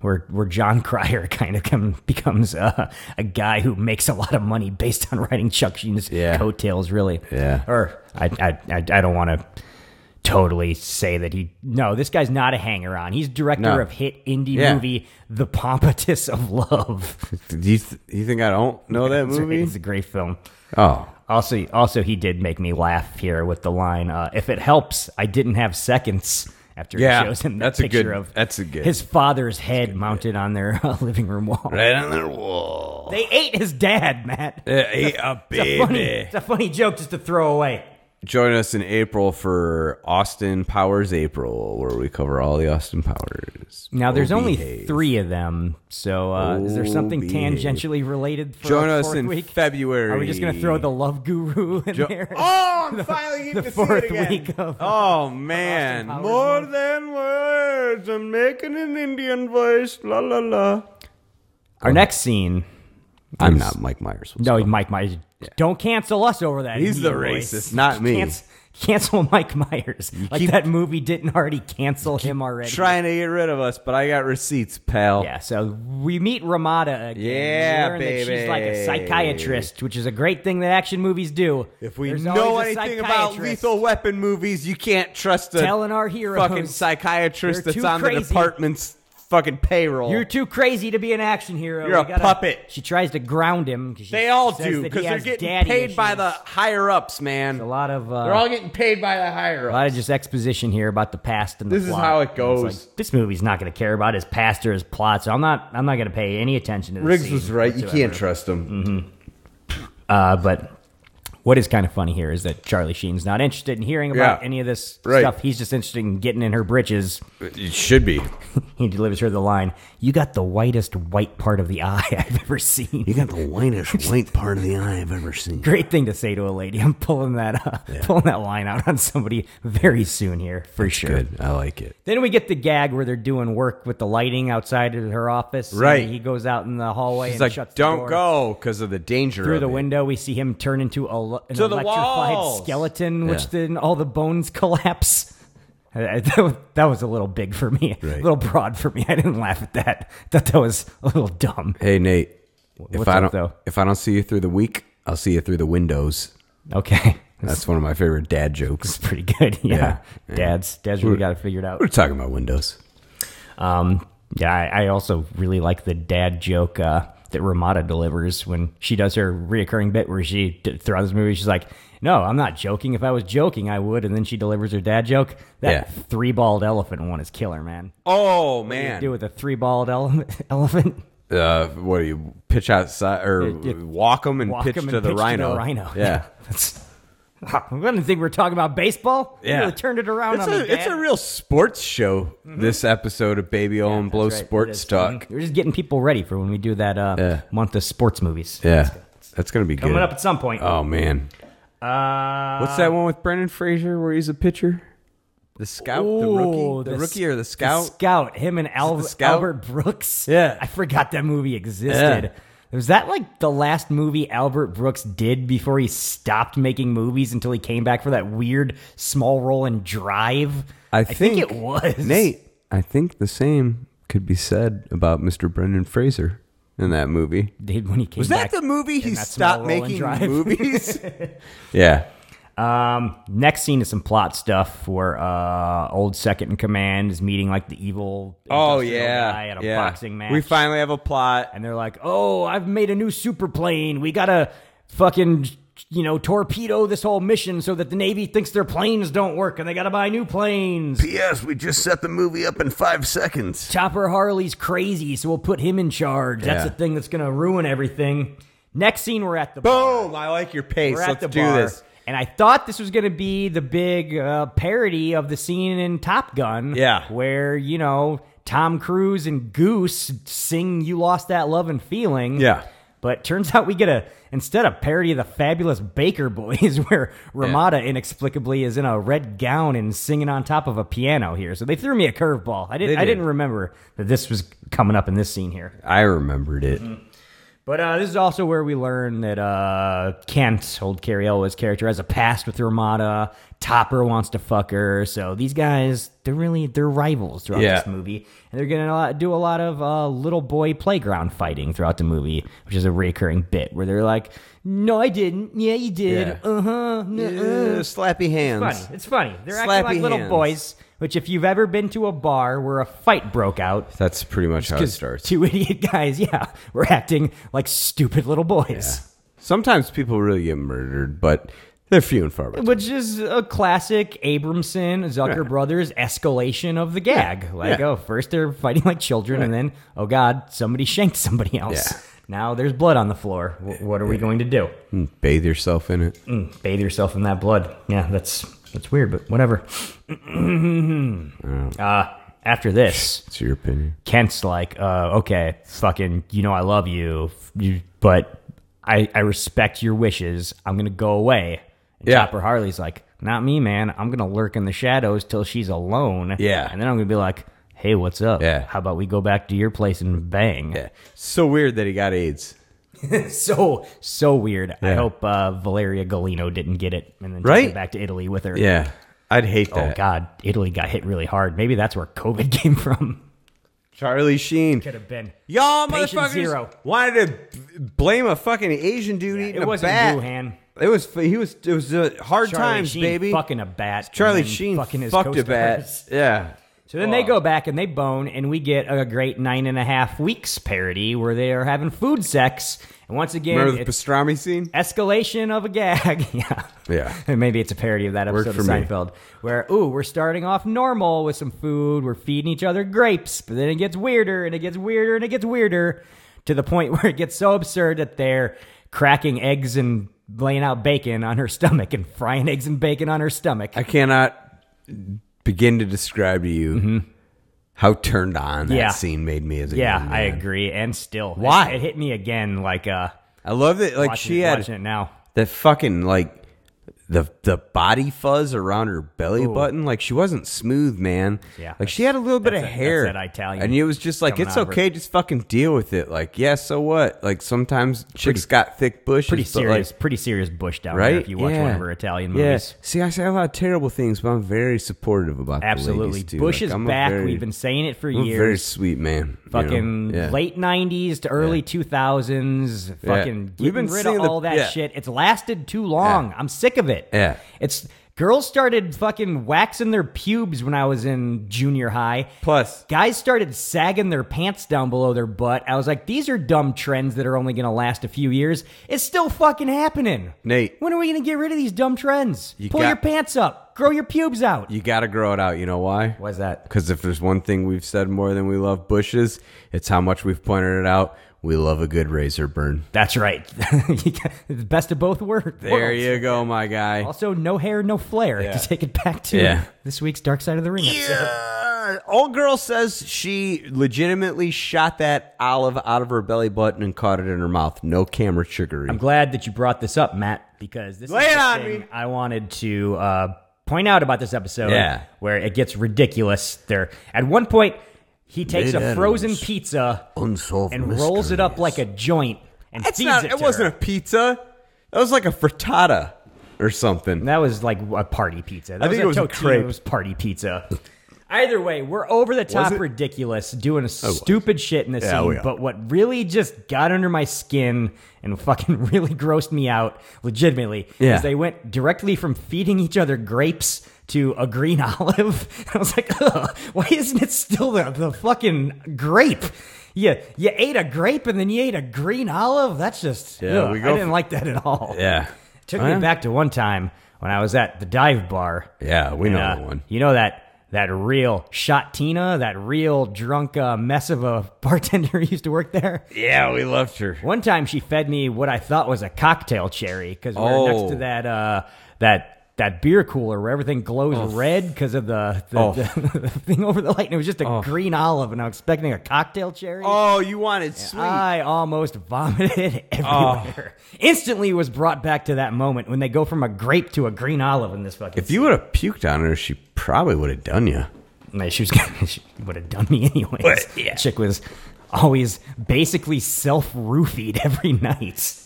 [SPEAKER 4] where, where John Cryer kind of come, becomes uh, a guy who makes a lot of money based on writing Chuck Sheen's
[SPEAKER 5] Yeah.
[SPEAKER 4] coattails, really.
[SPEAKER 5] Yeah.
[SPEAKER 4] Or I, I, I, I don't want to totally say that he. No, this guy's not a hanger on. He's director
[SPEAKER 5] No.
[SPEAKER 4] of hit indie
[SPEAKER 5] Yeah.
[SPEAKER 4] movie The Pompatus of Love.
[SPEAKER 5] Do you, th- you think I don't know that
[SPEAKER 4] It's a-
[SPEAKER 5] movie?
[SPEAKER 4] It's a great film.
[SPEAKER 5] Oh.
[SPEAKER 4] Also, also he did make me laugh here with the line, uh, "If it helps, I didn't have seconds." After
[SPEAKER 5] Yeah,
[SPEAKER 4] he shows him that
[SPEAKER 5] that's a
[SPEAKER 4] picture
[SPEAKER 5] good-
[SPEAKER 4] of
[SPEAKER 5] that's a good-
[SPEAKER 4] his father's head mounted on their uh, living room wall.
[SPEAKER 5] Right on their wall.
[SPEAKER 4] They ate his dad, Matt.
[SPEAKER 5] They ate a
[SPEAKER 4] It's a, funny, it's a funny joke just to throw away.
[SPEAKER 5] Join us in April for Austin Powers April, where we cover all the Austin Powers.
[SPEAKER 4] Now, there's
[SPEAKER 5] Oh,
[SPEAKER 4] only
[SPEAKER 5] behave.
[SPEAKER 4] three of them, so uh, is there
[SPEAKER 5] Oh,
[SPEAKER 4] something
[SPEAKER 5] behave.
[SPEAKER 4] tangentially related for
[SPEAKER 5] Join
[SPEAKER 4] our
[SPEAKER 5] us
[SPEAKER 4] fourth
[SPEAKER 5] in
[SPEAKER 4] week?
[SPEAKER 5] February.
[SPEAKER 4] Are we just going to throw the love guru in
[SPEAKER 5] Jo-
[SPEAKER 4] there?
[SPEAKER 5] Oh, I'm finally getting
[SPEAKER 4] the
[SPEAKER 5] to
[SPEAKER 4] fourth
[SPEAKER 5] see it again.
[SPEAKER 4] week of-
[SPEAKER 5] oh man,
[SPEAKER 4] Powers
[SPEAKER 5] more
[SPEAKER 4] month.
[SPEAKER 5] than words. I'm making an Indian voice. La la la.
[SPEAKER 4] Our next scene.
[SPEAKER 5] I'm not Mike Myers.
[SPEAKER 4] No, Mike Myers. Don't cancel us over that.
[SPEAKER 5] He's
[SPEAKER 4] Indian
[SPEAKER 5] the
[SPEAKER 4] voice.
[SPEAKER 5] racist, not me.
[SPEAKER 4] Canc- Cancel Mike Myers. Like
[SPEAKER 5] keep-
[SPEAKER 4] that movie didn't already cancel him already.
[SPEAKER 5] trying to get rid of us, but I got receipts, pal.
[SPEAKER 4] Yeah, so we meet Ramada again. We
[SPEAKER 5] Oh. Yeah,
[SPEAKER 4] learn that she's like
[SPEAKER 5] baby.
[SPEAKER 4] a psychiatrist, which is a great thing that action movies do.
[SPEAKER 5] If we
[SPEAKER 4] There's
[SPEAKER 5] know
[SPEAKER 4] always a
[SPEAKER 5] anything about
[SPEAKER 4] psychiatrist
[SPEAKER 5] lethal weapon movies, you can't trust a
[SPEAKER 4] telling our heroes,
[SPEAKER 5] fucking psychiatrist
[SPEAKER 4] They're
[SPEAKER 5] that's
[SPEAKER 4] too
[SPEAKER 5] on the
[SPEAKER 4] crazy.
[SPEAKER 5] department's fucking payroll.
[SPEAKER 4] you're too crazy to be an action hero. We
[SPEAKER 5] You're a
[SPEAKER 4] gotta-"
[SPEAKER 5] puppet.
[SPEAKER 4] She tries to ground him. 'cause she
[SPEAKER 5] they all
[SPEAKER 4] says
[SPEAKER 5] do
[SPEAKER 4] that he
[SPEAKER 5] because they're
[SPEAKER 4] has
[SPEAKER 5] getting
[SPEAKER 4] daddy
[SPEAKER 5] paid by
[SPEAKER 4] issues.
[SPEAKER 5] the higher ups, man.
[SPEAKER 4] A lot of uh,
[SPEAKER 5] They're all getting paid by the higher
[SPEAKER 4] a
[SPEAKER 5] ups.
[SPEAKER 4] lot of just exposition here about the past and the
[SPEAKER 5] This is
[SPEAKER 4] plot.
[SPEAKER 5] how it
[SPEAKER 4] It's
[SPEAKER 5] goes.
[SPEAKER 4] like, this movie's not going to care about his past or his plot, so I'm not. I'm not going to pay any attention to this.
[SPEAKER 5] Riggs was
[SPEAKER 4] scene
[SPEAKER 5] right. You
[SPEAKER 4] whatsoever.
[SPEAKER 5] can't trust him.
[SPEAKER 4] Uh, but what is kind of funny here is that Charlie Sheen's not interested in hearing about
[SPEAKER 5] Yeah.
[SPEAKER 4] any of this
[SPEAKER 5] Right.
[SPEAKER 4] stuff. He's just interested in getting in her britches.
[SPEAKER 5] It should be.
[SPEAKER 4] He delivers her the line, "You got the whitest white part of the eye I've ever seen."
[SPEAKER 6] You got the whitest white part of the eye I've ever seen.
[SPEAKER 4] Great thing to say to a lady. I'm pulling that uh, pulling that line out on somebody very soon here for sure.
[SPEAKER 5] I like it.
[SPEAKER 4] Then we get the gag where they're doing work with the lighting outside of her office. and
[SPEAKER 5] Right.
[SPEAKER 4] he goes out in the hallway
[SPEAKER 5] He's
[SPEAKER 4] and
[SPEAKER 5] like,
[SPEAKER 4] shuts the
[SPEAKER 5] don't
[SPEAKER 4] door."
[SPEAKER 5] go because of the danger
[SPEAKER 4] through
[SPEAKER 5] of
[SPEAKER 4] the
[SPEAKER 5] it."
[SPEAKER 4] window we see him turn into a lo- an
[SPEAKER 5] To the
[SPEAKER 4] electrified
[SPEAKER 5] walls.
[SPEAKER 4] skeleton which
[SPEAKER 5] Yeah.
[SPEAKER 4] then all the bones collapse I- I- that was- that was a little big for me a
[SPEAKER 5] Right.
[SPEAKER 4] little broad for me i didn't laugh at that thought that was a little dumb
[SPEAKER 5] Hey Nate, if
[SPEAKER 4] what's
[SPEAKER 5] I
[SPEAKER 4] up,
[SPEAKER 5] don't
[SPEAKER 4] though?
[SPEAKER 5] if I don't see you through the week, I'll see you through the windows.
[SPEAKER 4] okay that's
[SPEAKER 5] That's one of my favorite dad jokes.
[SPEAKER 4] pretty good yeah,
[SPEAKER 5] yeah.
[SPEAKER 4] dad's dad's really got it figured out
[SPEAKER 5] We're talking about windows.
[SPEAKER 4] Um, yeah, I, I also really like the dad joke uh, that Ramada delivers when she does her reoccurring bit where she d- throughout this movie she's like, "No, I'm not joking. If I was joking, I would." And then she delivers her dad joke. That
[SPEAKER 5] Yeah.
[SPEAKER 4] three balled elephant one is killer, man.
[SPEAKER 5] Oh
[SPEAKER 4] Do
[SPEAKER 5] man,
[SPEAKER 4] with a three balled ele- elephant.
[SPEAKER 5] uh, what do you pitch outside or walk 'em
[SPEAKER 4] you-
[SPEAKER 5] walk them and
[SPEAKER 4] Walk
[SPEAKER 5] pitch
[SPEAKER 4] him and
[SPEAKER 5] to the
[SPEAKER 4] pitch
[SPEAKER 5] rhino?
[SPEAKER 4] To the rhino.
[SPEAKER 5] Yeah,
[SPEAKER 4] That's. I didn't think we were talking about baseball. You
[SPEAKER 5] yeah.
[SPEAKER 4] really turned it around
[SPEAKER 5] It's
[SPEAKER 4] on
[SPEAKER 5] a,
[SPEAKER 4] me,
[SPEAKER 5] it's
[SPEAKER 4] Dad.
[SPEAKER 5] a real sports show. This episode of Baby O and Blow
[SPEAKER 4] That's right, it
[SPEAKER 5] Sports
[SPEAKER 4] is.
[SPEAKER 5] Talk.
[SPEAKER 4] Mhm. We're just getting people ready for when we do that uh,
[SPEAKER 5] Yeah.
[SPEAKER 4] month of sports movies.
[SPEAKER 5] Yeah, that's gonna be
[SPEAKER 4] Coming
[SPEAKER 5] good.
[SPEAKER 4] up at some point.
[SPEAKER 5] Oh man,
[SPEAKER 4] Uh,
[SPEAKER 5] what's that one with Brendan Fraser where he's a pitcher? The scout, the
[SPEAKER 4] Oh,
[SPEAKER 5] rookie, the,
[SPEAKER 4] s-
[SPEAKER 5] rookie or the
[SPEAKER 4] The
[SPEAKER 5] scout?
[SPEAKER 4] scout. Him and Al-
[SPEAKER 5] scout?
[SPEAKER 4] Albert Brooks.
[SPEAKER 5] Yeah.
[SPEAKER 4] I forgot that movie existed. Was that like the last movie Albert Brooks did before he stopped making movies until he came back for that weird small role in Drive?
[SPEAKER 5] I think,
[SPEAKER 4] it was.
[SPEAKER 5] Nate. I think the same could be said about Mr. Brendan Fraser in that movie.
[SPEAKER 4] Did when he came
[SPEAKER 5] Was
[SPEAKER 4] back
[SPEAKER 5] that the movie he
[SPEAKER 4] in that small
[SPEAKER 5] stopped
[SPEAKER 4] role in
[SPEAKER 5] making
[SPEAKER 4] Drive?
[SPEAKER 5] movies? yeah.
[SPEAKER 4] Next scene is some plot stuff where uh, old second in command is meeting like the evil
[SPEAKER 5] Oh
[SPEAKER 4] industrial
[SPEAKER 5] yeah.
[SPEAKER 4] guy at a
[SPEAKER 5] yeah.
[SPEAKER 4] boxing match.
[SPEAKER 5] We finally have a plot.
[SPEAKER 4] and they're like, "Oh, I've made a new super plane. We gotta fucking you know torpedo this whole mission so that the navy thinks their planes don't work and they gotta buy new planes."
[SPEAKER 6] P.S. We just set the movie up in five seconds.
[SPEAKER 4] Chopper Harley's crazy, so we'll put him in charge. That's
[SPEAKER 5] Yeah.
[SPEAKER 4] the thing that's gonna ruin everything. Next scene, we're at the bar.
[SPEAKER 5] Boom! I like your pace.
[SPEAKER 4] We're at
[SPEAKER 5] Let's
[SPEAKER 4] the
[SPEAKER 5] do
[SPEAKER 4] bar.
[SPEAKER 5] this.
[SPEAKER 4] And I thought this was going to be the big uh, parody of the scene in Top Gun.
[SPEAKER 5] Yeah.
[SPEAKER 4] Where, you know, Tom Cruise and Goose sing You Lost That Love and Feeling.
[SPEAKER 5] Yeah.
[SPEAKER 4] But turns out we get a, instead, a parody of the fabulous Baker Boys, where Ramada inexplicably is in a red gown and singing on top of a piano here. So they threw me a curveball. I didn't,
[SPEAKER 5] They
[SPEAKER 4] I
[SPEAKER 5] did.
[SPEAKER 4] didn't remember that this was coming up in this scene here.
[SPEAKER 5] I remembered it.
[SPEAKER 4] But uh, this is also where we learn that uh, Kent, old Carrie Elwes' character, has a past with Ramada. Topper wants to fuck her, so these guys they're really they're rivals throughout
[SPEAKER 5] Yeah.
[SPEAKER 4] this movie, and they're gonna lot- do a lot of uh, little boy playground fighting throughout the movie, which is a recurring bit where they're like, "No, I didn't. Yeah, you did.
[SPEAKER 5] Yeah.
[SPEAKER 4] Uh huh.
[SPEAKER 5] Uh, slappy
[SPEAKER 4] Funny.
[SPEAKER 5] hands.
[SPEAKER 4] It's funny. They're acting
[SPEAKER 5] Slappy
[SPEAKER 4] like little
[SPEAKER 5] hands.
[SPEAKER 4] boys." Which, if you've ever been to a bar where a fight broke out,
[SPEAKER 5] That's pretty much how it
[SPEAKER 4] because
[SPEAKER 5] starts.
[SPEAKER 4] two idiot guys, yeah, were acting like stupid little boys.
[SPEAKER 5] Sometimes people really get murdered, but they're few and far between.
[SPEAKER 4] which is a classic Abramson Zucker brothers escalation of the gag. Like,
[SPEAKER 5] Yeah.
[SPEAKER 4] oh, first they're fighting like children, and then oh god, somebody shanked somebody else.
[SPEAKER 5] Yeah.
[SPEAKER 4] Now there's blood on the floor. W- what are we going to do?
[SPEAKER 5] Bathe yourself in it.
[SPEAKER 4] Bathe yourself in that blood. Yeah, that's that's weird, but whatever. uh, after this.
[SPEAKER 5] It's your opinion.
[SPEAKER 4] Kent's like, uh, okay, fucking, you know, I love you, f- you but I, I respect your wishes. I'm going to go away. And
[SPEAKER 5] Yeah.
[SPEAKER 4] Chopper Harley's like, not me, man. I'm going to lurk in the shadows till she's alone.
[SPEAKER 5] Yeah.
[SPEAKER 4] And then I'm going to be like, hey, what's up?
[SPEAKER 5] Yeah.
[SPEAKER 4] How about we go back to your place and bang?
[SPEAKER 5] Yeah. So weird that he got AIDS.
[SPEAKER 4] So, so weird. I
[SPEAKER 5] Yeah.
[SPEAKER 4] hope uh, Valeria Galino didn't get it and then took
[SPEAKER 5] Right?
[SPEAKER 4] her back to Italy with her.
[SPEAKER 5] Yeah. I'd hate
[SPEAKER 4] Oh,
[SPEAKER 5] that.
[SPEAKER 4] God. Italy got hit really hard. Maybe that's where COVID came from.
[SPEAKER 5] Charlie Sheen.
[SPEAKER 4] Could have been.
[SPEAKER 5] Y'all
[SPEAKER 4] Patient
[SPEAKER 5] motherfuckers
[SPEAKER 4] zero.
[SPEAKER 5] wanted to b- blame a fucking Asian dude eating
[SPEAKER 4] It
[SPEAKER 5] a
[SPEAKER 4] wasn't
[SPEAKER 5] bat.
[SPEAKER 4] Wuhan.
[SPEAKER 5] It was he was it was uh, hard
[SPEAKER 4] Charlie
[SPEAKER 5] times,
[SPEAKER 4] Sheen
[SPEAKER 5] baby.
[SPEAKER 4] Fucking a bat.
[SPEAKER 5] Charlie
[SPEAKER 4] and then
[SPEAKER 5] Sheen
[SPEAKER 4] fucking his
[SPEAKER 5] fucked a bat. Oh.
[SPEAKER 4] co-stars.
[SPEAKER 5] Yeah.
[SPEAKER 4] So then they go back and they bone, and we get a great nine and a half weeks parody where they are having food sex. And once again,
[SPEAKER 5] Remember the
[SPEAKER 4] it's
[SPEAKER 5] pastrami scene?
[SPEAKER 4] escalation of a gag. yeah.
[SPEAKER 5] Yeah.
[SPEAKER 4] And Maybe it's a parody of that
[SPEAKER 5] Worked
[SPEAKER 4] episode of
[SPEAKER 5] for me.
[SPEAKER 4] Seinfeld where, ooh, we're starting off normal with some food. We're feeding each other grapes, but then it gets weirder and it gets weirder and it gets weirder to the point where it gets so absurd that they're cracking eggs and laying out bacon on her stomach and frying eggs and bacon on her stomach.
[SPEAKER 5] I cannot begin to describe to you how turned on that
[SPEAKER 4] Mm-hmm. Yeah.
[SPEAKER 5] scene made me as a
[SPEAKER 4] Yeah,
[SPEAKER 5] young
[SPEAKER 4] I
[SPEAKER 5] man.
[SPEAKER 4] agree. And still, it-
[SPEAKER 5] Why?
[SPEAKER 4] it, hit me again? Like, uh,
[SPEAKER 5] I love that like
[SPEAKER 4] watching
[SPEAKER 5] she
[SPEAKER 4] it,
[SPEAKER 5] had
[SPEAKER 4] watching it now.
[SPEAKER 5] that fucking like the the body fuzz around her belly button like she wasn't smooth man
[SPEAKER 4] Yeah,
[SPEAKER 5] like she had a little bit of
[SPEAKER 4] that's that-
[SPEAKER 5] hair
[SPEAKER 4] that's that Italian
[SPEAKER 5] and it was just like
[SPEAKER 4] coming
[SPEAKER 5] it's
[SPEAKER 4] out of her.
[SPEAKER 5] okay just fucking deal with it like yeah so what like sometimes chicks got thick bushes
[SPEAKER 4] Pretty
[SPEAKER 5] but, like,
[SPEAKER 4] serious, pretty serious bush down
[SPEAKER 5] right
[SPEAKER 4] there. If you watch one
[SPEAKER 5] Yeah.
[SPEAKER 4] of her Italian
[SPEAKER 5] yeah.
[SPEAKER 4] movies,
[SPEAKER 5] see i say a lot of terrible things but i'm very supportive about the ladies,
[SPEAKER 4] absolutely.
[SPEAKER 5] too.
[SPEAKER 4] Bush
[SPEAKER 5] Like,
[SPEAKER 4] is
[SPEAKER 5] I'm a
[SPEAKER 4] back.
[SPEAKER 5] very-
[SPEAKER 4] We've been saying it for
[SPEAKER 5] I'm a
[SPEAKER 4] years.
[SPEAKER 5] very sweet man you know?
[SPEAKER 4] fucking
[SPEAKER 5] Yeah.
[SPEAKER 4] late '90s to early 2000s. Fucking
[SPEAKER 5] We've
[SPEAKER 4] getting
[SPEAKER 5] been
[SPEAKER 4] rid
[SPEAKER 5] seeing
[SPEAKER 4] of
[SPEAKER 5] the-
[SPEAKER 4] all that
[SPEAKER 5] yeah.
[SPEAKER 4] shit. It's lasted too long. I'm sick of it.
[SPEAKER 5] Yeah.
[SPEAKER 4] it's girls started fucking waxing their pubes when I was in junior high.
[SPEAKER 5] plus
[SPEAKER 4] Guys started sagging their pants down below their butt. I was like, these are dumb trends that are only going to last a few years. It's still fucking happening.
[SPEAKER 5] Nate.
[SPEAKER 4] When are we going to get rid of these dumb trends?
[SPEAKER 5] You
[SPEAKER 4] Pull
[SPEAKER 5] got-
[SPEAKER 4] your pants up. Grow your pubes out.
[SPEAKER 5] you gotta grow it out you know why
[SPEAKER 4] Why's that?
[SPEAKER 5] Because if there's one thing we've said more than we love bushes, it's how much we've pointed it out. We love a good razor burn.
[SPEAKER 4] That's right. You got- the best of both wor- worlds.
[SPEAKER 5] There you go, my guy.
[SPEAKER 4] Also, no hair, no flair. To take it back to
[SPEAKER 5] Yeah.
[SPEAKER 4] this week's Dark Side of the Ring. episode.
[SPEAKER 5] Yeah. Old girl says she legitimately shot that olive out of her belly button and caught it in her mouth. No camera trickery.
[SPEAKER 4] I'm glad that you brought this up, Matt, because this
[SPEAKER 5] Lay
[SPEAKER 4] is
[SPEAKER 5] it
[SPEAKER 4] the
[SPEAKER 5] on
[SPEAKER 4] thing
[SPEAKER 5] me.
[SPEAKER 4] I wanted to uh, point out about this episode.
[SPEAKER 5] Yeah.
[SPEAKER 4] where it gets ridiculous. There, at one point, he takes
[SPEAKER 6] Nate
[SPEAKER 4] a
[SPEAKER 6] Adams.
[SPEAKER 4] frozen pizza
[SPEAKER 6] Unsolved
[SPEAKER 4] and rolls it up
[SPEAKER 6] mysteries.
[SPEAKER 4] like a joint. and
[SPEAKER 5] That's
[SPEAKER 4] feeds
[SPEAKER 5] Oh, not.
[SPEAKER 4] it
[SPEAKER 5] It,
[SPEAKER 4] to
[SPEAKER 5] wasn't
[SPEAKER 4] her.
[SPEAKER 5] a pizza. That was like a frittata or something.
[SPEAKER 4] That was like a party pizza. That
[SPEAKER 5] I think
[SPEAKER 4] was
[SPEAKER 5] it
[SPEAKER 4] a
[SPEAKER 5] was a crepe.
[SPEAKER 4] Totino's party pizza. Either way, we're over the top
[SPEAKER 5] it?
[SPEAKER 4] ridiculous doing stupid shit in this
[SPEAKER 5] Yeah, we
[SPEAKER 4] scene.
[SPEAKER 5] are.
[SPEAKER 4] But what really just got under my skin and fucking really grossed me out, legitimately,
[SPEAKER 5] Yeah.
[SPEAKER 4] is they went directly from feeding each other grapes to a green olive. I was like, Ugh, why isn't it still the, the fucking grape? Yeah, you ate a grape and then you ate a green olive. That's just
[SPEAKER 5] Yeah,
[SPEAKER 4] ugh,
[SPEAKER 5] we
[SPEAKER 4] I
[SPEAKER 5] go
[SPEAKER 4] didn't
[SPEAKER 5] f-
[SPEAKER 4] like that at all.
[SPEAKER 5] Yeah.
[SPEAKER 4] Took
[SPEAKER 5] Oh, yeah?
[SPEAKER 4] me back to one time when I was at the dive bar.
[SPEAKER 5] Yeah, we know
[SPEAKER 4] And,
[SPEAKER 5] the
[SPEAKER 4] uh,
[SPEAKER 5] one.
[SPEAKER 4] You know that that real shot Tina, that real drunk uh, mess of a bartender who used to work there.
[SPEAKER 5] Yeah, we loved her.
[SPEAKER 4] One time she fed me what I thought was a cocktail cherry because we were
[SPEAKER 5] Oh.
[SPEAKER 4] next to that uh, that that beer cooler where everything glows red because of the the,
[SPEAKER 5] Oh.
[SPEAKER 4] the, the thing over the light. And it was just a green olive, and I was expecting a cocktail cherry.
[SPEAKER 5] Oh, you wanted sweet.
[SPEAKER 4] I almost vomited everywhere.
[SPEAKER 5] Oh.
[SPEAKER 4] Instantly was brought back to that moment when they go from a grape to a green olive in this fucking.
[SPEAKER 5] if you would have puked on her, she probably would have done you.
[SPEAKER 4] No, she was gonna, she would have done me anyways.
[SPEAKER 5] But, yeah.
[SPEAKER 4] Chick was always basically self roofied every night.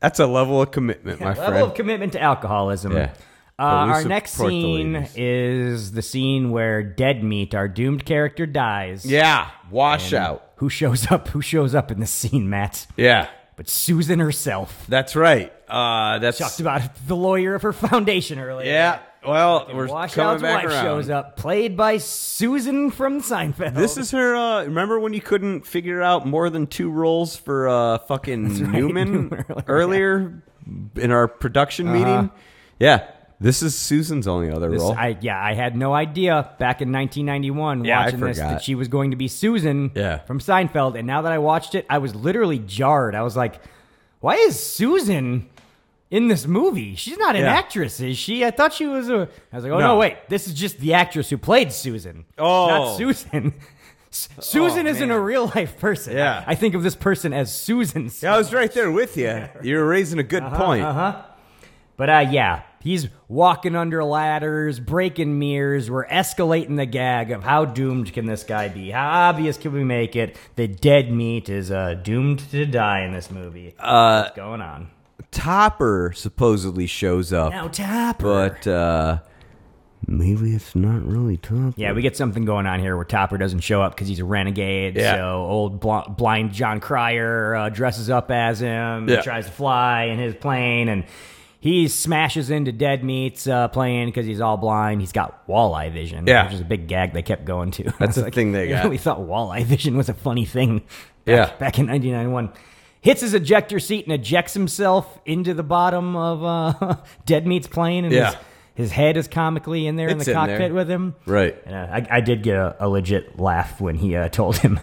[SPEAKER 5] That's a level of commitment, my
[SPEAKER 4] Level
[SPEAKER 5] friend.
[SPEAKER 4] of commitment to alcoholism.
[SPEAKER 5] Yeah.
[SPEAKER 4] Uh,
[SPEAKER 5] But we
[SPEAKER 4] our next
[SPEAKER 5] support the
[SPEAKER 4] scene
[SPEAKER 5] ladies.
[SPEAKER 4] is the scene where Dead Meat, our doomed character, dies.
[SPEAKER 5] yeah, washout.
[SPEAKER 4] Who shows up? Who shows up in this scene, Matt?
[SPEAKER 5] Yeah,
[SPEAKER 4] But Susan herself.
[SPEAKER 5] that's right. Uh, that's
[SPEAKER 4] Talked about the lawyer of her foundation earlier.
[SPEAKER 5] yeah. Well, we're coming
[SPEAKER 4] Washout's
[SPEAKER 5] back
[SPEAKER 4] wife
[SPEAKER 5] around.
[SPEAKER 4] shows up, played by Susan from Seinfeld.
[SPEAKER 5] This is her. Uh, remember when you couldn't figure out more than two roles for uh, fucking
[SPEAKER 4] right,
[SPEAKER 5] Newman
[SPEAKER 4] Newman earlier, Uh-huh.
[SPEAKER 5] earlier in our production meeting? Yeah, this is Susan's only other
[SPEAKER 4] This-
[SPEAKER 5] role.
[SPEAKER 4] I, yeah, I had no idea back in 1991
[SPEAKER 5] Yeah, I
[SPEAKER 4] watching this that
[SPEAKER 5] forgot.
[SPEAKER 4] she was going to be Susan
[SPEAKER 5] Yeah.
[SPEAKER 4] from Seinfeld. And now that I watched it, I was literally jarred. I was like, why is Susan in this movie? She's not an
[SPEAKER 5] Yeah.
[SPEAKER 4] actress, is she? I thought she was a. I was like, oh, no,
[SPEAKER 5] No.
[SPEAKER 4] wait. This is just the actress who played Susan.
[SPEAKER 5] Oh.
[SPEAKER 4] Not Susan. S- Susan
[SPEAKER 5] Oh,
[SPEAKER 4] isn't
[SPEAKER 5] man.
[SPEAKER 4] a real life person.
[SPEAKER 5] Yeah.
[SPEAKER 4] I think of this person as Susan.
[SPEAKER 5] yeah, I was right there with you. You're raising a good
[SPEAKER 4] Uh-huh,
[SPEAKER 5] point.
[SPEAKER 4] But uh, yeah, he's walking under ladders, breaking mirrors. We're escalating the gag of how doomed can this guy be? How obvious can we make it that dead meat is uh, doomed to die in this movie? Uh, What's going on?
[SPEAKER 5] Topper supposedly shows up,
[SPEAKER 4] Now Topper.
[SPEAKER 5] but uh, maybe it's not really Topper.
[SPEAKER 4] yeah, we get something going on here where Topper doesn't show up because he's a renegade.
[SPEAKER 5] Yeah.
[SPEAKER 4] So old bl- blind John Cryer uh, dresses up as him,
[SPEAKER 5] Yeah.
[SPEAKER 4] tries to fly in his plane, and he smashes into Dead Meat's uh, plane because he's all blind. He's got walleye vision,
[SPEAKER 5] Yeah.
[SPEAKER 4] which is a big gag they kept going to.
[SPEAKER 5] That's the thing they
[SPEAKER 4] I
[SPEAKER 5] got.
[SPEAKER 4] really thought walleye vision was a funny thing. Back,
[SPEAKER 5] Yeah.
[SPEAKER 4] back in 1991. Hits his ejector seat and ejects himself into the bottom of uh, Dead Meat's plane, and
[SPEAKER 5] Yeah.
[SPEAKER 4] his, his head is comically in there in
[SPEAKER 5] It's
[SPEAKER 4] the
[SPEAKER 5] in
[SPEAKER 4] cockpit
[SPEAKER 5] there.
[SPEAKER 4] with him.
[SPEAKER 5] Right.
[SPEAKER 4] And uh, I, I did get a, a legit laugh when he uh, told him,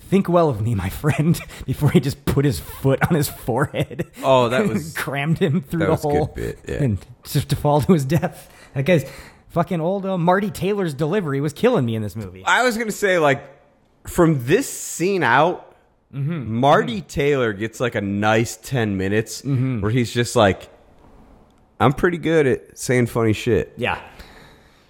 [SPEAKER 4] "Think well of me, my friend," before he just put his foot on his forehead.
[SPEAKER 5] Oh, that was-
[SPEAKER 4] crammed him through
[SPEAKER 5] that
[SPEAKER 4] the
[SPEAKER 5] was good
[SPEAKER 4] hole
[SPEAKER 5] bit, yeah.
[SPEAKER 4] and just to fall to his death. That guy's fucking old uh, Marty Taylor's delivery was killing me in this movie.
[SPEAKER 5] I was gonna say like from this scene out,
[SPEAKER 4] Mm-hmm.
[SPEAKER 5] Marty Taylor gets like a nice ten minutes
[SPEAKER 4] Mm-hmm.
[SPEAKER 5] where he's just like, "I'm pretty good at saying funny shit."
[SPEAKER 4] Yeah.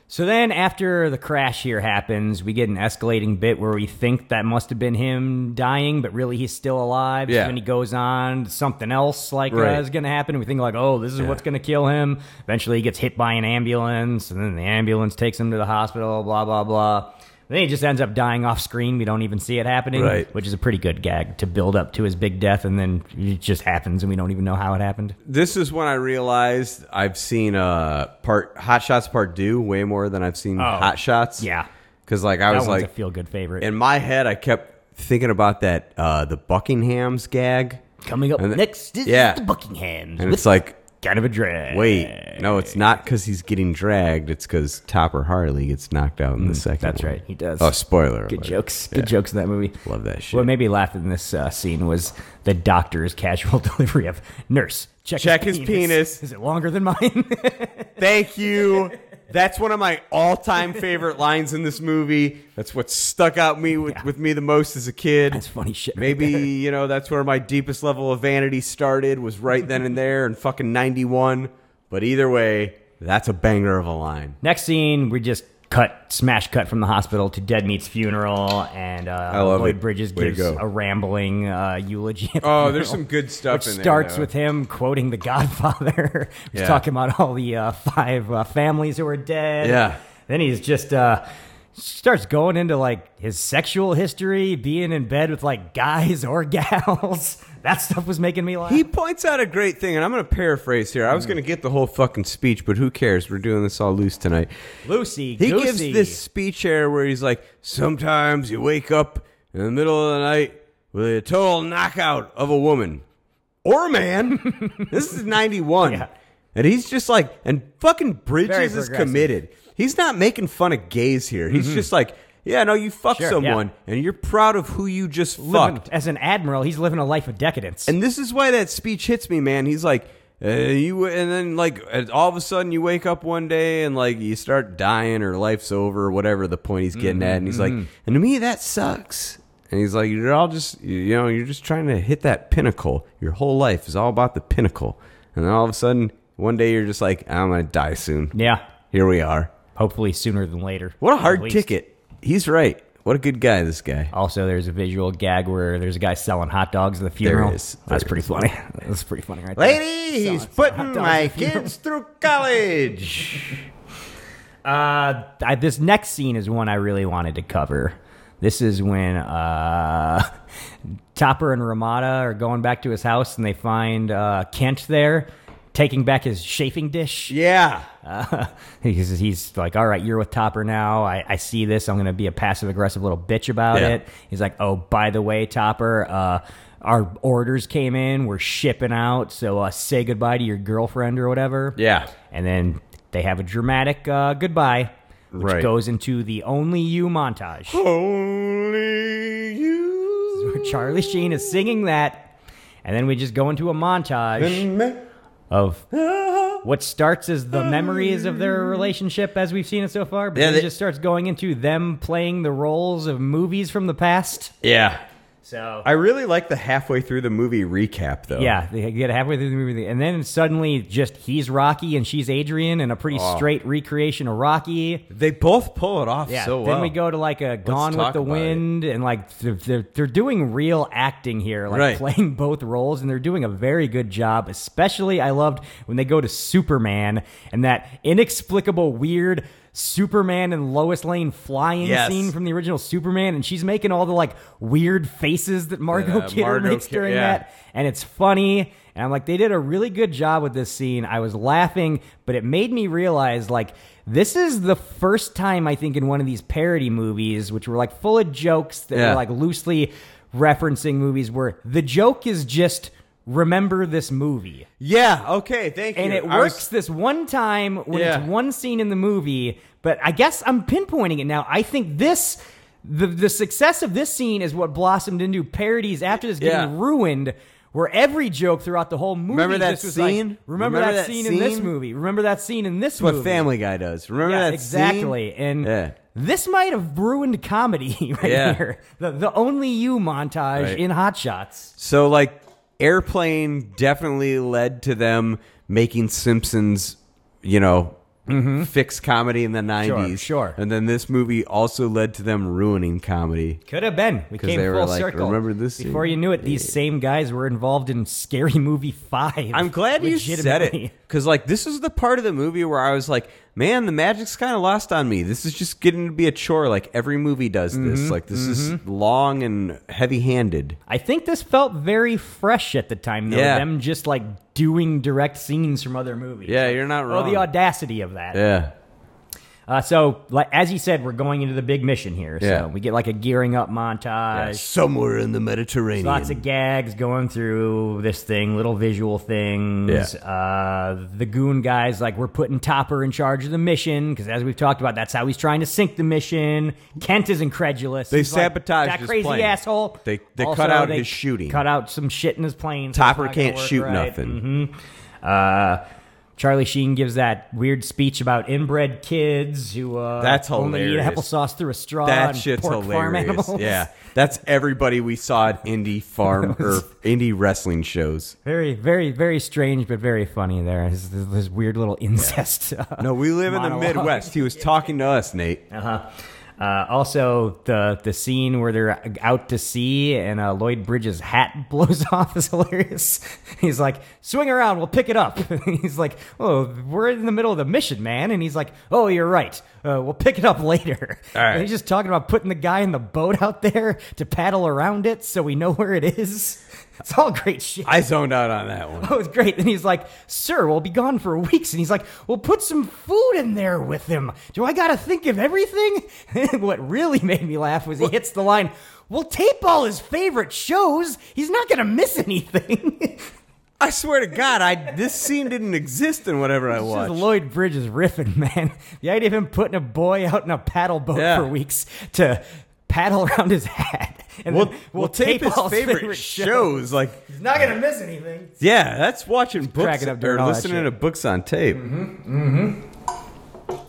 [SPEAKER 4] So then, after the crash here happens, we get an escalating bit where we think that must have been him dying, but really he's still alive. So
[SPEAKER 5] Yeah.
[SPEAKER 4] then he goes on to something else like
[SPEAKER 5] Right.
[SPEAKER 4] uh, is going to happen. We think like, oh, this is what's going to kill him. Eventually, he gets hit by an ambulance, and then the ambulance takes him to the hospital. Blah blah blah. Then he just ends up dying off screen. We don't even see it happening,
[SPEAKER 5] Right.
[SPEAKER 4] which is a pretty good gag to build up to his big death, and then it just happens, and we don't even know how it happened.
[SPEAKER 5] This is when I realized I've seen uh part Hot Shots Part Two way more than I've seen Hot Shots.
[SPEAKER 4] Oh, yeah.
[SPEAKER 5] because like I
[SPEAKER 4] That
[SPEAKER 5] was
[SPEAKER 4] one's
[SPEAKER 5] like
[SPEAKER 4] a feel good favorite.
[SPEAKER 5] in my head I kept thinking about that uh the Buckingham's gag,
[SPEAKER 4] Coming up
[SPEAKER 5] And the-
[SPEAKER 4] next is
[SPEAKER 5] yeah.
[SPEAKER 4] the Buckinghams.
[SPEAKER 5] and
[SPEAKER 4] with
[SPEAKER 5] it's like.
[SPEAKER 4] kind of a drag.
[SPEAKER 5] Wait, no, it's not because he's getting dragged. It's because Topper Harley gets knocked out in the second.
[SPEAKER 4] Mm, that's
[SPEAKER 5] one.
[SPEAKER 4] right, he does.
[SPEAKER 5] Oh, spoiler!
[SPEAKER 4] Good
[SPEAKER 5] alert.
[SPEAKER 4] jokes.
[SPEAKER 5] Yeah.
[SPEAKER 4] Good jokes in that movie.
[SPEAKER 5] Love that shit.
[SPEAKER 4] What made me laugh in this uh, scene was the doctor's casual delivery of nurse. Check,
[SPEAKER 5] Check his penis."
[SPEAKER 4] Is it longer than mine?
[SPEAKER 5] Thank you. That's one of my all-time favorite lines in this movie. That's what stuck out me with,
[SPEAKER 4] Yeah.
[SPEAKER 5] with me the most as a kid.
[SPEAKER 4] That's funny shit right
[SPEAKER 5] Maybe you know that's where my deepest level of vanity started was right then and there in fucking '91. But either way, that's a banger of a line.
[SPEAKER 4] Next scene, we just cut, smash cut from the hospital to Dead Meat's funeral, and uh,
[SPEAKER 5] I love
[SPEAKER 4] Lloyd
[SPEAKER 5] it.
[SPEAKER 4] Bridges
[SPEAKER 5] Way to
[SPEAKER 4] gives
[SPEAKER 5] go.
[SPEAKER 4] a rambling uh, eulogy. at the
[SPEAKER 7] Oh, there's
[SPEAKER 4] funeral,
[SPEAKER 7] some good stuff
[SPEAKER 4] Which
[SPEAKER 7] in there,
[SPEAKER 4] starts
[SPEAKER 7] though.
[SPEAKER 4] with him quoting The Godfather. he's
[SPEAKER 5] Yeah.
[SPEAKER 4] talking about all the uh, five uh, families who are dead.
[SPEAKER 5] Yeah.
[SPEAKER 4] Then he's just. Uh, starts going into like his sexual history, being in bed with like guys or gals. that stuff was making me laugh.
[SPEAKER 5] He points out a great thing, and I'm going to paraphrase here. I
[SPEAKER 7] Hmm.
[SPEAKER 5] was going to get the whole fucking speech, but who cares? We're doing this all loose tonight.
[SPEAKER 4] Lucy,
[SPEAKER 5] He
[SPEAKER 4] Goosey.
[SPEAKER 5] gives this speech here where he's like, Sometimes you wake up in the middle of the night with a total knockout of a woman or a man. this is 91.
[SPEAKER 4] Yeah.
[SPEAKER 5] And he's just like, and fucking
[SPEAKER 4] Very
[SPEAKER 5] Bridges
[SPEAKER 4] progressive.
[SPEAKER 5] is
[SPEAKER 4] Mm-hmm.
[SPEAKER 5] committed. He's not making fun of gays here. He's just like, yeah, no, you fucked
[SPEAKER 4] Sure,
[SPEAKER 5] someone, and you're proud of who you just
[SPEAKER 4] living-
[SPEAKER 5] fucked.
[SPEAKER 4] as an admiral, he's living a life of decadence.
[SPEAKER 5] And this is why that speech hits me, man. He's like, uh, you, and then like uh, all of a sudden you wake up one day and like you start dying or life's over or whatever the point he's getting at, and he's like,
[SPEAKER 4] Mm-hmm.
[SPEAKER 5] and to me that sucks. And he's like, you're all just, you you know, you're just trying to hit that pinnacle. Your whole life is all about the pinnacle, and then all of a sudden one day you're just like, I'm gonna die soon.
[SPEAKER 4] yeah,
[SPEAKER 5] Here we are.
[SPEAKER 4] hopefully sooner than later.
[SPEAKER 5] What a
[SPEAKER 4] At
[SPEAKER 5] hard
[SPEAKER 4] least.
[SPEAKER 5] ticket. He's right. What a good guy this guy.
[SPEAKER 4] Also, there's a visual gag where there's a guy selling hot dogs at the funeral.
[SPEAKER 5] is.
[SPEAKER 4] That's
[SPEAKER 5] There
[SPEAKER 4] pretty
[SPEAKER 5] is.
[SPEAKER 4] funny. That's pretty funny, right there.
[SPEAKER 5] Ladies,
[SPEAKER 4] Selling hot
[SPEAKER 5] putting
[SPEAKER 4] dogs
[SPEAKER 5] my
[SPEAKER 4] at the funeral.
[SPEAKER 5] kids through college.
[SPEAKER 4] Uh, I, this next scene is one I really wanted to cover. This is when uh, Topper and Ramada are going back to his house, and they find uh, Kent there taking back his chafing dish.
[SPEAKER 5] Yeah.
[SPEAKER 4] Uh, he's, he's like, all right, you're with Topper now. I, I see this. I'm going to be a passive aggressive little bitch about
[SPEAKER 5] Yeah.
[SPEAKER 4] it. He's like, oh, by the way, Topper, uh, our orders came in. We're shipping out. So uh, say goodbye to your girlfriend or whatever.
[SPEAKER 5] Yeah.
[SPEAKER 4] And then they have a dramatic uh, goodbye, which
[SPEAKER 5] Right.
[SPEAKER 4] goes into the Only You montage.
[SPEAKER 5] Only you.
[SPEAKER 4] Charlie Sheen is singing that. And then we just go into a montage of what starts as the memories of their relationship as we've seen it so far, but
[SPEAKER 5] Yeah,
[SPEAKER 4] then it
[SPEAKER 5] they-
[SPEAKER 4] just starts going into them playing the roles of movies from the past.
[SPEAKER 5] Yeah.
[SPEAKER 4] So
[SPEAKER 5] I really like the halfway through the movie recap, though.
[SPEAKER 4] yeah, they get halfway through the movie, and then suddenly just he's Rocky and she's Adrian, and a pretty straight recreation of Rocky.
[SPEAKER 5] They both pull it off
[SPEAKER 4] Yeah.
[SPEAKER 5] so well.
[SPEAKER 4] then we go to like a Gone with
[SPEAKER 5] talk
[SPEAKER 4] the
[SPEAKER 5] about it.
[SPEAKER 4] Wind, and like they're, they're they're doing real acting here, like
[SPEAKER 5] Right.
[SPEAKER 4] playing both roles, and they're doing a very good job. Especially, I loved when they go to Superman and that inexplicable weird. Superman and Lois Lane flying
[SPEAKER 5] Yes.
[SPEAKER 4] scene from the original Superman, and she's making all the like weird faces that Margot
[SPEAKER 5] uh,
[SPEAKER 4] Kidder
[SPEAKER 5] Margot
[SPEAKER 4] makes
[SPEAKER 5] Kid-
[SPEAKER 4] during
[SPEAKER 5] yeah.
[SPEAKER 4] that, and it's funny. And I'm like, they did a really good job with this scene. I was laughing, but it made me realize like this is the first time I think in one of these parody movies, which were like full of jokes that
[SPEAKER 5] Yeah.
[SPEAKER 4] were like loosely referencing movies, where the joke is just remember this movie,
[SPEAKER 5] Yeah. Okay. Thank you.
[SPEAKER 4] and it
[SPEAKER 5] I was-
[SPEAKER 4] works this one time when
[SPEAKER 5] Yeah.
[SPEAKER 4] it's one scene in the movie. But I guess I'm pinpointing it now. I think this. The, the success of this scene is what blossomed into parodies after this getting
[SPEAKER 5] Yeah.
[SPEAKER 4] ruined, where every joke throughout the whole movie
[SPEAKER 5] Remember that
[SPEAKER 4] just was like,
[SPEAKER 5] scene?
[SPEAKER 4] remember, that, scene, in this movie. Remember that scene in this
[SPEAKER 5] that's what
[SPEAKER 4] movie.
[SPEAKER 5] Family Guy does. Remember
[SPEAKER 4] yeah,
[SPEAKER 5] that
[SPEAKER 4] exactly.
[SPEAKER 5] scene?
[SPEAKER 4] And
[SPEAKER 5] Yeah.
[SPEAKER 4] this might have ruined comedy right
[SPEAKER 5] Yeah.
[SPEAKER 4] here. The the only you montage
[SPEAKER 5] Right.
[SPEAKER 4] in Hot Shots.
[SPEAKER 5] So like, airplane definitely led to them making Simpsons. You know. Fixed comedy in the 90s.
[SPEAKER 4] Mm-hmm. sure.
[SPEAKER 5] And then this movie also led to them ruining comedy.
[SPEAKER 4] Could have been. We
[SPEAKER 5] 'Cause
[SPEAKER 4] came
[SPEAKER 5] they were
[SPEAKER 4] full
[SPEAKER 5] like,
[SPEAKER 4] circle.
[SPEAKER 5] "Remember this
[SPEAKER 4] Before
[SPEAKER 5] scene?"
[SPEAKER 4] you knew it, these same guys were involved in Scary Movie Five.
[SPEAKER 5] I'm glad you said it
[SPEAKER 4] Legitimately.
[SPEAKER 5] because like this is the part of the movie where I was like, man, the magic's kind of lost on me. This is just getting to be a chore. Like every movie does this. Like this is long and heavy-handed.
[SPEAKER 4] I think this felt very fresh at the time, though.
[SPEAKER 5] Yeah.
[SPEAKER 4] Them just like doing direct scenes from other movies.
[SPEAKER 5] Yeah, you're not
[SPEAKER 4] Oh,
[SPEAKER 5] wrong.
[SPEAKER 4] the audacity of that.
[SPEAKER 5] Yeah,
[SPEAKER 4] Uh, so, like, as you said, we're going into the big mission here. So
[SPEAKER 5] Yeah.
[SPEAKER 4] we get like a gearing up montage.
[SPEAKER 5] somewhere in the Mediterranean.
[SPEAKER 4] Lots of gags going through this thing, little visual things.
[SPEAKER 5] Yeah.
[SPEAKER 4] Uh, the goon guys like we're putting Topper in charge of the mission because, as we've talked about, that's how he's trying to sink the mission. Kent is incredulous.
[SPEAKER 5] They
[SPEAKER 4] He's like,
[SPEAKER 5] sabotaged
[SPEAKER 4] that
[SPEAKER 5] his
[SPEAKER 4] crazy
[SPEAKER 5] plane.
[SPEAKER 4] asshole.
[SPEAKER 5] They- they
[SPEAKER 4] Also,
[SPEAKER 5] cut out
[SPEAKER 4] they
[SPEAKER 5] his shooting.
[SPEAKER 4] Cut out some shit in his plane. so it's
[SPEAKER 5] Topper
[SPEAKER 4] not gonna
[SPEAKER 5] can't
[SPEAKER 4] work
[SPEAKER 5] shoot
[SPEAKER 4] right.
[SPEAKER 5] nothing.
[SPEAKER 4] Uh, Charlie Sheen gives that weird speech about inbred kids who uh,
[SPEAKER 5] That's
[SPEAKER 4] only eat
[SPEAKER 5] hilarious.
[SPEAKER 4] applesauce through a straw.
[SPEAKER 5] That
[SPEAKER 4] and
[SPEAKER 5] shit's
[SPEAKER 4] pork Farm
[SPEAKER 5] hilarious.
[SPEAKER 4] animals.
[SPEAKER 5] yeah, that's everybody we saw at indie farm or indie wrestling shows.
[SPEAKER 4] Very, very, very strange, but very funny. There is this, this weird little incest. uh,
[SPEAKER 5] No, we live in the
[SPEAKER 4] monologue.
[SPEAKER 5] Midwest. He was talking to us, Nate.
[SPEAKER 4] Uh, also, the the scene where they're out to sea and uh, Lloyd Bridges' hat blows off is hilarious. He's like, "Swing around, we'll pick it up." he's like, "Oh, we're in the middle of the mission, man," and he's like, "Oh, you're right. Uh, we'll pick it up later."
[SPEAKER 5] right.
[SPEAKER 4] And he's just talking about putting the guy in the boat out there to paddle around it so we know where it is. It's all great shit.
[SPEAKER 5] I zoned out on that one.
[SPEAKER 4] It was Oh, great. Then he's like, Sir, we'll be gone for weeks. And he's like, Well, put some food in there with him. Do I got to think of everything? what really made me laugh was he hits the line, We'll tape all his favorite shows. He's not going to miss anything.
[SPEAKER 5] I swear to God, I this scene didn't exist in whatever I
[SPEAKER 4] It's just
[SPEAKER 5] watched.
[SPEAKER 4] Lloyd Bridges riffing, man. The idea of him putting a boy out in a paddle boat
[SPEAKER 5] Yeah.
[SPEAKER 4] for weeks to paddle around his hat. And
[SPEAKER 5] We'll,
[SPEAKER 4] then
[SPEAKER 5] we'll tape his
[SPEAKER 4] all
[SPEAKER 5] favorite, shows. Like,
[SPEAKER 4] He's not going to miss anything.
[SPEAKER 5] yeah, that's watching books
[SPEAKER 4] cracking up during
[SPEAKER 5] or
[SPEAKER 4] all that
[SPEAKER 5] listening
[SPEAKER 4] shit. Mm-hmm.
[SPEAKER 5] to books on tape.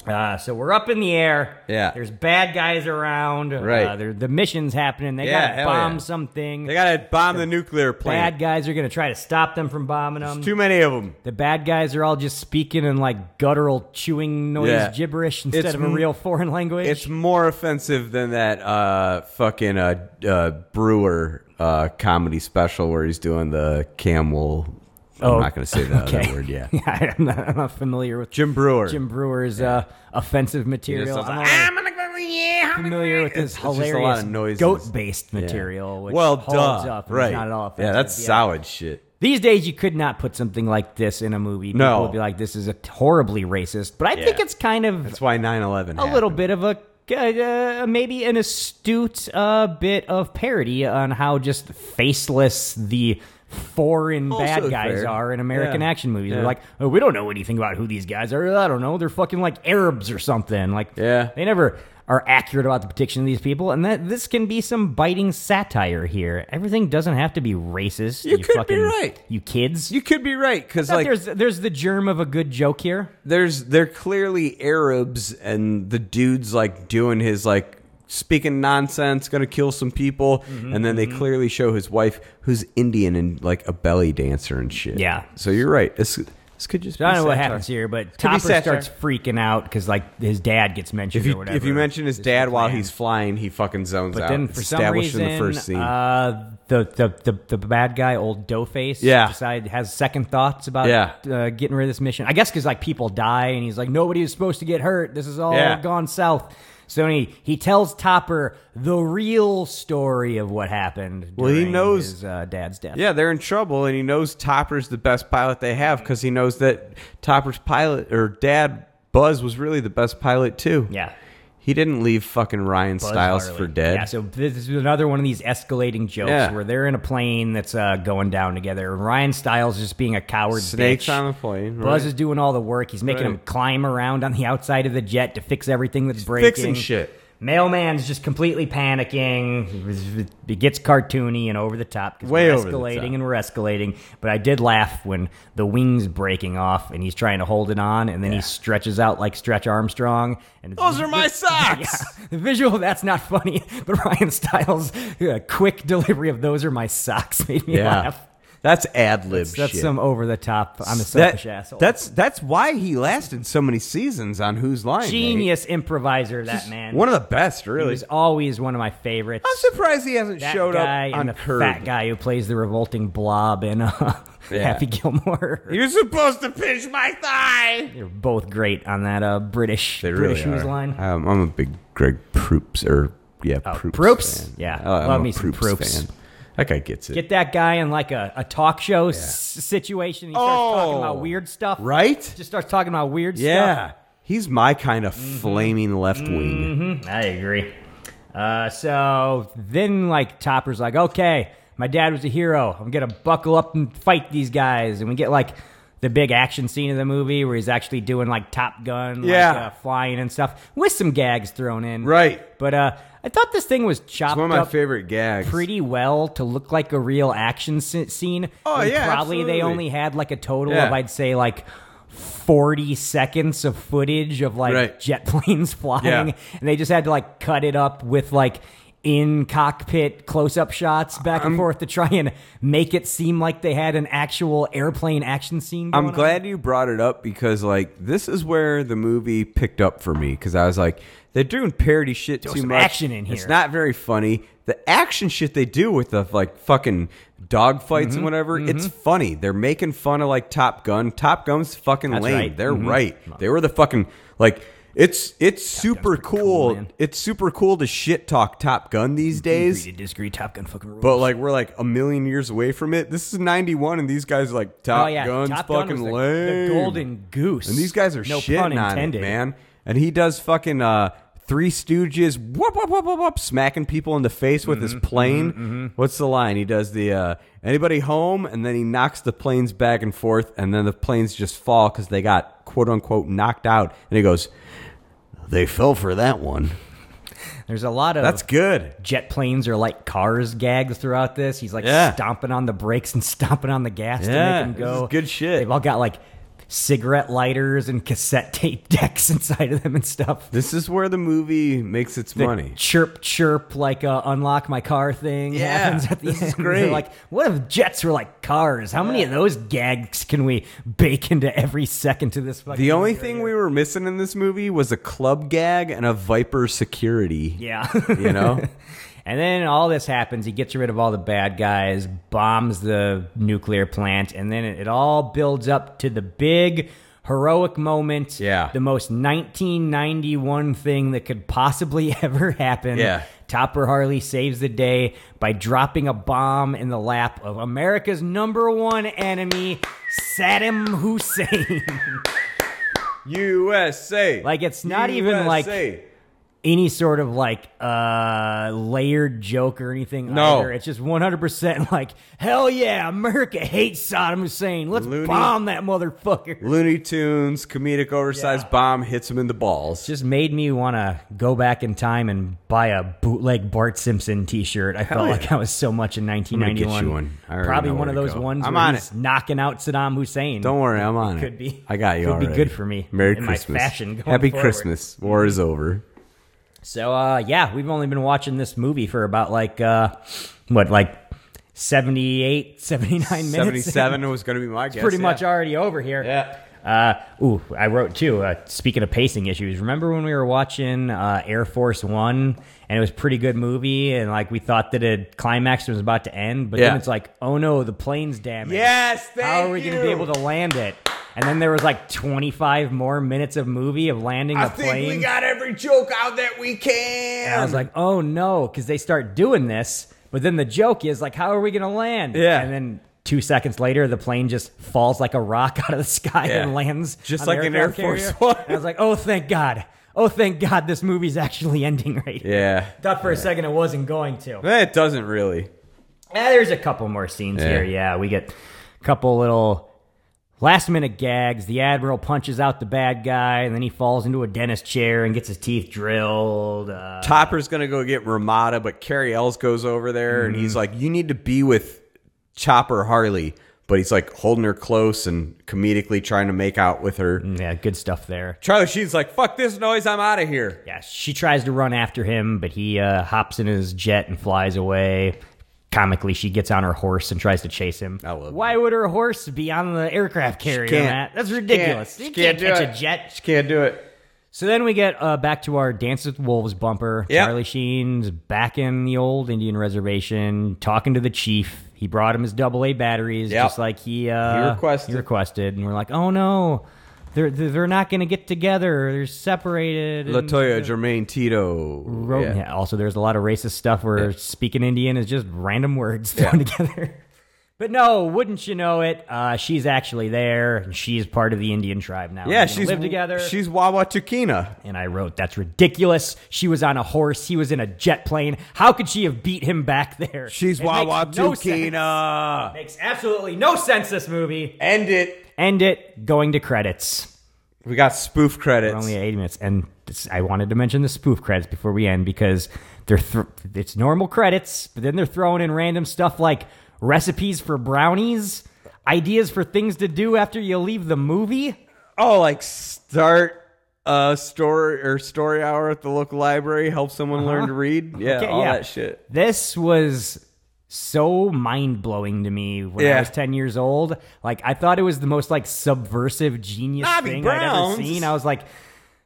[SPEAKER 5] Ah,
[SPEAKER 4] Uh, so we're up in the air.
[SPEAKER 5] Yeah.
[SPEAKER 4] There's bad guys around.
[SPEAKER 5] Right.
[SPEAKER 4] Uh, there- the mission's happening. They
[SPEAKER 5] Yeah,
[SPEAKER 4] gotta
[SPEAKER 5] hell
[SPEAKER 4] bomb
[SPEAKER 5] yeah.
[SPEAKER 4] something.
[SPEAKER 5] They gotta bomb the nuclear
[SPEAKER 4] bad
[SPEAKER 5] plant.
[SPEAKER 4] guys are gonna try to stop them from bombing them.
[SPEAKER 5] Too many of them.
[SPEAKER 4] the bad guys are all just speaking in like guttural chewing noise
[SPEAKER 5] Yeah.
[SPEAKER 4] gibberish instead
[SPEAKER 5] It's
[SPEAKER 4] of a
[SPEAKER 5] m-
[SPEAKER 4] real foreign language.
[SPEAKER 5] It's more offensive than that uh, fucking uh, uh, Brewer uh, comedy special where he's doing the camel.
[SPEAKER 4] Oh,
[SPEAKER 5] I'm not going to say that, that
[SPEAKER 4] okay.
[SPEAKER 5] word. Yeah,
[SPEAKER 4] yeah, I'm not, I'm not familiar with
[SPEAKER 5] Jim Brewer.
[SPEAKER 4] Jim Brewer's uh, offensive material.
[SPEAKER 5] sounds
[SPEAKER 4] I'm
[SPEAKER 5] like, "Ah,
[SPEAKER 4] only
[SPEAKER 5] "I'm
[SPEAKER 4] familiar with this
[SPEAKER 5] just a lot of
[SPEAKER 4] hilarious
[SPEAKER 5] noises.
[SPEAKER 4] goat-based
[SPEAKER 5] Yeah.
[SPEAKER 4] material, which
[SPEAKER 5] well,
[SPEAKER 4] holds
[SPEAKER 5] duh,
[SPEAKER 4] up. and it's
[SPEAKER 5] right?
[SPEAKER 4] not at all offensive.
[SPEAKER 5] yeah, that's solid shit.
[SPEAKER 4] These days, you could not put something like this in a movie. People
[SPEAKER 5] No.
[SPEAKER 4] would be like, "This is a horribly racist," but I think
[SPEAKER 5] Yeah.
[SPEAKER 4] it's kind of
[SPEAKER 5] That's why 9/11.
[SPEAKER 4] a
[SPEAKER 5] happened.
[SPEAKER 4] little bit of a uh, maybe an astute uh, bit of parody on how just faceless the foreign
[SPEAKER 5] Also
[SPEAKER 4] bad guys
[SPEAKER 5] fair.
[SPEAKER 4] are in American
[SPEAKER 5] Yeah.
[SPEAKER 4] action movies. They're
[SPEAKER 5] Yeah.
[SPEAKER 4] like, oh, we don't know anything about who these guys are. I don't know. They're fucking like Arabs or something. Like,
[SPEAKER 5] Yeah.
[SPEAKER 4] they never are accurate about the depiction of these people. And that this can be some biting satire here. Everything doesn't have to be racist.
[SPEAKER 5] You could be
[SPEAKER 4] fucking,
[SPEAKER 5] right.
[SPEAKER 4] You kids.
[SPEAKER 5] You could be right because
[SPEAKER 4] But
[SPEAKER 5] like
[SPEAKER 4] there's there's the germ of a good joke here.
[SPEAKER 5] there's they're clearly Arabs and the dude's like doing his like speaking nonsense, gonna kill some people,
[SPEAKER 4] Mm-hmm,
[SPEAKER 5] and then they clearly show his wife who's Indian and like a belly dancer and shit.
[SPEAKER 4] Yeah.
[SPEAKER 5] So you're right. This this could just.
[SPEAKER 4] So I don't know what
[SPEAKER 5] satire.
[SPEAKER 4] happens here, but
[SPEAKER 5] could be
[SPEAKER 4] Topper
[SPEAKER 5] satire.
[SPEAKER 4] starts freaking out because like his dad gets mentioned
[SPEAKER 5] If you
[SPEAKER 4] or whatever.
[SPEAKER 5] if you mention his
[SPEAKER 4] It's
[SPEAKER 5] dad
[SPEAKER 4] the
[SPEAKER 5] while
[SPEAKER 4] plan.
[SPEAKER 5] he's flying, he fucking zones
[SPEAKER 4] but
[SPEAKER 5] out.
[SPEAKER 4] then for some
[SPEAKER 5] established
[SPEAKER 4] reason,
[SPEAKER 5] in the first scene.
[SPEAKER 4] Uh, the, the the the bad guy, old doughface,
[SPEAKER 5] Yeah.
[SPEAKER 4] decide has second thoughts about
[SPEAKER 5] Yeah.
[SPEAKER 4] uh, getting rid of this mission. I guess because like people die, and he's like nobody is supposed to get hurt. This is all
[SPEAKER 5] Yeah.
[SPEAKER 4] gone south. So he, he tells Topper the real story of what happened.
[SPEAKER 5] Well, he
[SPEAKER 4] during
[SPEAKER 5] knows-
[SPEAKER 4] his, uh, dad's death.
[SPEAKER 5] Yeah, they're in trouble, and he knows Topper's the best pilot they
[SPEAKER 4] Mm-hmm.
[SPEAKER 5] have because he knows that Topper's pilot or dad Buzz was really the best pilot too.
[SPEAKER 4] Yeah.
[SPEAKER 5] he didn't leave fucking Ryan
[SPEAKER 4] Buzz
[SPEAKER 5] Styles
[SPEAKER 4] Harley.
[SPEAKER 5] for dead.
[SPEAKER 4] Yeah, so this is another one of these escalating jokes
[SPEAKER 5] Yeah.
[SPEAKER 4] where they're in a plane that's uh, going down together. Ryan Styles is just being a coward.
[SPEAKER 5] Snakes
[SPEAKER 4] bitch.
[SPEAKER 5] on a plane. Right?
[SPEAKER 4] Buzz is doing all the work. He's making
[SPEAKER 5] Right.
[SPEAKER 4] him climb around on the outside of the jet to fix everything that's breaking.
[SPEAKER 5] fixing shit.
[SPEAKER 4] Mailman's just completely panicking. It gets cartoony and over the top. 'cause
[SPEAKER 5] Way
[SPEAKER 4] we're
[SPEAKER 5] over the
[SPEAKER 4] escalating
[SPEAKER 5] top.
[SPEAKER 4] and we're escalating. But I did laugh when the wings breaking off and he's trying to hold it on, and then he stretches out like Stretch Armstrong. And it's-
[SPEAKER 5] Those are my socks.
[SPEAKER 4] yeah, the visual of that's not funny, but Ryan Styles' uh, quick delivery of "Those are my socks" made me
[SPEAKER 5] Yeah.
[SPEAKER 4] laugh.
[SPEAKER 5] That's ad lib shit.
[SPEAKER 4] That's some over the top. I'm a
[SPEAKER 5] That-
[SPEAKER 4] selfish asshole.
[SPEAKER 5] That's that's why he lasted so many seasons on Who's Lying. Nate.
[SPEAKER 4] genius improviser. That man.
[SPEAKER 5] One of the best,
[SPEAKER 4] he
[SPEAKER 5] really.
[SPEAKER 4] was always one of my favorites.
[SPEAKER 5] I'm surprised he hasn't
[SPEAKER 4] that
[SPEAKER 5] showed
[SPEAKER 4] guy
[SPEAKER 5] up on
[SPEAKER 4] and the
[SPEAKER 5] Curb.
[SPEAKER 4] fat guy who plays the revolting blob in uh,
[SPEAKER 5] Yeah.
[SPEAKER 4] Happy Gilmore.
[SPEAKER 5] You're supposed to pinch my thigh.
[SPEAKER 4] They're both great on that uh, British
[SPEAKER 5] They
[SPEAKER 4] British
[SPEAKER 5] really
[SPEAKER 4] News
[SPEAKER 5] are.
[SPEAKER 4] line.
[SPEAKER 5] Um, I'm a big Greg Proops or yeah,
[SPEAKER 4] Oh,
[SPEAKER 5] Proops.
[SPEAKER 4] Proops?
[SPEAKER 5] fan.
[SPEAKER 4] Yeah,
[SPEAKER 5] Oh, I'm
[SPEAKER 4] love
[SPEAKER 5] a
[SPEAKER 4] me some Proops.
[SPEAKER 5] fan. That guy gets it.
[SPEAKER 4] Get that guy in like a, a talk show s- situation. He starts talking
[SPEAKER 5] Oh.
[SPEAKER 4] about weird stuff.
[SPEAKER 5] right?
[SPEAKER 4] Just starts talking about weird stuff. Mm-hmm.
[SPEAKER 5] Yeah, he's my kind of flaming left wing.
[SPEAKER 4] Hmm, I agree. Uh, so then, like, Topper's like, okay, my dad was a hero. I'm going to buckle up and fight these guys. And we get, like, the big action scene of the movie where he's actually doing, like, Top Gun,
[SPEAKER 5] Yeah.
[SPEAKER 4] like, uh, flying and stuff with some gags thrown in.
[SPEAKER 5] Right.
[SPEAKER 4] But uh, I thought this thing was chopped
[SPEAKER 5] It's one of my
[SPEAKER 4] up
[SPEAKER 5] favorite gags.
[SPEAKER 4] pretty well to look like a real action sc- scene.
[SPEAKER 5] Oh,
[SPEAKER 4] when
[SPEAKER 5] yeah,
[SPEAKER 4] Probably they
[SPEAKER 5] absolutely.
[SPEAKER 4] only had, like, a total
[SPEAKER 5] Yeah.
[SPEAKER 4] of, I'd say, like, 40 seconds of footage of like
[SPEAKER 5] Right.
[SPEAKER 4] jet planes flying
[SPEAKER 5] Yeah.
[SPEAKER 4] and they just had to like cut it up with like in cockpit close up shots back and forth to try and make it seem like they had an actual airplane action scene.
[SPEAKER 5] I'm
[SPEAKER 4] going
[SPEAKER 5] glad you brought it up because like this is where the movie picked up for me because I was like they're doing parody shit too
[SPEAKER 4] some
[SPEAKER 5] much.
[SPEAKER 4] action in
[SPEAKER 5] It's
[SPEAKER 4] here.
[SPEAKER 5] not very funny. The action shit they do with the like fucking dog fights
[SPEAKER 4] Mm-hmm.
[SPEAKER 5] and whatever, it's funny. They're making fun of like Top Gun. Top Gun's fucking
[SPEAKER 4] That's
[SPEAKER 5] lame.
[SPEAKER 4] right. Mm-hmm.
[SPEAKER 5] They're right. They were the fucking like it's it's super
[SPEAKER 4] pretty cool,
[SPEAKER 5] cool.
[SPEAKER 4] man.
[SPEAKER 5] it's super cool to shit talk Top Gun these
[SPEAKER 4] on.
[SPEAKER 5] days.
[SPEAKER 4] Agree to disagree. Top Gun fucking rules.
[SPEAKER 5] But like we're like a million years away from it. This is '91, and these guys are like Top
[SPEAKER 4] oh yeah,
[SPEAKER 5] Gun's
[SPEAKER 4] Top Gun
[SPEAKER 5] fucking
[SPEAKER 4] was the,
[SPEAKER 5] lame.
[SPEAKER 4] the golden goose.
[SPEAKER 5] And these guys are
[SPEAKER 4] no pun
[SPEAKER 5] shitting on it,
[SPEAKER 4] intended.
[SPEAKER 5] man. And he does fucking uh, Three Stooges, whoop, whoop, whoop, whoop, whoop, smacking people in the face with
[SPEAKER 4] Mm-hmm,
[SPEAKER 5] his plane. What's the line? He does the uh, anybody home, and then he knocks the planes back and forth, and then the planes just fall because they got quote unquote knocked out. And he goes,
[SPEAKER 6] They fell for that one.
[SPEAKER 4] There's a lot of
[SPEAKER 5] "That's good."
[SPEAKER 4] jet planes are like cars gags throughout this. He's like
[SPEAKER 5] Yeah.
[SPEAKER 4] stomping on the brakes and stomping on the gas
[SPEAKER 5] Yeah,
[SPEAKER 4] to make
[SPEAKER 5] this
[SPEAKER 4] him go.
[SPEAKER 5] is good shit.
[SPEAKER 4] They've all got like cigarette lighters and cassette tape decks inside of them and stuff.
[SPEAKER 5] This is where the movie makes its money.
[SPEAKER 4] Chirp, chirp, like uh, unlock my car thing
[SPEAKER 5] Yeah,
[SPEAKER 4] happens at the
[SPEAKER 5] this
[SPEAKER 4] end.
[SPEAKER 5] is great.
[SPEAKER 4] They're like, what if jets were like cars? How many of those gags can we bake into every second to this fucking
[SPEAKER 5] The only
[SPEAKER 4] movie?
[SPEAKER 5] thing we were missing in this movie was a club gag and a Viper security.
[SPEAKER 4] Yeah.
[SPEAKER 5] You know?
[SPEAKER 4] And then all this happens. He gets rid of all the bad guys, bombs the nuclear plant, and then it, it all builds up to the big heroic moment.
[SPEAKER 5] Yeah.
[SPEAKER 4] The most 1991 thing that could possibly ever happen.
[SPEAKER 5] Yeah.
[SPEAKER 4] Topper Harley saves the day by dropping a bomb in the lap of America's number one enemy, Saddam Hussein.
[SPEAKER 5] USA.
[SPEAKER 4] Like, it's not even, like,
[SPEAKER 5] USA.
[SPEAKER 4] any sort of like uh layered joke or anything
[SPEAKER 5] No.
[SPEAKER 4] either. It's just 100% like, hell yeah, America hates Saddam Hussein. Let's
[SPEAKER 5] Looney.
[SPEAKER 4] bomb that motherfucker.
[SPEAKER 5] Looney Tunes comedic oversized bomb hits him in the balls.
[SPEAKER 4] Just made me want to go back in time and buy a bootleg Bart Simpson T-shirt. I felt like I was so much in
[SPEAKER 5] gonna get
[SPEAKER 4] 1991.
[SPEAKER 5] you one. I already
[SPEAKER 4] Probably
[SPEAKER 5] know
[SPEAKER 4] one
[SPEAKER 5] where
[SPEAKER 4] of
[SPEAKER 5] to
[SPEAKER 4] those
[SPEAKER 5] go.
[SPEAKER 4] ones
[SPEAKER 5] I'm
[SPEAKER 4] where
[SPEAKER 5] on
[SPEAKER 4] he's knocking out Saddam Hussein.
[SPEAKER 5] Don't worry, I'm on it.
[SPEAKER 4] Could be.
[SPEAKER 5] I got you.
[SPEAKER 4] Could be
[SPEAKER 5] already.
[SPEAKER 4] good for me
[SPEAKER 5] Merry
[SPEAKER 4] in my
[SPEAKER 5] Christmas.
[SPEAKER 4] fashion going
[SPEAKER 5] Happy
[SPEAKER 4] forward.
[SPEAKER 5] Christmas. War is over.
[SPEAKER 4] So uh yeah, we've only been watching this movie for about like uh what like 78, 79 minutes.
[SPEAKER 5] Seventy-seven was going to be my guess.
[SPEAKER 4] pretty
[SPEAKER 5] yeah.
[SPEAKER 4] much already over here.
[SPEAKER 5] Yeah.
[SPEAKER 4] Uh, ooh, I wrote too. Uh, speaking of pacing issues, remember when we were watching uh, Air Force One and it was a pretty good movie and like we thought that a climax was about to end, but
[SPEAKER 5] Yeah.
[SPEAKER 4] then it's like, oh no, the plane's damaged.
[SPEAKER 5] Yes,
[SPEAKER 4] How
[SPEAKER 5] thank
[SPEAKER 4] are we going to
[SPEAKER 5] you.
[SPEAKER 4] be able to land it? And then there was like 25 more minutes of movie of landing the plane.
[SPEAKER 5] got every joke out that we
[SPEAKER 4] And I
[SPEAKER 5] can.
[SPEAKER 4] was like, oh no, because they start doing this, but then the joke is like, how are we gonna land?
[SPEAKER 5] Yeah.
[SPEAKER 4] And then two seconds later, the plane just falls like a rock out of the sky
[SPEAKER 5] Yeah.
[SPEAKER 4] and lands
[SPEAKER 5] Just
[SPEAKER 4] on the
[SPEAKER 5] like an
[SPEAKER 4] aircraft
[SPEAKER 5] Air Force
[SPEAKER 4] carrier.
[SPEAKER 5] One.
[SPEAKER 4] And I was like, oh thank God, oh thank God, this movie's actually ending right. here.
[SPEAKER 5] yeah.
[SPEAKER 4] Thought for a second it wasn't going to.
[SPEAKER 5] Eh, It doesn't really.
[SPEAKER 4] Eh, there's a couple more scenes
[SPEAKER 5] Yeah.
[SPEAKER 4] here. Yeah, we get a couple little last minute gags. The admiral punches out the bad guy, and then he falls into a dentist chair and gets his teeth drilled. Uh,
[SPEAKER 5] Topper's gonna go get Ramada, but Carrie Els goes over there and he's like, "You need to be with Chopper Harley," but he's like holding her close and comedically trying to make out with her.
[SPEAKER 4] yeah, good stuff there.
[SPEAKER 5] Charlie Sheen's like, "Fuck this noise, I'm out of here."
[SPEAKER 4] Yeah, she tries to run after him, but he uh, hops in his jet and flies away. Comically, she gets on her horse and tries to chase him.
[SPEAKER 5] I love
[SPEAKER 4] Why would her horse be on the aircraft carrier,
[SPEAKER 5] can't.
[SPEAKER 4] Matt? That's ridiculous.
[SPEAKER 5] She
[SPEAKER 4] you can't,
[SPEAKER 5] can't, do
[SPEAKER 4] catch
[SPEAKER 5] it.
[SPEAKER 4] a jet.
[SPEAKER 5] She can't do it.
[SPEAKER 4] So then we get uh, back to our Dance with Wolves bumper.
[SPEAKER 5] Yep.
[SPEAKER 4] Charlie Sheen's back in the old Indian reservation, talking to the chief. He brought him his double A batteries,
[SPEAKER 5] Yep.
[SPEAKER 4] just like he, uh,
[SPEAKER 5] He requested.
[SPEAKER 4] he requested. and we're like, oh no, they're they're they're not going to get together. They're separated. and-
[SPEAKER 5] Latoya, Jermaine, Tito.
[SPEAKER 4] Ro- yeah. Also, there's a lot of racist stuff where speaking Indian is just random words thrown together. But no, wouldn't you know it? Uh, she's actually there, and she's part of the Indian tribe now. They're
[SPEAKER 5] Yeah,
[SPEAKER 4] gonna
[SPEAKER 5] she's
[SPEAKER 4] live together.
[SPEAKER 5] She's Wawa Tukina.
[SPEAKER 4] and I wrote, "That's ridiculous. She was on a horse. He was in a jet plane. How could she have beat him back there?
[SPEAKER 5] She's
[SPEAKER 4] It
[SPEAKER 5] Wawa
[SPEAKER 4] makes no sense.
[SPEAKER 5] Tukina.
[SPEAKER 4] Makes absolutely no sense. This movie.
[SPEAKER 5] End it.
[SPEAKER 4] End it. Going to credits.
[SPEAKER 5] We got spoof credits.
[SPEAKER 4] only eight minutes. And this, I wanted to mention the spoof credits before we end because they're thr it's normal credits, but then they're throwing in random stuff like recipes for brownies, ideas for things to do after you leave the movie.
[SPEAKER 5] oh, like start a story or story hour at the local library, help someone learn to read. Uh-huh. Yeah,
[SPEAKER 4] Okay,
[SPEAKER 5] all
[SPEAKER 4] yeah.
[SPEAKER 5] that shit.
[SPEAKER 4] This was so mind blowing to me when I
[SPEAKER 5] Yeah.
[SPEAKER 4] was ten years old. Like I thought it was the most like subversive genius
[SPEAKER 5] Bobby
[SPEAKER 4] thing I'd
[SPEAKER 5] Brown's.
[SPEAKER 4] ever seen. I was like,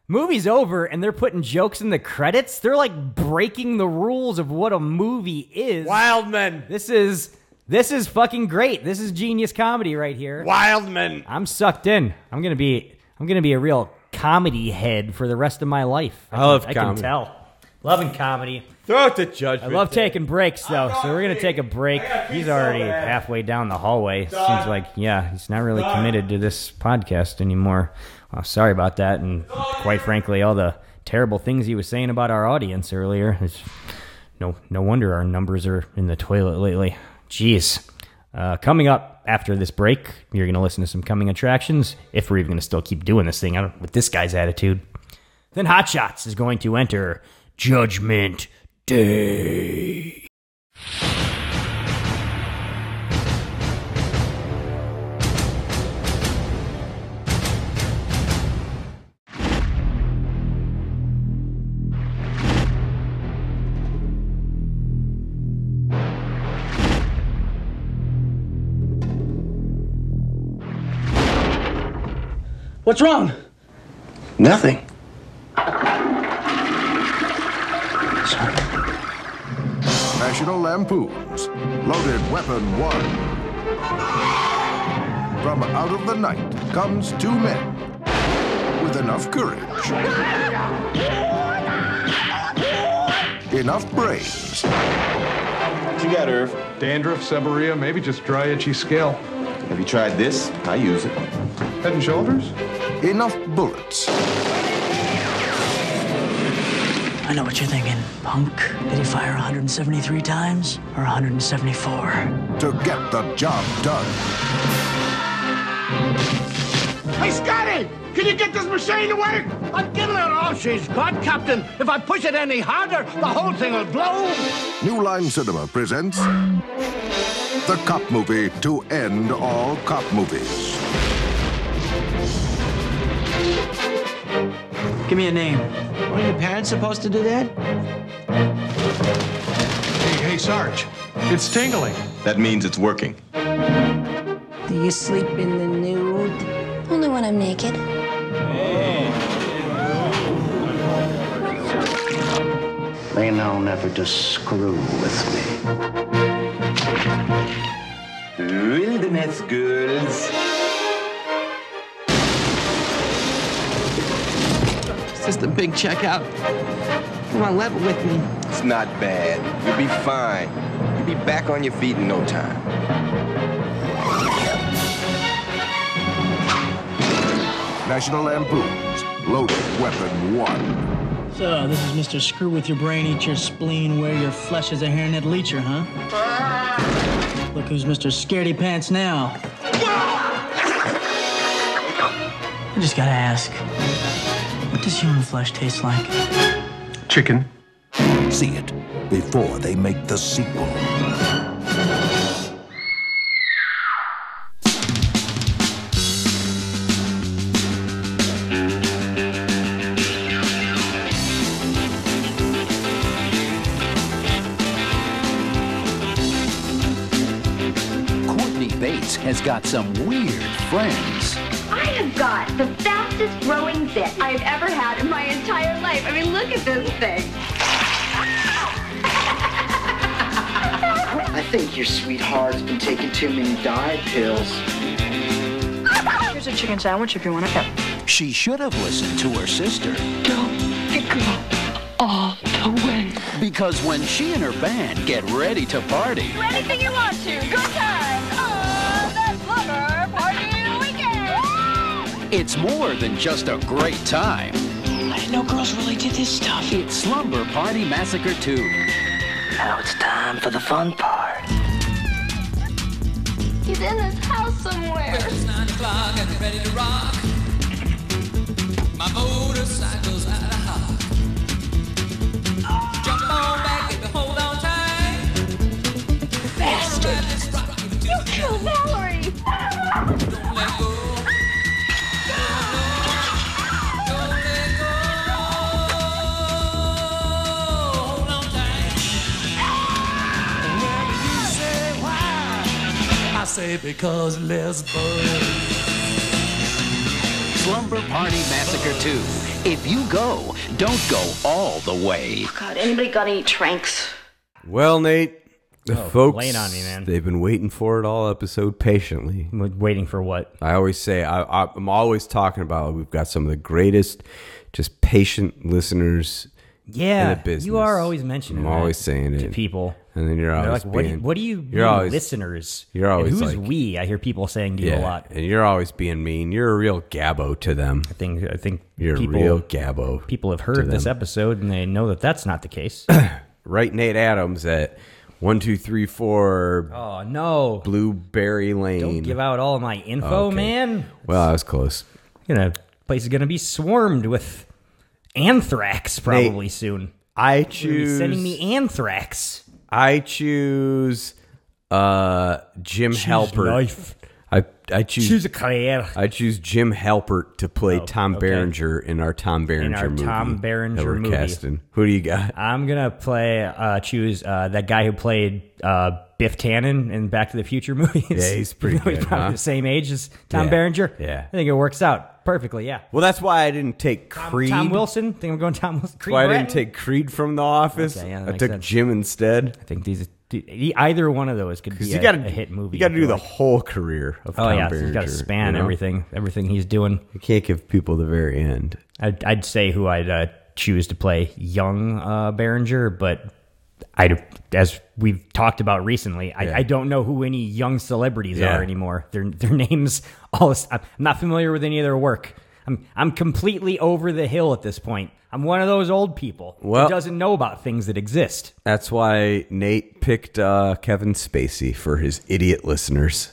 [SPEAKER 4] movie's over and they're putting jokes in the credits. They're like breaking the rules of what a movie is.
[SPEAKER 5] Wildman.
[SPEAKER 4] This is this is fucking great. This is genius comedy right here.
[SPEAKER 5] Wildman.
[SPEAKER 4] I'm sucked in. I'm gonna be I'm gonna be a real comedy head for the rest of my life. I,
[SPEAKER 5] I love
[SPEAKER 4] can, I
[SPEAKER 5] comedy.
[SPEAKER 4] can tell. Loving comedy.
[SPEAKER 5] Throw it to judgment.
[SPEAKER 4] I love taking breaks though, so we're gonna take a break. He's already halfway down the hallway. Seems like yeah, he's not really committed to this podcast anymore. Well, sorry about that, and quite frankly, all the terrible things he was saying about our audience earlier. It's no no wonder our numbers are in the toilet lately. Jeez. Uh, coming up after this break, you're gonna listen to some coming attractions. If we're even gonna still keep doing this thing, I don't with this guy's attitude. Then Hot Shots is going to enter Judgment Day.
[SPEAKER 7] What's wrong?
[SPEAKER 3] Nothing.
[SPEAKER 8] National Lampoon's Loaded Weapon 1. From out of the night comes two men with enough courage, enough brains,
[SPEAKER 9] You got Irv.
[SPEAKER 10] Dandruff, seborrhea, maybe just dry, itchy scale.
[SPEAKER 9] Have you tried this? I use it.
[SPEAKER 10] Head and shoulders?
[SPEAKER 8] enough bullets.
[SPEAKER 7] I know what you're thinking, punk. Did he fire 173 times or 174?
[SPEAKER 8] to get the job done. Hey,
[SPEAKER 3] Oh,
[SPEAKER 8] Scotty! Can you get this machine to work? I'm giving it all she's got, Captain. If I push it any harder, the whole thing will blow. New Line Cinema presents the cop movie to end all cop movies.
[SPEAKER 7] Give me a name. Were your parents supposed to do that?
[SPEAKER 10] Hey, hey, Sarge, it's tingling.
[SPEAKER 9] That means it's working.
[SPEAKER 11] Do you sleep in the nude? Only when I'm naked.
[SPEAKER 7] They know never to screw with me.
[SPEAKER 9] Wilderness girls.
[SPEAKER 3] It's just a big checkout. Come on, level with me.
[SPEAKER 9] It's not bad. You'll be fine. You'll be back on your feet in no time.
[SPEAKER 8] National Lampoon's Loaded Weapon 1.
[SPEAKER 7] So, this is Mr. Screw with your brain, eat your spleen, wear your flesh as a hairnet leecher, huh? Look who's Mr. Scaredy Pants now. I just gotta ask what does human flesh taste like?
[SPEAKER 10] Chicken.
[SPEAKER 8] See it before they make the sequel.
[SPEAKER 7] Courtney Bates has got some weird friends.
[SPEAKER 11] I have got the fastest growing dick I've ever had in my entire life. I mean, look at this thing.
[SPEAKER 7] I think your sweetheart's been taking too many diet pills.
[SPEAKER 11] Here's a chicken sandwich if you want it.
[SPEAKER 7] She should have listened to her sister. Because when she and her band get ready to party,
[SPEAKER 11] Anything you want to. Good times on the Flubber Party Weekend.
[SPEAKER 7] it's more than just a great time.
[SPEAKER 11] I didn't know girls really did this stuff.
[SPEAKER 7] It's Slumber Party Massacre 2. Now it's time for the fun part.
[SPEAKER 11] He's in this house somewhere. Bastard. You killed Valerie.
[SPEAKER 12] say because Lesbos.
[SPEAKER 13] Slumber Party Massacre 2. If you go, don't go all the way.
[SPEAKER 14] God, anybody got any tranks?
[SPEAKER 5] Well, Nate, the
[SPEAKER 4] Oh,
[SPEAKER 5] folks,
[SPEAKER 4] laying on me, man.
[SPEAKER 5] they've been waiting for it all episode patiently.
[SPEAKER 4] Waiting for what?
[SPEAKER 5] I always say, I, I, I'm always talking about we've got some of the greatest, just patient listeners in
[SPEAKER 4] Yeah,
[SPEAKER 5] the business.
[SPEAKER 4] you are always mentioning
[SPEAKER 5] I'm
[SPEAKER 4] that
[SPEAKER 5] always saying it.
[SPEAKER 4] to people.
[SPEAKER 5] And then you're
[SPEAKER 4] They're
[SPEAKER 5] always
[SPEAKER 4] like, what do you-
[SPEAKER 5] being-
[SPEAKER 4] what do you
[SPEAKER 5] you're
[SPEAKER 4] mean,
[SPEAKER 5] always,
[SPEAKER 4] listeners?
[SPEAKER 5] You're
[SPEAKER 4] And
[SPEAKER 5] always
[SPEAKER 4] who's
[SPEAKER 5] like,
[SPEAKER 4] we? I hear people saying to you a lot.
[SPEAKER 5] And you're always being mean. You're a real gabbo to them. I
[SPEAKER 4] think I think
[SPEAKER 5] you're
[SPEAKER 4] people-
[SPEAKER 5] a real gabbo.
[SPEAKER 4] People have
[SPEAKER 5] to
[SPEAKER 4] heard this
[SPEAKER 5] them.
[SPEAKER 4] episode and they know that that's not the case.
[SPEAKER 5] Right, Nate Adams at one two three four.
[SPEAKER 4] Oh no,
[SPEAKER 5] Blueberry Lane.
[SPEAKER 4] Don't give out all my info,
[SPEAKER 5] Okay.
[SPEAKER 4] man.
[SPEAKER 5] Well, I was close.
[SPEAKER 4] You know, place is gonna be swarmed with anthrax probably soon.
[SPEAKER 5] I
[SPEAKER 4] You're gonna be
[SPEAKER 5] choose.
[SPEAKER 4] sending me anthrax.
[SPEAKER 5] I choose uh, Jim
[SPEAKER 4] Choose
[SPEAKER 5] Halpert.
[SPEAKER 4] life.
[SPEAKER 5] I I choose.
[SPEAKER 4] Choose a career.
[SPEAKER 5] I choose Jim Halpert to play Tom
[SPEAKER 4] okay.
[SPEAKER 5] Berenger in our Tom Berenger
[SPEAKER 4] In our
[SPEAKER 5] movie.
[SPEAKER 4] Tom
[SPEAKER 5] that
[SPEAKER 4] Berenger
[SPEAKER 5] we're
[SPEAKER 4] movie. Uh,
[SPEAKER 5] casting. Who do you got?
[SPEAKER 4] I'm gonna play uh, choose uh, that guy who played uh, Biff Tannen in Back to the Future movies.
[SPEAKER 5] Yeah, he's pretty
[SPEAKER 4] Even though
[SPEAKER 5] good,
[SPEAKER 4] He's probably
[SPEAKER 5] huh?
[SPEAKER 4] the same age as Tom
[SPEAKER 5] Yeah,
[SPEAKER 4] Berenger.
[SPEAKER 5] yeah.
[SPEAKER 4] I think it works out perfectly. Yeah,
[SPEAKER 5] Well, that's why I didn't take Creed.
[SPEAKER 4] Tom Wilson. Think I'm going Tom Wilson.
[SPEAKER 5] That's
[SPEAKER 4] Creed
[SPEAKER 5] why I
[SPEAKER 4] Bratton.
[SPEAKER 5] didn't take Creed from The Office.
[SPEAKER 4] Okay, yeah, that
[SPEAKER 5] I
[SPEAKER 4] makes
[SPEAKER 5] took
[SPEAKER 4] sense.
[SPEAKER 5] Jim instead.
[SPEAKER 4] I think these e, either one of those could be
[SPEAKER 5] you
[SPEAKER 4] a-
[SPEAKER 5] gotta,
[SPEAKER 4] a hit movie,
[SPEAKER 5] You got
[SPEAKER 4] I
[SPEAKER 5] to
[SPEAKER 4] feel
[SPEAKER 5] do the
[SPEAKER 4] like.
[SPEAKER 5] whole career of
[SPEAKER 4] Oh
[SPEAKER 5] Tom
[SPEAKER 4] yeah,
[SPEAKER 5] Berenger.
[SPEAKER 4] he's got to span
[SPEAKER 5] you know?
[SPEAKER 4] everything, everything he's doing.
[SPEAKER 5] You can't give people the very end.
[SPEAKER 4] I'd, I'd say who I'd uh, choose to play young uh, Berenger, but I, as we've talked about recently, I,
[SPEAKER 5] Yeah.
[SPEAKER 4] I don't know who any young celebrities
[SPEAKER 5] Yeah.
[SPEAKER 4] are anymore. Their their names all. I'm not familiar with any of their work. I'm I'm completely over the hill at this point. I'm one of those old people
[SPEAKER 5] Well-
[SPEAKER 4] who doesn't know about things that exist.
[SPEAKER 5] That's why Nate picked uh, Kevin Spacey for his idiot listeners,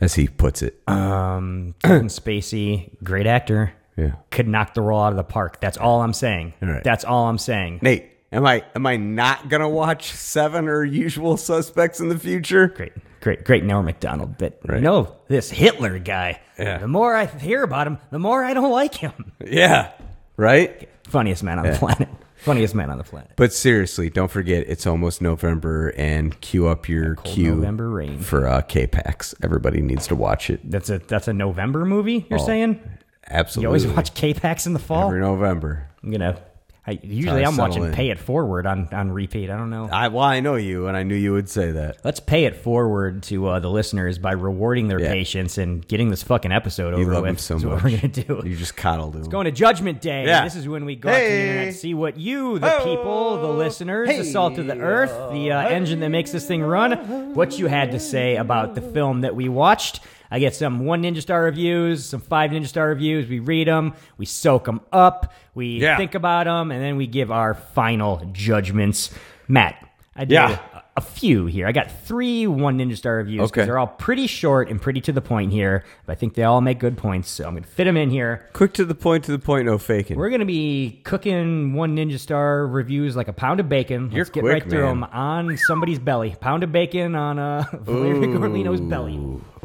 [SPEAKER 5] as he puts it.
[SPEAKER 4] Um, Kevin Spacey, great actor.
[SPEAKER 5] Yeah.
[SPEAKER 4] Could knock the roll out of the park. That's all I'm saying.
[SPEAKER 5] All right.
[SPEAKER 4] That's all I'm saying.
[SPEAKER 5] Nate, am I am I not gonna watch Seven or Usual Suspects in the future?
[SPEAKER 4] Great, great, great. Norm Macdonald bit. No, this Hitler guy.
[SPEAKER 5] Yeah.
[SPEAKER 4] The more I hear about him, the more I don't like him.
[SPEAKER 5] Yeah, right.
[SPEAKER 4] Funniest man on
[SPEAKER 5] Yeah.
[SPEAKER 4] the planet. Funniest man on the planet.
[SPEAKER 5] But seriously, don't forget it's almost November, and queue up your queue
[SPEAKER 4] November rain.
[SPEAKER 5] for uh, K-Pax. Everybody needs to watch it.
[SPEAKER 4] That's a that's a November movie. You're
[SPEAKER 5] Oh,
[SPEAKER 4] saying? You
[SPEAKER 5] Absolutely.
[SPEAKER 4] always watch K-Pax in the fall.
[SPEAKER 5] every November.
[SPEAKER 4] I'm gonna. I, usually
[SPEAKER 5] I
[SPEAKER 4] I'm watching
[SPEAKER 5] settle in. Ah.
[SPEAKER 4] Pay It Forward on on repeat. I don't know.
[SPEAKER 5] I well, I know you, and I knew you would say that.
[SPEAKER 4] Let's pay it forward to uh, the listeners by rewarding their patience and getting this fucking episode
[SPEAKER 5] You
[SPEAKER 4] over
[SPEAKER 5] love
[SPEAKER 4] with.
[SPEAKER 5] him so
[SPEAKER 4] That's
[SPEAKER 5] much.
[SPEAKER 4] What we're gonna do.
[SPEAKER 5] You just coddled him.
[SPEAKER 4] It's going to Judgment Day.
[SPEAKER 5] Yeah.
[SPEAKER 4] This is when we go out to the
[SPEAKER 5] Hey.
[SPEAKER 4] internet and see what you, the people, the listeners, the salt of the earth, the uh, engine that makes this thing run, what you had to say about the film that we watched. I get some one ninja star reviews, some five ninja star reviews. We read them, we soak them up, we
[SPEAKER 5] Yeah.
[SPEAKER 4] think about them, and then we give our final judgments. Matt, I did
[SPEAKER 5] Yeah.
[SPEAKER 4] a, a few here. I got three one ninja star reviews because
[SPEAKER 5] Okay.
[SPEAKER 4] they're all pretty short and pretty to the point here, but I think they all make good points, so I'm going to fit them in here.
[SPEAKER 5] Quick to the point, to the point, no faking.
[SPEAKER 4] We're gonna be cooking one Ninja Star reviews like a pound of bacon. Let's
[SPEAKER 5] You're
[SPEAKER 4] get
[SPEAKER 5] quick,
[SPEAKER 4] right through
[SPEAKER 5] man.
[SPEAKER 4] them on somebody's belly. Pound of bacon on uh, Valeria Gorlino's belly.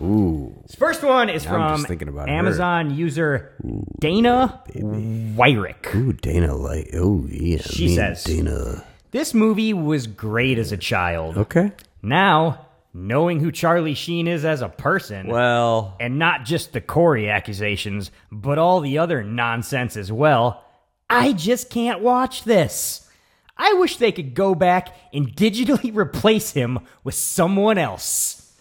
[SPEAKER 5] Ooh.
[SPEAKER 4] This first one is
[SPEAKER 5] I'm
[SPEAKER 4] from
[SPEAKER 5] just thinking about her.
[SPEAKER 4] Amazon user Dana Wyrick.
[SPEAKER 5] Ooh, Dana like oh yeah.
[SPEAKER 4] She
[SPEAKER 5] me and
[SPEAKER 4] says-
[SPEAKER 5] Dana.
[SPEAKER 4] This movie was great as a child.
[SPEAKER 5] Okay.
[SPEAKER 4] Now, knowing who Charlie Sheen is as a person,
[SPEAKER 5] Well
[SPEAKER 4] and not just the Corey accusations, but all the other nonsense as well, I just can't watch this. I wish they could go back and digitally replace him with someone else.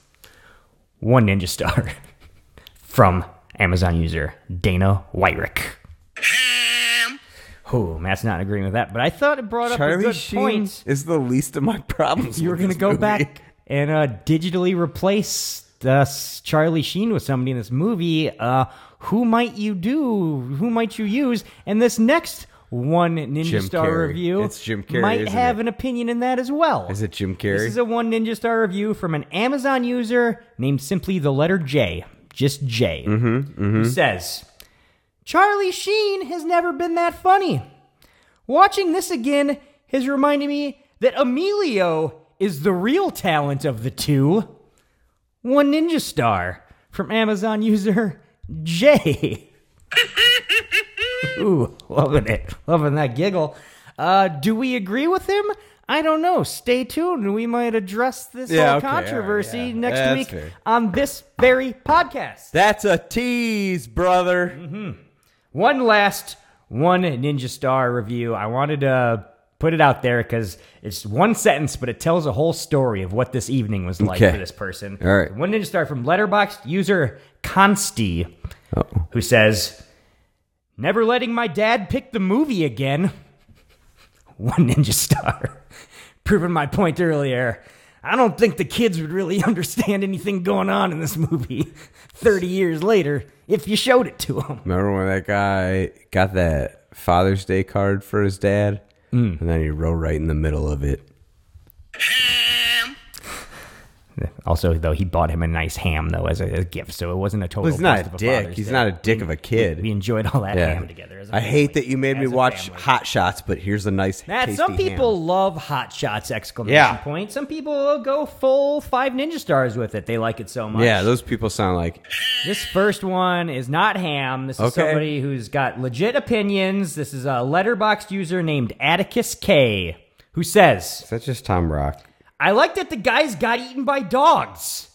[SPEAKER 4] One ninja star from Amazon user Dana Wyrick. Oh, Matt's not agreeing with that, but I thought it brought up a
[SPEAKER 5] Charlie
[SPEAKER 4] good
[SPEAKER 5] Sheen
[SPEAKER 4] point
[SPEAKER 5] is the least of my problems.
[SPEAKER 4] you were
[SPEAKER 5] with
[SPEAKER 4] gonna
[SPEAKER 5] this
[SPEAKER 4] go
[SPEAKER 5] movie.
[SPEAKER 4] back and uh, digitally replace uh, Charlie Sheen with somebody in this movie. Uh, who might you do? Who might you use? And this next one Ninja
[SPEAKER 5] Jim
[SPEAKER 4] Star
[SPEAKER 5] Carrey.
[SPEAKER 4] review
[SPEAKER 5] It's Jim Carrey,
[SPEAKER 4] might
[SPEAKER 5] isn't
[SPEAKER 4] have
[SPEAKER 5] it?
[SPEAKER 4] an opinion in that as well.
[SPEAKER 5] Is it Jim
[SPEAKER 4] This
[SPEAKER 5] Carrey?
[SPEAKER 4] is a one Ninja Star review from an Amazon user named simply the letter J, just J,
[SPEAKER 5] Mm-hmm,
[SPEAKER 4] who says, Charlie Sheen has never been that funny. Watching this again has reminded me that Emilio is the real talent of the two. One Ninja Star from Amazon user Jay. Ooh, loving it. Loving that giggle. Uh, do we agree with him? I don't know. Stay tuned. We might address this
[SPEAKER 5] Yeah,
[SPEAKER 4] whole
[SPEAKER 5] okay, all right,
[SPEAKER 4] controversy
[SPEAKER 5] yeah.
[SPEAKER 4] next
[SPEAKER 5] That's
[SPEAKER 4] week
[SPEAKER 5] fair.
[SPEAKER 4] on this very podcast.
[SPEAKER 5] That's a tease, brother.
[SPEAKER 4] One last one Ninja Star review. I wanted to put it out there because it's one sentence, but it tells a whole story of what this evening was like
[SPEAKER 5] Okay.
[SPEAKER 4] for this person.
[SPEAKER 5] All right.
[SPEAKER 4] One Ninja Star from Letterboxd user Consti, who says, Never letting my dad pick the movie again. One Ninja Star. Proving my point earlier. I don't think the kids would really understand anything going on in this movie 30 years later if you showed it to them.
[SPEAKER 5] Remember when that guy got that Father's Day card for his dad? And then he wrote right in the middle of it.
[SPEAKER 4] Also, though, he bought him a nice ham, though, as a, as a gift, so it wasn't a total.
[SPEAKER 5] Well, he's not
[SPEAKER 4] waste
[SPEAKER 5] a
[SPEAKER 4] of
[SPEAKER 5] dick.
[SPEAKER 4] Father's
[SPEAKER 5] He's
[SPEAKER 4] Day.
[SPEAKER 5] not a dick of a kid.
[SPEAKER 4] We enjoyed all that ham together. As a
[SPEAKER 5] I
[SPEAKER 4] family.
[SPEAKER 5] hate that you made me
[SPEAKER 4] As a
[SPEAKER 5] watch
[SPEAKER 4] family.
[SPEAKER 5] Hot Shots, but here's a nice.
[SPEAKER 4] Matt,
[SPEAKER 5] tasty
[SPEAKER 4] some
[SPEAKER 5] ham.
[SPEAKER 4] people love hot shots! Exclamation
[SPEAKER 5] Yeah.
[SPEAKER 4] point. Some people will go full five ninja stars with it. They like it so much.
[SPEAKER 5] Yeah, those people sound like
[SPEAKER 4] This first one is not ham. This is
[SPEAKER 5] Okay.
[SPEAKER 4] somebody who's got legit opinions. This is a letterboxed user named Atticus K, who says.
[SPEAKER 5] is that just Tom Rock?
[SPEAKER 4] I like that the guys got eaten by dogs.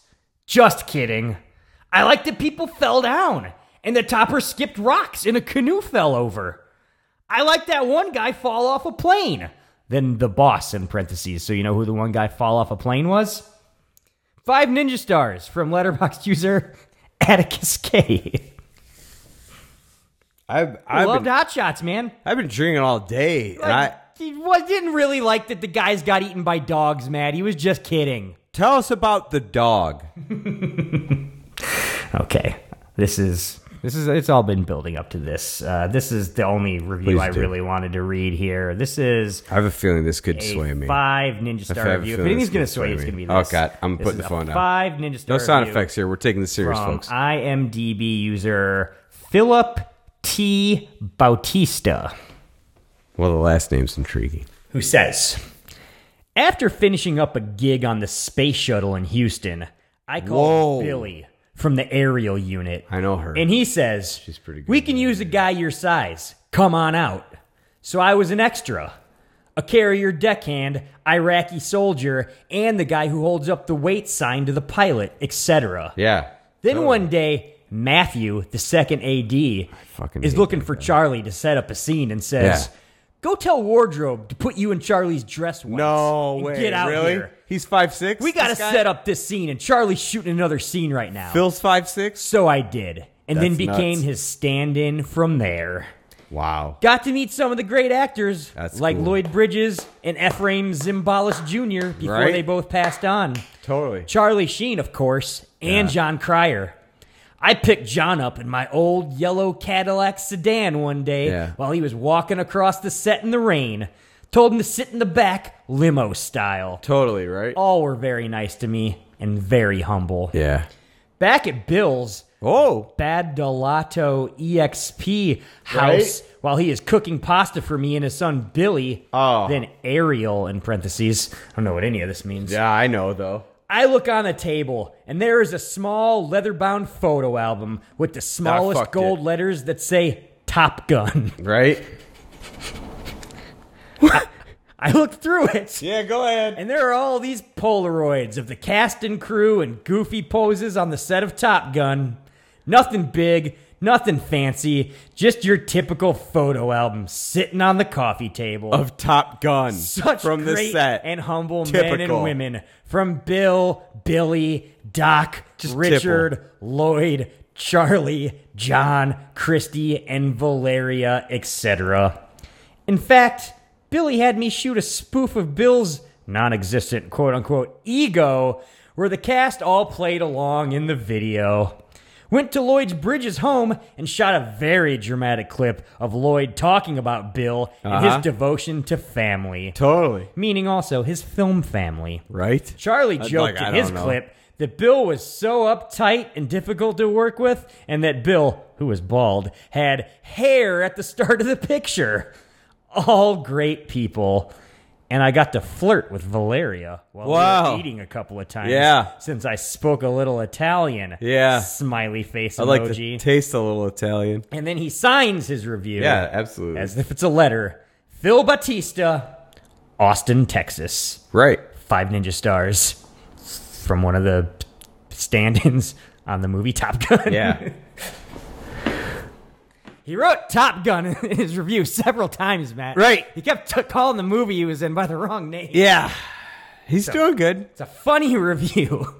[SPEAKER 4] Just kidding. I like that people fell down and the topper skipped rocks and a canoe fell over. I like that one guy fall off a plane. Then the boss in parentheses. So you know who the one guy fall off a plane was? Five ninja stars from Letterboxd user Atticus K.
[SPEAKER 5] I've
[SPEAKER 4] I
[SPEAKER 5] I've
[SPEAKER 4] loved
[SPEAKER 5] been,
[SPEAKER 4] hot shots, man.
[SPEAKER 5] I've been drinking all day, and I
[SPEAKER 4] He was, didn't really like that the guys got eaten by dogs, Matt. He was just kidding.
[SPEAKER 5] tell us about the dog.
[SPEAKER 4] Okay. This is this is it's all been building up to this. Uh, this is the only review
[SPEAKER 5] Please
[SPEAKER 4] I
[SPEAKER 5] do.
[SPEAKER 4] really wanted to read here. This is
[SPEAKER 5] I have a feeling this could
[SPEAKER 4] a
[SPEAKER 5] sway me.
[SPEAKER 4] five ninja
[SPEAKER 5] I
[SPEAKER 4] star
[SPEAKER 5] have a
[SPEAKER 4] review. If
[SPEAKER 5] feeling this
[SPEAKER 4] anything's
[SPEAKER 5] could
[SPEAKER 4] gonna sway, you, it's
[SPEAKER 5] me.
[SPEAKER 4] gonna be
[SPEAKER 5] Oh
[SPEAKER 4] this.
[SPEAKER 5] god, I'm
[SPEAKER 4] This
[SPEAKER 5] putting
[SPEAKER 4] is
[SPEAKER 5] the
[SPEAKER 4] a
[SPEAKER 5] phone down.
[SPEAKER 4] Five ninja star.
[SPEAKER 5] No sound
[SPEAKER 4] review
[SPEAKER 5] effects here. We're taking this serious,
[SPEAKER 4] from
[SPEAKER 5] folks.
[SPEAKER 4] IMDb user Philip T Bautista.
[SPEAKER 5] Well, the last name's intriguing.
[SPEAKER 4] who says, After finishing up a gig on the space shuttle in Houston, I called
[SPEAKER 5] Whoa.
[SPEAKER 4] Billy from the aerial unit.
[SPEAKER 5] I know her.
[SPEAKER 4] And he says,
[SPEAKER 5] She's pretty good.
[SPEAKER 4] We can use a guy your size. Come on out. So I was an extra. A carrier deckhand, Iraqi soldier, and the guy who holds up the weight sign to the pilot, etc.
[SPEAKER 5] Yeah. Oh.
[SPEAKER 4] Then one day, Matthew, the second AD, is
[SPEAKER 5] hate
[SPEAKER 4] looking for Charlie to set up a scene and says,
[SPEAKER 5] Yeah.
[SPEAKER 4] Go tell Wardrobe to put you in Charlie's dress once.
[SPEAKER 5] No
[SPEAKER 4] and
[SPEAKER 5] way.
[SPEAKER 4] Get out
[SPEAKER 5] really?
[SPEAKER 4] here.
[SPEAKER 5] He's five six.
[SPEAKER 4] We got to set up this scene, and Charlie's shooting another scene right now.
[SPEAKER 5] Phil's five six.
[SPEAKER 4] so I did. And then
[SPEAKER 5] That's
[SPEAKER 4] became
[SPEAKER 5] nuts.
[SPEAKER 4] his stand in from there.
[SPEAKER 5] Wow.
[SPEAKER 4] Got to meet some of the great actors
[SPEAKER 5] That's
[SPEAKER 4] like
[SPEAKER 5] cool.
[SPEAKER 4] Lloyd Bridges and Ephraim Zimbalist Jr. before
[SPEAKER 5] Right?
[SPEAKER 4] they both passed on.
[SPEAKER 5] Totally.
[SPEAKER 4] Charlie Sheen, of course, and John Cryer. I picked John up in my old yellow Cadillac sedan one day
[SPEAKER 5] Yeah.
[SPEAKER 4] while he was walking across the set in the rain. Told him to sit in the back, limo style.
[SPEAKER 5] Totally right.
[SPEAKER 4] All were very nice to me and very humble.
[SPEAKER 5] Yeah.
[SPEAKER 4] Back at Bill's,
[SPEAKER 5] Oh.
[SPEAKER 4] Bad Delato EXP house while he is cooking pasta for me and his son Billy.
[SPEAKER 5] Oh.
[SPEAKER 4] Then Ariel in parentheses. I don't know what any of this means.
[SPEAKER 5] Yeah, I know though.
[SPEAKER 4] I look on the table, and there is a small leather bound photo album with the smallest
[SPEAKER 5] fucked
[SPEAKER 4] gold
[SPEAKER 5] it.
[SPEAKER 4] letters that say Top Gun.
[SPEAKER 5] Right?
[SPEAKER 4] I looked through it.
[SPEAKER 5] Yeah, go ahead.
[SPEAKER 4] And there are all these Polaroids of the cast and crew and goofy poses on the set of Top Gun. Nothing big, nothing fancy, just your typical photo album sitting on the coffee table.
[SPEAKER 5] Of Top Gun
[SPEAKER 4] Such
[SPEAKER 5] from
[SPEAKER 4] great
[SPEAKER 5] the set
[SPEAKER 4] and humble men and
[SPEAKER 5] Typical.
[SPEAKER 4] women from Bill, Billy, Doc,
[SPEAKER 5] Just
[SPEAKER 4] Richard, Lloyd, Charlie, John, Christy, and Valeria, etc. In fact, Billy had me shoot a spoof of Bill's non existent quote unquote ego, where the cast all played along in the video. Went to Lloyd's Bridges home and shot a very dramatic clip of Lloyd talking about Bill and
[SPEAKER 5] Uh-huh.
[SPEAKER 4] his devotion to family,
[SPEAKER 5] Totally.
[SPEAKER 4] meaning also his film family.
[SPEAKER 5] Right?
[SPEAKER 4] Charlie
[SPEAKER 5] I'd
[SPEAKER 4] joked
[SPEAKER 5] like- I
[SPEAKER 4] in
[SPEAKER 5] don't
[SPEAKER 4] his
[SPEAKER 5] know.
[SPEAKER 4] clip that Bill was so uptight and difficult to work with, and that Bill, who was bald, had hair at the start of the picture. All great people. And I got to flirt with Valeria while we
[SPEAKER 5] Wow.
[SPEAKER 4] were eating a couple of times.
[SPEAKER 5] Yeah.
[SPEAKER 4] Since I spoke a little Italian.
[SPEAKER 5] Yeah.
[SPEAKER 4] Smiley face
[SPEAKER 5] I like
[SPEAKER 4] emoji.
[SPEAKER 5] to taste a little Italian.
[SPEAKER 4] and then he signs his review
[SPEAKER 5] Yeah, absolutely.
[SPEAKER 4] as if it's a letter. Phil Batista, Austin, Texas.
[SPEAKER 5] Right.
[SPEAKER 4] Five Ninja Stars from one of the stand ins on the movie Top Gun.
[SPEAKER 5] Yeah.
[SPEAKER 4] He wrote Top Gun in his review several times, Matt.
[SPEAKER 5] Right.
[SPEAKER 4] He kept t- calling the movie he was in by the wrong name.
[SPEAKER 5] Yeah. He's doing good.
[SPEAKER 4] It's a funny review.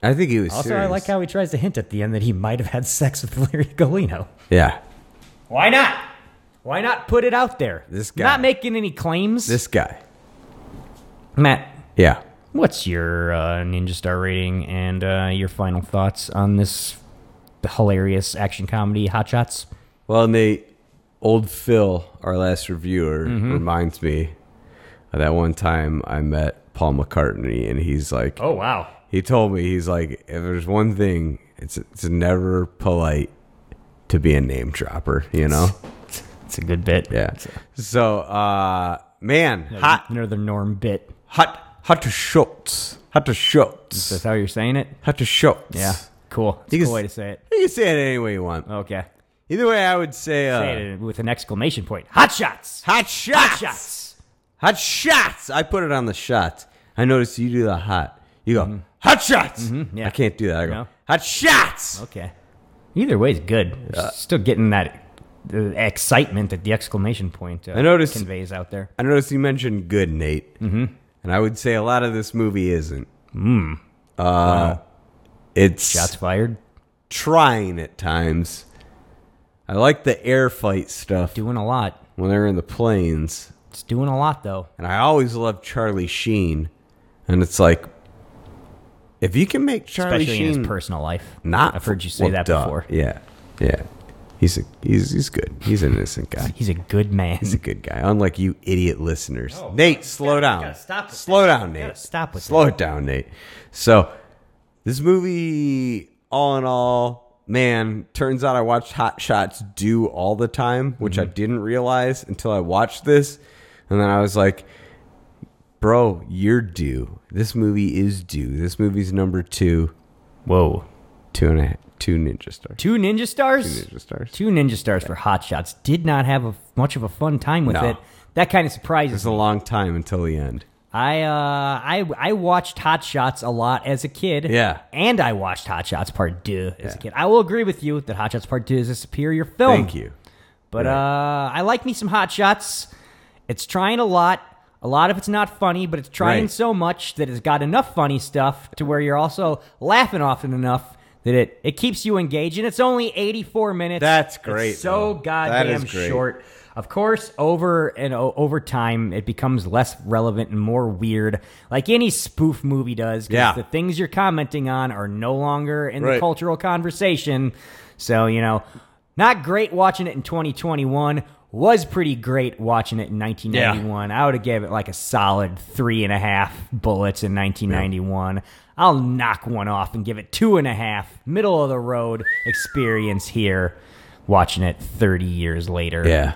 [SPEAKER 5] I think he was
[SPEAKER 4] Also, I
[SPEAKER 5] serious.
[SPEAKER 4] like how he tries to hint at the end that he might have had sex with Larry Galino.
[SPEAKER 5] yeah.
[SPEAKER 4] Why not? Why not put it out there?
[SPEAKER 5] This guy.
[SPEAKER 4] Not making any claims.
[SPEAKER 5] This guy.
[SPEAKER 4] Matt,
[SPEAKER 5] Yeah.
[SPEAKER 4] what's your uh, Ninja Star rating and uh, your final thoughts on this hilarious action comedy, Hot Shots?
[SPEAKER 5] Well, and they, old Phil, our last reviewer,
[SPEAKER 4] Mhm.
[SPEAKER 5] reminds me of that one time I met Paul McCartney, and he's like,
[SPEAKER 4] "Oh wow!"
[SPEAKER 5] He told me he's like, if there's one thing, it's it's never polite to be a name dropper, you know.
[SPEAKER 4] It's a good bit.
[SPEAKER 5] Yeah. So, uh, man, hot,
[SPEAKER 4] Another norm bit.
[SPEAKER 5] hot, hot to shots, hot to shots.
[SPEAKER 4] That's how you're saying it.
[SPEAKER 5] Hot to shots.
[SPEAKER 4] Yeah. Cool. It's a
[SPEAKER 5] You
[SPEAKER 4] cool
[SPEAKER 5] can
[SPEAKER 4] way to
[SPEAKER 5] s-
[SPEAKER 4] say it.
[SPEAKER 5] You can say it any way you want.
[SPEAKER 4] Okay.
[SPEAKER 5] Either way, I would say, uh,
[SPEAKER 4] Say it with an exclamation point. Hot shots.
[SPEAKER 5] Hot shots.
[SPEAKER 4] Hot shots.
[SPEAKER 5] Hot shots. I put it on the shots. I noticed you do the hot. You go hot shots.
[SPEAKER 4] Mm-hmm. yeah.
[SPEAKER 5] I can't do that. I go
[SPEAKER 4] No.
[SPEAKER 5] hot shots.
[SPEAKER 4] Okay. Either way is good. You're Still getting that uh, excitement that the exclamation point uh,
[SPEAKER 5] I noticed-
[SPEAKER 4] conveys out there.
[SPEAKER 5] I noticed you mentioned good, Nate. Mm-hmm. And I would say a lot of this movie isn't.
[SPEAKER 4] Mm.
[SPEAKER 5] Uh, It's
[SPEAKER 4] Shots fired.
[SPEAKER 5] trying at times. I like the air fight stuff.
[SPEAKER 4] Doing a lot.
[SPEAKER 5] When they're in the planes.
[SPEAKER 4] It's doing a lot though.
[SPEAKER 5] And I always love Charlie Sheen. And it's like, if you can make Charlie
[SPEAKER 4] Especially
[SPEAKER 5] Sheen
[SPEAKER 4] in his personal life.
[SPEAKER 5] not
[SPEAKER 4] I've heard you say
[SPEAKER 5] well,
[SPEAKER 4] that
[SPEAKER 5] duh.
[SPEAKER 4] before.
[SPEAKER 5] Yeah, yeah. He's a he's he's good. He's an innocent guy.
[SPEAKER 4] He's a good man.
[SPEAKER 5] He's a good guy. Unlike you idiot listeners. Nate, slow down. slow down, Nate.
[SPEAKER 4] stop with
[SPEAKER 5] Slow it down, Nate. So this movie, all in all, man, turns out I watched Hot Shots do all the time, which
[SPEAKER 4] Mm-hmm.
[SPEAKER 5] I didn't realize until I watched this. And then I was like, bro, you're due. This movie is due. This movie's number two.
[SPEAKER 4] Whoa.
[SPEAKER 5] Two and a half, two ninja stars.
[SPEAKER 4] Two ninja stars.
[SPEAKER 5] Two ninja stars.
[SPEAKER 4] Two ninja stars for Hot Shots. Did not have a, much of a fun time with
[SPEAKER 5] No.
[SPEAKER 4] it. That kind of
[SPEAKER 5] It was
[SPEAKER 4] surprises
[SPEAKER 5] a
[SPEAKER 4] me.
[SPEAKER 5] long time until the end.
[SPEAKER 4] I uh I I watched Hot Shots a lot as a kid.
[SPEAKER 5] Yeah.
[SPEAKER 4] And I watched Hot Shots Part 2 as a kid. I will agree with you that Hot Shots Part 2 is a superior film.
[SPEAKER 5] Thank you.
[SPEAKER 4] But uh I like me some Hot Shots. It's trying a lot. A lot of it's not funny, but it's trying
[SPEAKER 5] Right.
[SPEAKER 4] so much that it's got enough funny stuff to where you're also laughing often enough that it, it keeps you engaged. And it's only 84 minutes.
[SPEAKER 5] That's
[SPEAKER 4] It's
[SPEAKER 5] great,
[SPEAKER 4] so
[SPEAKER 5] though.
[SPEAKER 4] goddamn
[SPEAKER 5] That is great.
[SPEAKER 4] short. Of course, over and o- over time, it becomes less relevant and more weird, like any spoof movie does. 'cause
[SPEAKER 5] Yeah.
[SPEAKER 4] the things you're commenting on are no longer in the
[SPEAKER 5] Right.
[SPEAKER 4] cultural conversation. So you know, not great watching it in 2021. Was pretty great watching it in 1991. I would have gave it like a solid three and a half bullets in 1991. I'll knock one off and give it two and a half. Middle of the road experience here, watching it 30 years later.
[SPEAKER 5] Yeah.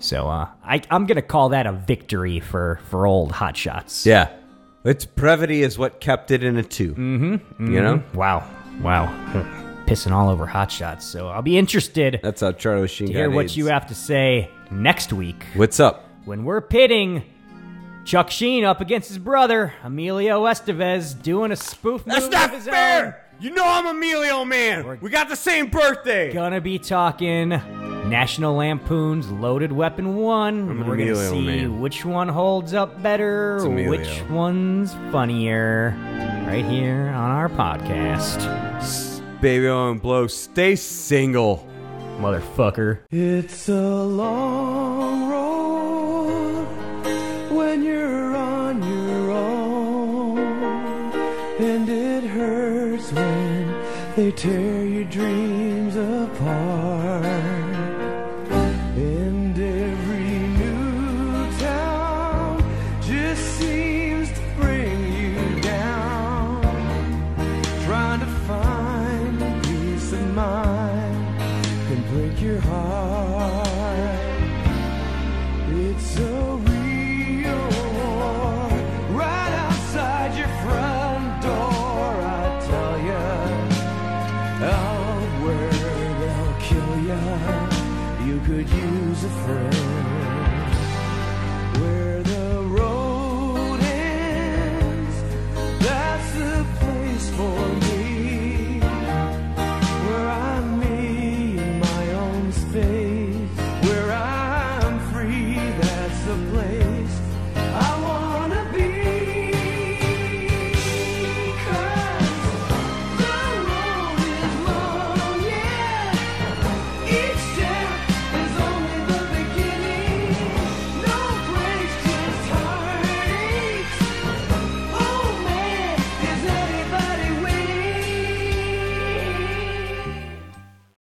[SPEAKER 4] So uh, I, I'm gonna call that a victory for for old Hot Shots.
[SPEAKER 5] Yeah. Its brevity is what kept it in a 2 Mm-hmm. You know?
[SPEAKER 4] Wow. Wow. Pissing all over Hot Shots. So I'll be interested
[SPEAKER 5] That's how Charlie Sheen
[SPEAKER 4] to
[SPEAKER 5] got
[SPEAKER 4] hear what
[SPEAKER 5] AIDS.
[SPEAKER 4] you have to say next week
[SPEAKER 5] What's up?
[SPEAKER 4] when we're pitting Chuck Sheen up against his brother Emilio Estevez doing a spoof movie. of his own.
[SPEAKER 5] You know I'm Emilio man. we got the same birthday.
[SPEAKER 4] Gonna be talking National Lampoon's Loaded Weapon One.
[SPEAKER 5] I'm an
[SPEAKER 4] We're gonna
[SPEAKER 5] Emilio
[SPEAKER 4] see
[SPEAKER 5] man.
[SPEAKER 4] which one holds up better,
[SPEAKER 5] It's Emilio.
[SPEAKER 4] which one's funnier, right here on our podcast.
[SPEAKER 5] Baby on blow. Stay single.
[SPEAKER 4] Motherfucker.
[SPEAKER 12] It's a long road when you're on your own, and it hurts when they tear your dreams.